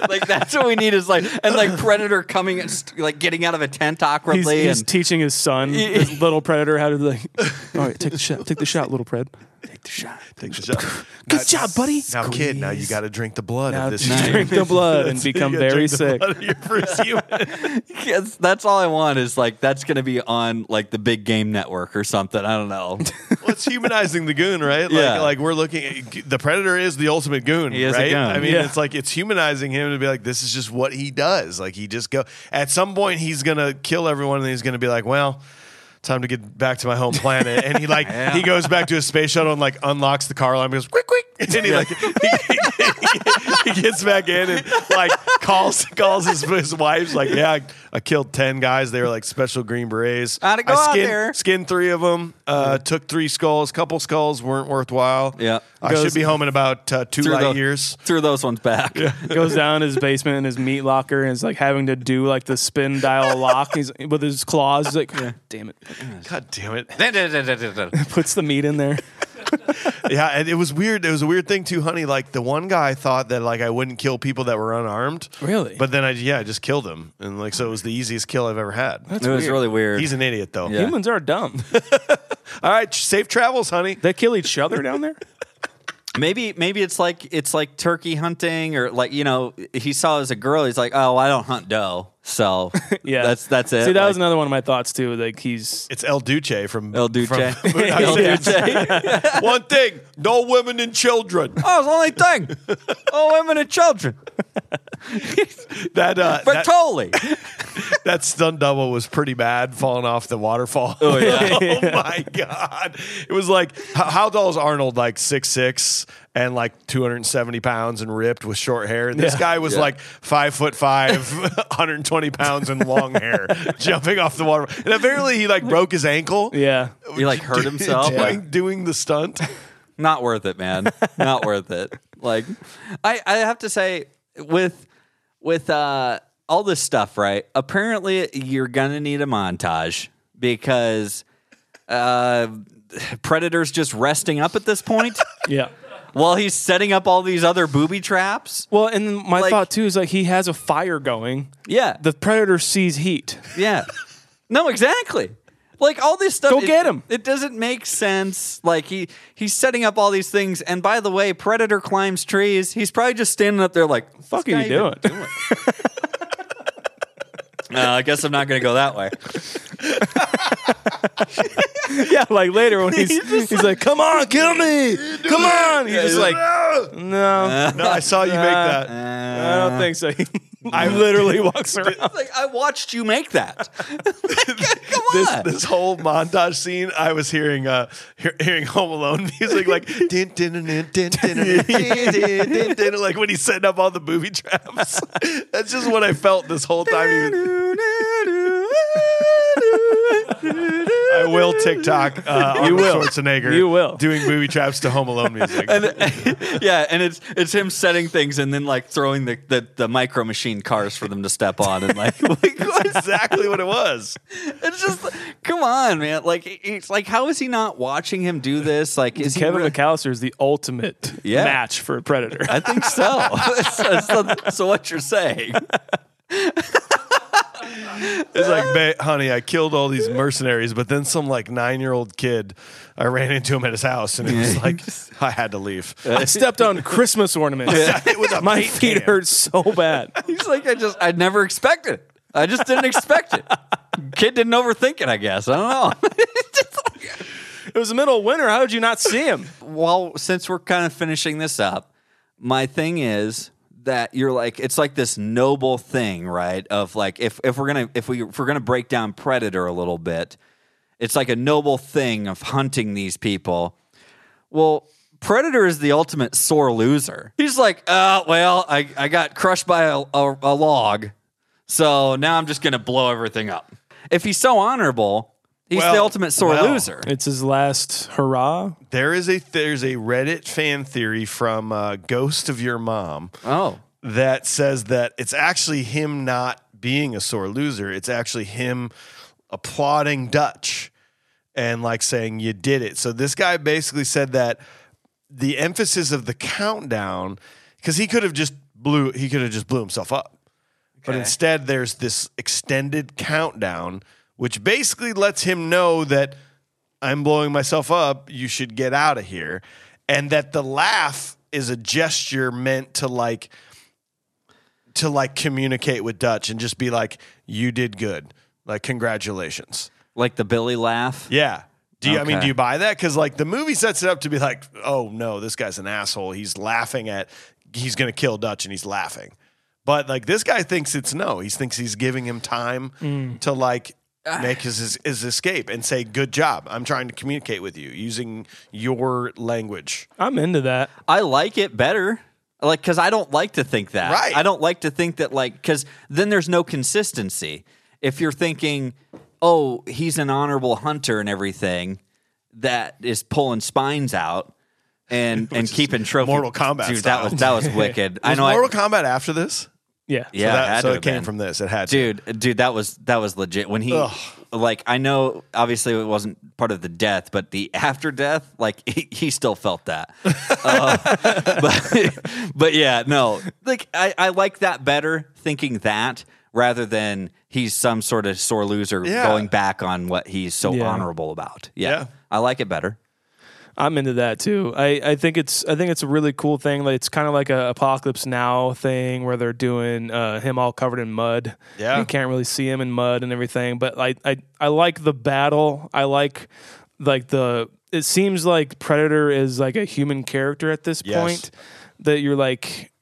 S4: like that's what we need is like and like predator coming and st- like getting out of a tent
S5: He's,
S4: awkwardly
S5: he's
S4: and
S5: teaching his son, his little predator, how to like. All right, take the shot. Take the shot, little pred.
S4: take the shot.
S2: Take the shot.
S5: Good
S2: Now-
S5: job, buddy.
S2: Now, kid, now you got to drink the blood
S5: Now
S2: of this.
S5: drink the blood and become
S2: You gotta
S5: very
S2: drink the
S5: sick.
S2: blood of your first human.
S4: Yes, that's all I want is like that's gonna be on like the big game network or something. I don't know.
S2: Well, it's humanizing the goon, right? Like,
S4: Yeah.
S2: like we're looking. At, the predator is the ultimate goon,
S4: He is a
S2: right?
S4: goon.
S2: I mean,
S5: Yeah.
S2: it's like it's humanizing him to be like, this is just what he does. Like he just go. At some point, he's gonna kill everyone, and he's gonna be like, well. Time to get back to my home planet, and he like he goes back to his space shuttle and like unlocks the car alarm, and goes quick, quick, and then he like he, he gets back in and like calls calls his, his wife like, yeah, I, I killed ten guys. They were like special green berets.
S4: Gotta go
S2: I
S4: out
S2: skinned,
S4: there.
S2: skinned three of them. Uh, Took three skulls. Couple skulls weren't worthwhile.
S4: Yeah.
S2: I should be home in about uh, two
S4: Threw
S2: light
S4: tho-
S2: years.
S4: Threw those ones back.
S5: Goes down his basement in his meat locker and is like having to do like the spin dial lock. He's with his claws. He's like, damn it.
S2: God damn it!
S5: Puts the meat in there.
S2: Yeah, and it was weird. It was a weird thing too, honey. Like the one guy thought that like I wouldn't kill people that were unarmed.
S5: Really?
S2: But then I yeah I just killed him, and like so it was the easiest kill I've ever had.
S4: it was really weird.
S2: He's an idiot though.
S4: Yeah.
S5: Humans are dumb.
S2: All right, safe travels, honey.
S5: They kill each other down there.
S4: Maybe maybe it's like it's like turkey hunting or like you know he saw it as a girl he's like oh I don't hunt doe so
S5: Yeah,
S4: that's that's it
S5: See, that was
S4: Like,
S5: another one of my thoughts too. Like he's
S2: It's El Duce from
S4: El Duce
S2: from-
S4: El Duce
S2: one thing, no women and children.
S4: oh it's the only thing oh women and children
S2: that uh, that,
S4: Bertoli.
S2: that stunt double was pretty bad, falling off the waterfall.
S4: Oh, yeah.
S2: oh my god! It was like how, how tall is Arnold? Like six six and like two hundred and seventy pounds and ripped with short hair. And this guy was
S4: Yeah.
S2: like five foot five, one hundred and twenty pounds and long hair, jumping off the water. And apparently he like broke his ankle.
S5: Yeah.
S4: he like hurt himself.
S2: doing,
S4: Like,
S2: doing the stunt.
S4: not worth it, man. Not worth it. Like I, I have to say with with uh all this stuff, right? Apparently you're gonna need a montage because uh Predator's just resting up at this point
S5: Yeah.
S4: while he's setting up all these other booby traps.
S5: Well, and my
S4: Like-
S5: thought too is like he has a fire going.
S4: Yeah.
S5: The predator sees heat.
S4: Yeah. No, exactly. Like all this stuff.
S5: Go
S4: it-
S5: get 'em.
S4: It doesn't make sense. Like he he's setting up all these things, and by the way, Predator climbs trees. He's probably just standing up there like, "What
S5: Fuck are you doing?
S4: Uh, I guess I'm not going to go that way.
S5: yeah, like later when he's he's, like, "Come on, kill me, come on." He's just like,
S2: no,
S5: "No,
S2: I saw you make that.
S5: I
S4: Uh,
S5: don't think so." He literally walks around.
S4: Like I watched you make that. come
S2: this
S4: on.
S2: this whole montage scene, I was hearing uh hear, hearing Home Alone music like din, din, din, din, din, din, din, din, din, din, din, like when he's setting up all the booby traps. That's just what I felt this whole time. he was- I will TikTok uh, Arnold Schwarzenegger.
S5: You will. uh,
S2: doing booby traps to Home Alone music.
S4: yeah, and it's it's him setting things and then like throwing the, the, the micro machine cars for them to step on and like, like what?
S2: exactly what it was.
S4: it's just come on, man. Like it's like how is he not watching him do this? Like is he
S5: Kevin
S4: re-
S5: McAllister is the ultimate
S4: Yeah.
S5: match for a predator.
S4: I think so. so, so- so what you're saying?
S2: It's like, ba- honey, I killed all these mercenaries, but then some like nine year old kid, I ran into him at his house, and he was like, I had to leave.
S5: I stepped on Christmas ornaments. My feet
S2: hand.
S5: hurt so bad.
S4: He's like I just I never expected it. I just didn't expect it. Kid didn't overthink it, I guess. I don't know.
S5: It was the middle of winter. How did you not see him?
S4: well, since we're kind of finishing this up, my thing is that you're like it's like this noble thing, right? Of like if if we're gonna if we if we're gonna break down Predator a little bit, it's like a noble thing of hunting these people. Well, Predator is the ultimate sore loser. He's like, uh, well, I, I got crushed by a, a, a log, so now I'm just gonna blow everything up. If he's so honorable, he's the
S2: Well,
S4: ultimate sore
S2: well.
S4: loser.
S5: It's his last hurrah.
S2: There is a there's a Reddit fan theory from uh, Ghost of Your Mom
S4: Oh.
S2: that says that it's actually him not being a sore loser. It's actually him applauding Dutch and like saying you did it. So this guy basically said that the emphasis of the countdown because he could have just blew he could have just blew himself up. But instead there's this extended countdown which basically lets him know that I'm blowing myself up. You should get out of here. And that the laugh is a gesture meant to like to like communicate with Dutch and just be like, you did good. Like congratulations.
S4: Like the Billy laugh.
S2: Yeah. Do you, I mean,
S4: Okay.
S2: do you buy that? Because like the movie sets it up to be like, oh no, this guy's an asshole. He's laughing at, he's gonna kill Dutch, and he's laughing. But like this guy thinks it's no. He thinks he's giving him time to like
S4: Ah.
S2: make his, his his escape and say, good job. I'm trying to communicate with you using your language.
S5: I'm into that.
S4: I like it better. Like, because I don't like to think that.
S2: Right.
S4: I don't like to think that, like, because then there's no consistency. If you're thinking, oh, he's an honorable hunter and everything, that is pulling spines out and and keeping trophies.
S2: Mortal Kombat
S4: Dude,
S2: style.
S4: that was that was wicked. I
S2: Was
S4: know. I-
S2: Mortal Kombat after this?
S5: Yeah.
S2: so
S4: yeah, it had
S2: that,
S4: to
S2: so
S4: have
S2: it came
S4: been.
S2: from this. It had to.
S4: dude dude that was that was legit when he like i know obviously it wasn't part of the death but the after death like he, he still felt that Uh, but, but yeah no like I, I like that better thinking that rather than he's some sort of sore loser
S2: Yeah.
S4: going back on what he's so
S5: Yeah.
S4: honorable about yeah,
S2: Yeah.
S4: i like it better
S5: I'm into that too. I, I think it's I think it's a really cool thing. Like it's kind of like a Apocalypse Now thing where they're doing uh, him all covered in mud.
S2: Yeah.
S5: you can't really see him in mud and everything. But I I I like the battle. I like like the. It seems like Predator is like a human character at this
S2: Yes.
S5: point. That you're like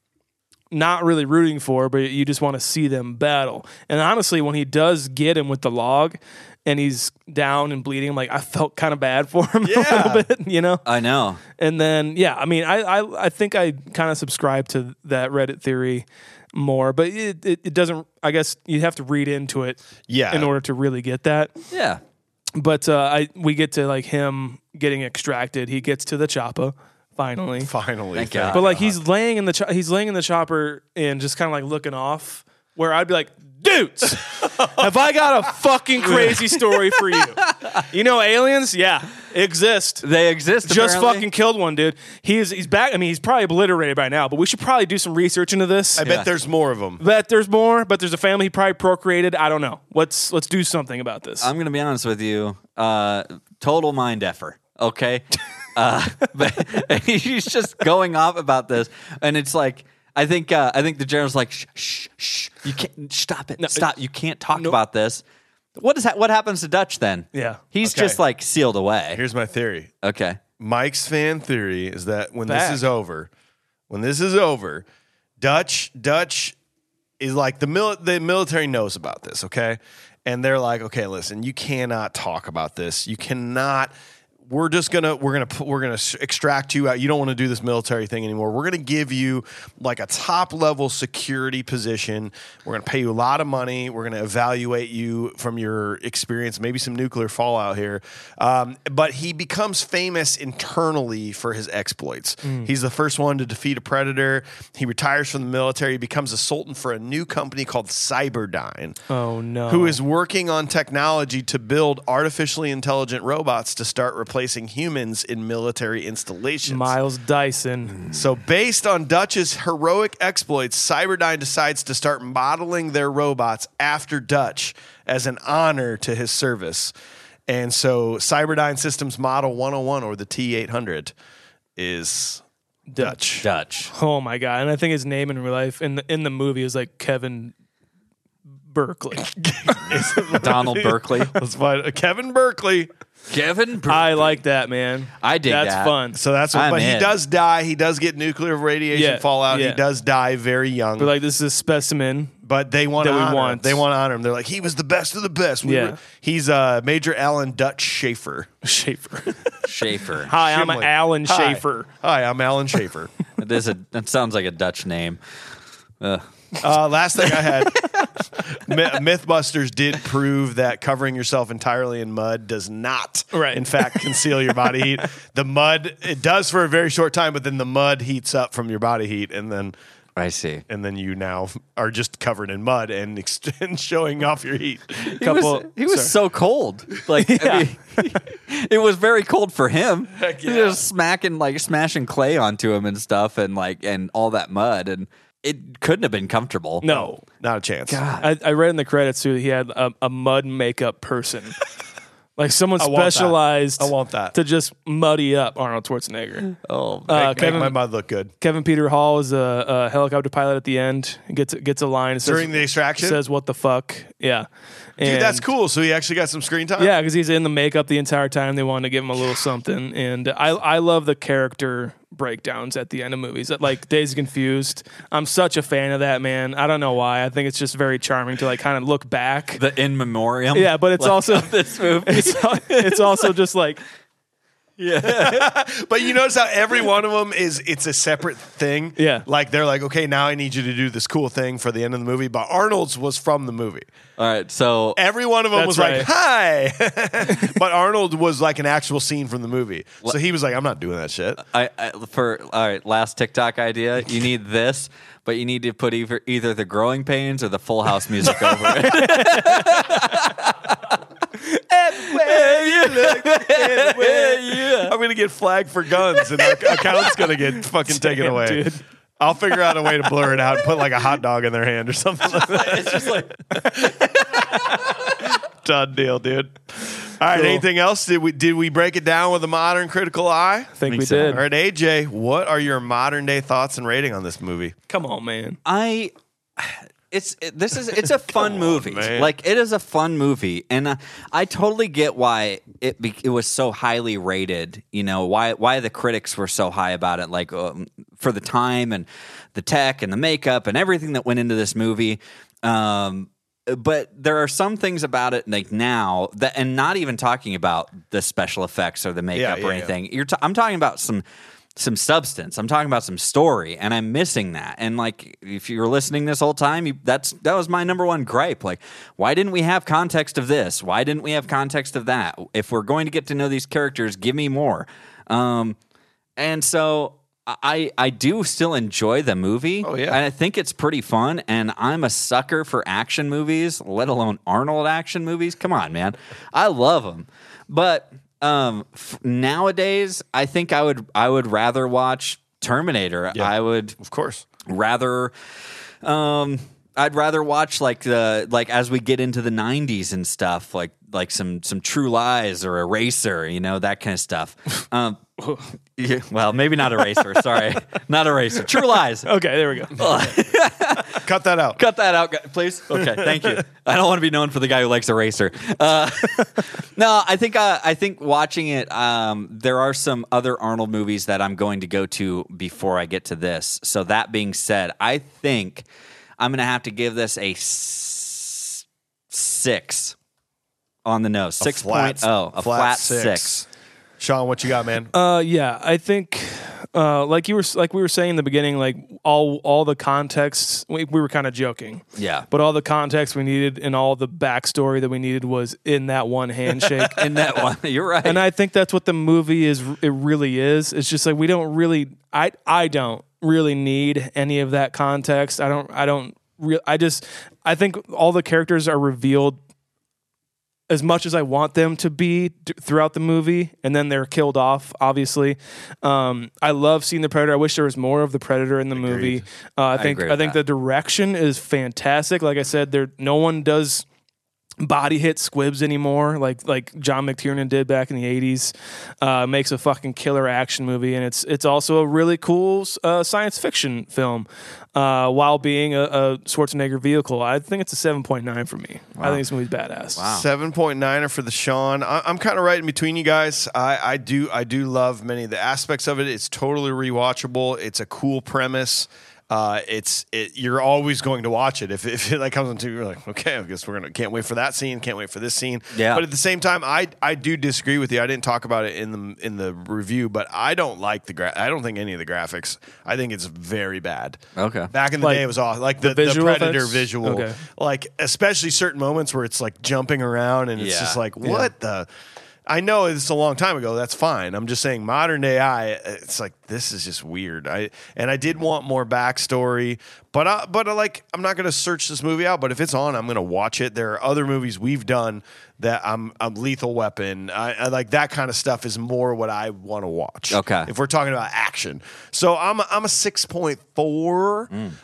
S5: not really rooting for, but you just want to see them battle. And honestly, when he does get him with the log and he's down and bleeding, I'm like, I felt kind of bad for him a little bit, you know?
S4: I know.
S5: And then, yeah, I mean, I, I, I think I kind of subscribe to that Reddit theory more, but it, it, it doesn't, I guess you have to read into it
S2: Yeah.
S5: in order to really get that
S4: Yeah.
S5: but uh, I we get to like him getting extracted. He gets to the chopper finally.
S2: Finally,
S4: Thank God.
S5: But like he's laying in the cho- he's laying in the chopper and just kind of like looking off. Where I'd be like, dudes, have I got a fucking crazy story for you? You know, aliens, yeah, exist.
S4: They exist.
S5: Just
S4: apparently.
S5: fucking killed one dude. He is he's back. I mean, he's probably obliterated by now. But we should probably do some research into this.
S2: I bet there's more of them.
S5: bet there's more. But there's a family he probably procreated. I don't know. Let's let's do something about this.
S4: I'm gonna be honest with you. Uh, total mind effer. Okay, uh, but he's just going off about this, and it's like I think uh, I think the general's like, shh, shh, shh, you can't stop it, stop, you can't talk about this. What is that? What happens to Dutch then?
S5: Yeah.
S4: he's
S2: Okay.
S4: just like sealed away.
S2: Here's my theory.
S4: Okay,
S2: Mike's fan theory is that when
S5: Back.
S2: this is over, when this is over, Dutch Dutch is like the mil- the military knows about this, okay? And they're like, "Okay, listen, you cannot talk about this. You cannot we're just gonna we're gonna put, we're gonna s- extract you out. You don't want to do this military thing anymore. We're gonna give you like a top level security position. We're gonna pay you a lot of money. We're gonna evaluate you from your experience, maybe some nuclear fallout here. Um, but he becomes famous internally for his exploits.
S5: Mm.
S2: He's the first one to defeat a predator. He retires from the military. He becomes a sultan for a new company called Cyberdyne
S5: oh no.
S2: who is working on technology to build artificially intelligent robots to start replacing humans in military installations.
S5: Miles Dyson.
S2: so, based on Dutch's heroic exploits, Cyberdyne decides to start modeling their robots after Dutch as an honor to his service. And so, Cyberdyne Systems Model 101 or the T 800 is Dutch.
S4: Dutch.
S5: Oh my god! And I think his name in real life in the in the movie is like Kevin Berkeley.
S4: Donald Berkeley,
S2: Let's find Uh, Kevin Berkeley.
S4: Kevin. Ber-
S5: I like that man.
S4: I dig
S5: That's
S4: that.
S5: fun.
S2: So that's what,
S4: I'm
S2: but he
S4: in.
S2: does die. He does get nuclear radiation
S5: Yeah,
S2: fallout.
S5: yeah.
S2: He does die very young.
S5: But like this is a specimen.
S2: but they want
S5: that
S2: to
S5: we
S2: honor
S5: want.
S2: Him. They want to honor him. They're like, he was the best of the best. We
S5: Yeah.
S2: were- he's uh, Major Alan Dutch Schaefer.
S5: Schaefer.
S4: Schaefer.
S5: Hi, I'm
S2: Shimley.
S5: Alan
S2: Hi.
S5: Schaefer.
S2: Hi, I'm Alan Schaefer.
S4: This is a, that sounds like a Dutch name.
S2: uh, last thing I had, My- MythBusters did prove that covering yourself entirely in mud does not,
S5: Right.
S2: in fact, conceal your body heat. The mud it does for a very short time, but then the mud heats up from your body heat, and then.
S4: I see.
S2: And then you now are just covered in mud and, ex- and showing off your heat.
S4: He was, he was so cold. Like I mean, it was very cold for him. He was just smacking like smashing clay onto him and stuff and like and all that mud and it couldn't have been comfortable.
S5: No,
S2: Not a chance.
S5: I, I read in the credits too that he had a, a mud makeup person. Like someone
S2: want that.
S5: specialized
S2: I want that.
S5: to just muddy up Arnold Schwarzenegger.
S4: Oh,
S5: Uh,
S2: Make
S5: Kevin,
S2: my mud look good.
S5: Kevin Peter Hall is a, a helicopter pilot at the end. Gets gets a line it says-
S2: During the extraction?
S5: Says what the fuck? Yeah,
S2: Dude, that's
S5: And-
S2: cool. So he actually got some screen time.
S5: Yeah, because he's in the makeup the entire time. They wanted to give him a little something, and I I love the character breakdowns at the end of movies. Like Days Confused, I'm such a fan of that man. I don't know why. I think it's just very charming to like kind of look back.
S4: the in memoriam.
S5: Yeah, but it's
S4: like,
S5: also-
S4: of this movie.
S5: It's, it's also just like
S2: But you notice how every one of them is it's a separate thing.
S5: Yeah.
S2: Like they're like, okay, now I need you to do this cool thing for the end of the movie. But Arnold's was from the movie.
S4: all right, so
S5: Eh.
S2: Every one of them was
S5: That's right.
S2: like, hi. but Arnold was like an actual scene from the movie. So he was like, I'm not doing that shit.
S4: I, I for all right, last TikTok idea. You need this, but you need to put either either the growing pains or the full house music over it.
S2: I'm going to get flagged for guns and our account's going to get fucking taken away.
S5: dude.
S2: I'll figure out a way to blur it out and put like a hot dog in their hand or something like that.
S4: It's just like
S2: Done deal, dude. All right. Anything else? Did we did we break it down with a modern critical eye?
S5: I think we
S4: so.
S5: did.
S2: All right, AJ, what are your modern day thoughts and rating on this movie?
S5: Come on, man.
S4: I it's it- this is it's a fun movie. Like it is a fun movie, and uh, I totally get why it be, it was so highly rated. You know why why the critics were so high about it. Like um, for the time and the tech and the makeup and everything that went into this movie. Um, but there are some things about it like now that, and not even talking about the special effects or the makeup
S2: yeah,
S4: or
S2: yeah.
S4: anything. You're t- I'm talking about some some substance. I'm talking about some story, and I'm missing that. And like, if you were listening this whole time, you, that's that was my number one gripe. Like, why didn't we have context of this? Why didn't we have context of that? If we're going to get to know these characters, give me more. Um, and so. I, I do still enjoy the movie. Oh,
S2: yeah.
S4: And I think it's pretty fun. And I'm a sucker for action movies, let alone Arnold action movies. Come on, man. I love them. But um, f- nowadays, I think I would I would rather watch Terminator. I would
S2: Of course.
S4: rather um I'd rather watch like the like as we get into the 90s and stuff like like some some True Lies or Eraser, you know, that kind of stuff. Um yeah, well, maybe not Eraser, sorry. Not Eraser. True Lies.
S5: Okay, there we go.
S2: Cut that out.
S4: Cut that out, gu- please. Okay, thank you. I don't want to be known for the guy who likes Eraser. Uh, no, I think uh, I think watching it. Um, there are some other Arnold movies that I'm going to go to before I get to this. So that being said, I think I'm going to have to give this a s- six on the nose. Six point oh, a flat, six.
S2: Sean, what you got, man?
S5: Uh, yeah, I think uh, like you were like we were saying in the beginning, like all all the context we, we were kind of joking.
S4: Yeah.
S5: but all the context we needed and all the backstory that we needed was in that one handshake.
S4: In that one, you're right.
S5: and I think that's what the movie is. It really is. It's just like we don't really. I I don't really need any of that context. I don't. I don't. Re- I just. I think all the characters are revealed as much as I want them to be d- throughout the movie, and then they're killed off. Obviously, um, I love seeing the predator. I wish there was more of the predator in the movie. Uh, I think
S4: agree
S5: I,
S4: with
S5: think
S4: that.
S5: the direction is fantastic. Like I said, there no one does body hit squibs anymore, like like John McTiernan did back in the eighties. Uh, makes a fucking killer action movie, and it's it's also a really cool uh, science fiction film, uh, while being a, a Schwarzenegger vehicle. I think it's a seven point nine for me. I think this movie's badass.
S2: Seven point nine are for the Sean. I, I'm kind of right in between you guys. I, I do I do love many of the aspects of it. It's totally rewatchable. It's a cool premise. Uh, it's it, you're always going to watch it if if it like comes into you're like okay I guess we're gonna can't wait for that scene can't wait for this scene
S4: Yeah.
S2: but at the same time I I do disagree with you I didn't talk about it in the in the review but I don't like the gra- I don't think any of the graphics I think it's very bad
S4: Okay.
S2: back in the
S5: Like,
S2: day it was awesome like the, the,
S5: visual
S2: predator
S5: effects?
S2: visual
S5: Okay.
S2: like especially certain moments where it's like jumping around and it's
S4: Yeah.
S2: just like what the I know it's a long time ago. That's fine. I'm just saying, modern day I, it's like this is just weird. I and I did want more backstory, but I, but I like I'm not going to search this movie out. But if it's on, I'm going to watch it. There are other movies we've done that I'm I'm Lethal Weapon. I, I like that kind of stuff is more what I want to watch.
S4: Okay.
S2: if we're talking about action. So I'm a, I'm a 6.4.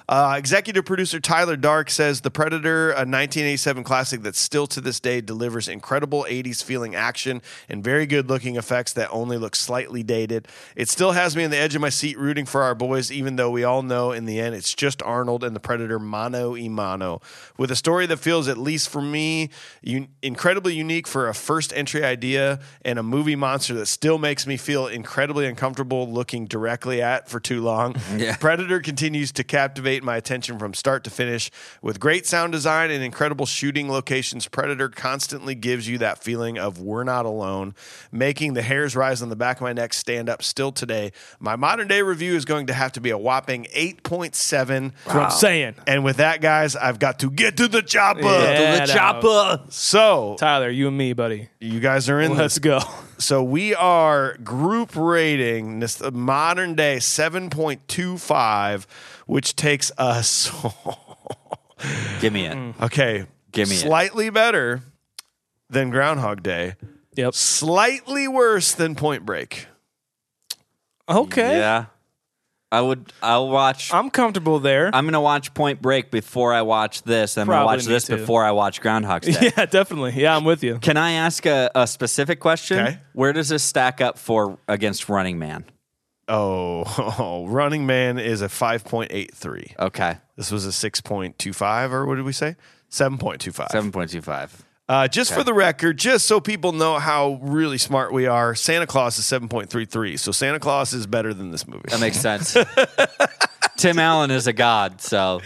S2: Uh, executive producer Tyler Dark says The Predator, a 1987 classic that still to this day delivers incredible 80s feeling action and very good looking effects that only look slightly dated. It still has me on the edge of my seat rooting for our boys, even though we all know in the end it's just Arnold and the Predator mano y mano. With a story that feels, at least for me, un- incredibly unique for a first entry idea and a movie monster that still makes me feel incredibly uncomfortable looking directly at for too long. Predator continues to captivate my attention from start to finish. With great sound design and incredible shooting locations, Predator constantly gives you that feeling of we're not alone, making the hairs rise on the back of my neck stand up still today. My modern day review is going to have to be a whopping 8.7.
S5: That's what I'm saying.
S2: And with that, guys, I've got to get to the chopper.
S5: Yeah,
S4: Chopper.
S2: So
S5: Tyler, you and me, buddy.
S2: you guys are in this.
S5: Let's go.
S2: So we are group rating this uh, modern day 7.25, which takes us,
S4: Give me it.
S2: okay,
S4: Give me it.
S2: slightly better than Groundhog Day,
S5: Yep.
S2: slightly worse than Point Break.
S5: Okay.
S4: Yeah. I would. I'll watch.
S5: I'm comfortable there.
S4: I'm gonna watch Point Break before I watch this, and I'm
S5: Probably
S4: gonna watch
S5: me
S4: this
S5: too.
S4: before I watch Groundhog's Day.
S5: yeah, definitely. Yeah, I'm with you.
S4: Can I ask a, a specific question?
S2: Okay.
S4: Where does this stack up for against Running Man?
S2: Oh, Running Man is a 5.83.
S4: Okay.
S2: This was a 6.25, or what did we say? 7.25.
S4: 7.25.
S2: Uh, just for the record, just so people know how really smart we are, Santa Claus is 7.33. So Santa Claus is better than this movie.
S4: That makes sense. Tim Allen is a god, so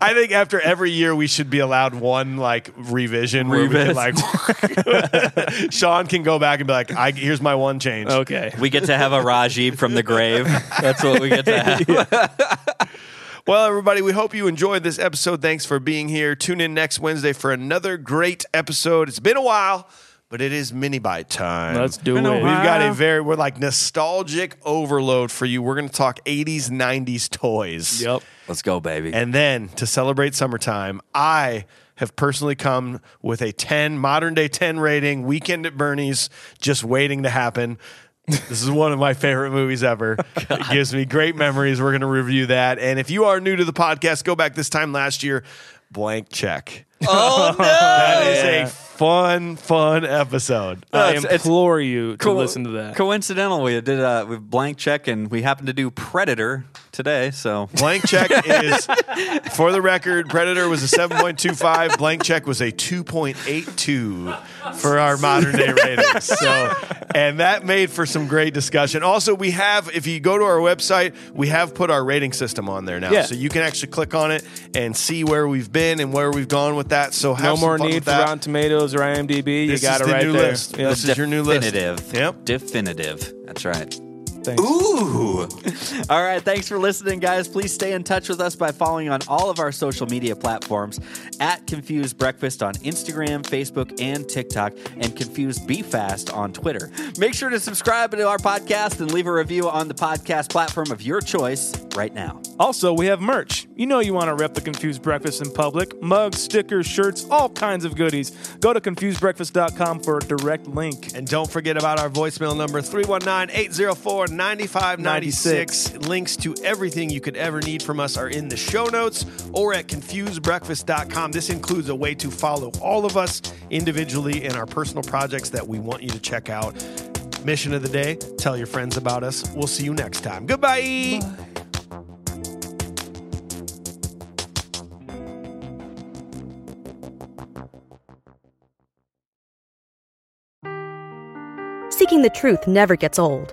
S2: I think after every year, we should be allowed one like revision. where we can,
S4: Revis.
S2: like Sean can go back and be like, I, here's my one change.
S5: Okay.
S4: we get to have a Raji from the grave. That's what we get to have.
S2: Well, everybody, we hope you enjoyed this episode. Thanks for being here. Tune in next Wednesday for another great episode. It's been a while, but it is mini bite time.
S5: Let's do
S2: We've
S5: Been a it.
S2: got a very we're like nostalgic overload for you. We're going to talk 80s, 90s toys.
S5: Yep.
S4: Let's go, baby.
S2: And then to celebrate summertime, I have personally come with a 10 modern day 10 rating weekend at Bernie's just waiting to happen. this is one of my favorite movies ever. It gives me great memories. We're going to review that. And if you are new to the podcast, go back this time last year, blank check.
S4: oh no!
S2: That is a fun, fun episode.
S5: I
S4: it's- it's-
S5: implore you to listen to that.
S4: Coincidental, we did a we blank check, and we happened to do Predator today. So
S2: Blank check is, for the record, Predator was a 7.25. Blank check was a 2.82 for our modern day ratings. So, and that made for some great discussion. Also, we have, if you go to our website, we have put our rating system on there now.
S5: Yeah.
S2: So you can actually click on it and see where we've been and where we've gone with that. So, have
S5: No
S2: some
S5: more
S2: fun
S5: need
S2: with
S5: for
S2: that.
S5: Rotten Tomatoes or IMDb.
S2: This
S5: you got
S2: is
S5: it
S2: the
S5: right
S2: new
S5: there.
S2: list.
S5: Yep.
S2: This is your new list.
S4: definitive.
S2: Yep.
S4: definitive. That's right.
S3: Ooh.
S4: All right, thanks for listening, guys. Please stay in touch with us by following on all of our social media platforms at Confused Breakfast on Instagram, Facebook, and TikTok, and Confused Be Fast on Twitter. Make sure to subscribe to our podcast and leave a review on the podcast platform of your choice right now.
S5: Also, we have merch. You know you want to rep the Confused Breakfast in public. Mugs, stickers, shirts, all kinds of goodies. Go to confusedbreakfast.com for a direct link.
S2: And don't forget about our voicemail number 319 804 9596. Links to everything you could ever need from us are in the show notes or at confusedbreakfast.com. This includes a way to follow all of us individually and our personal projects that we want you to check out. Mission of the day tell your friends about us. We'll see you next time. Goodbye.
S8: Seeking the truth never gets old.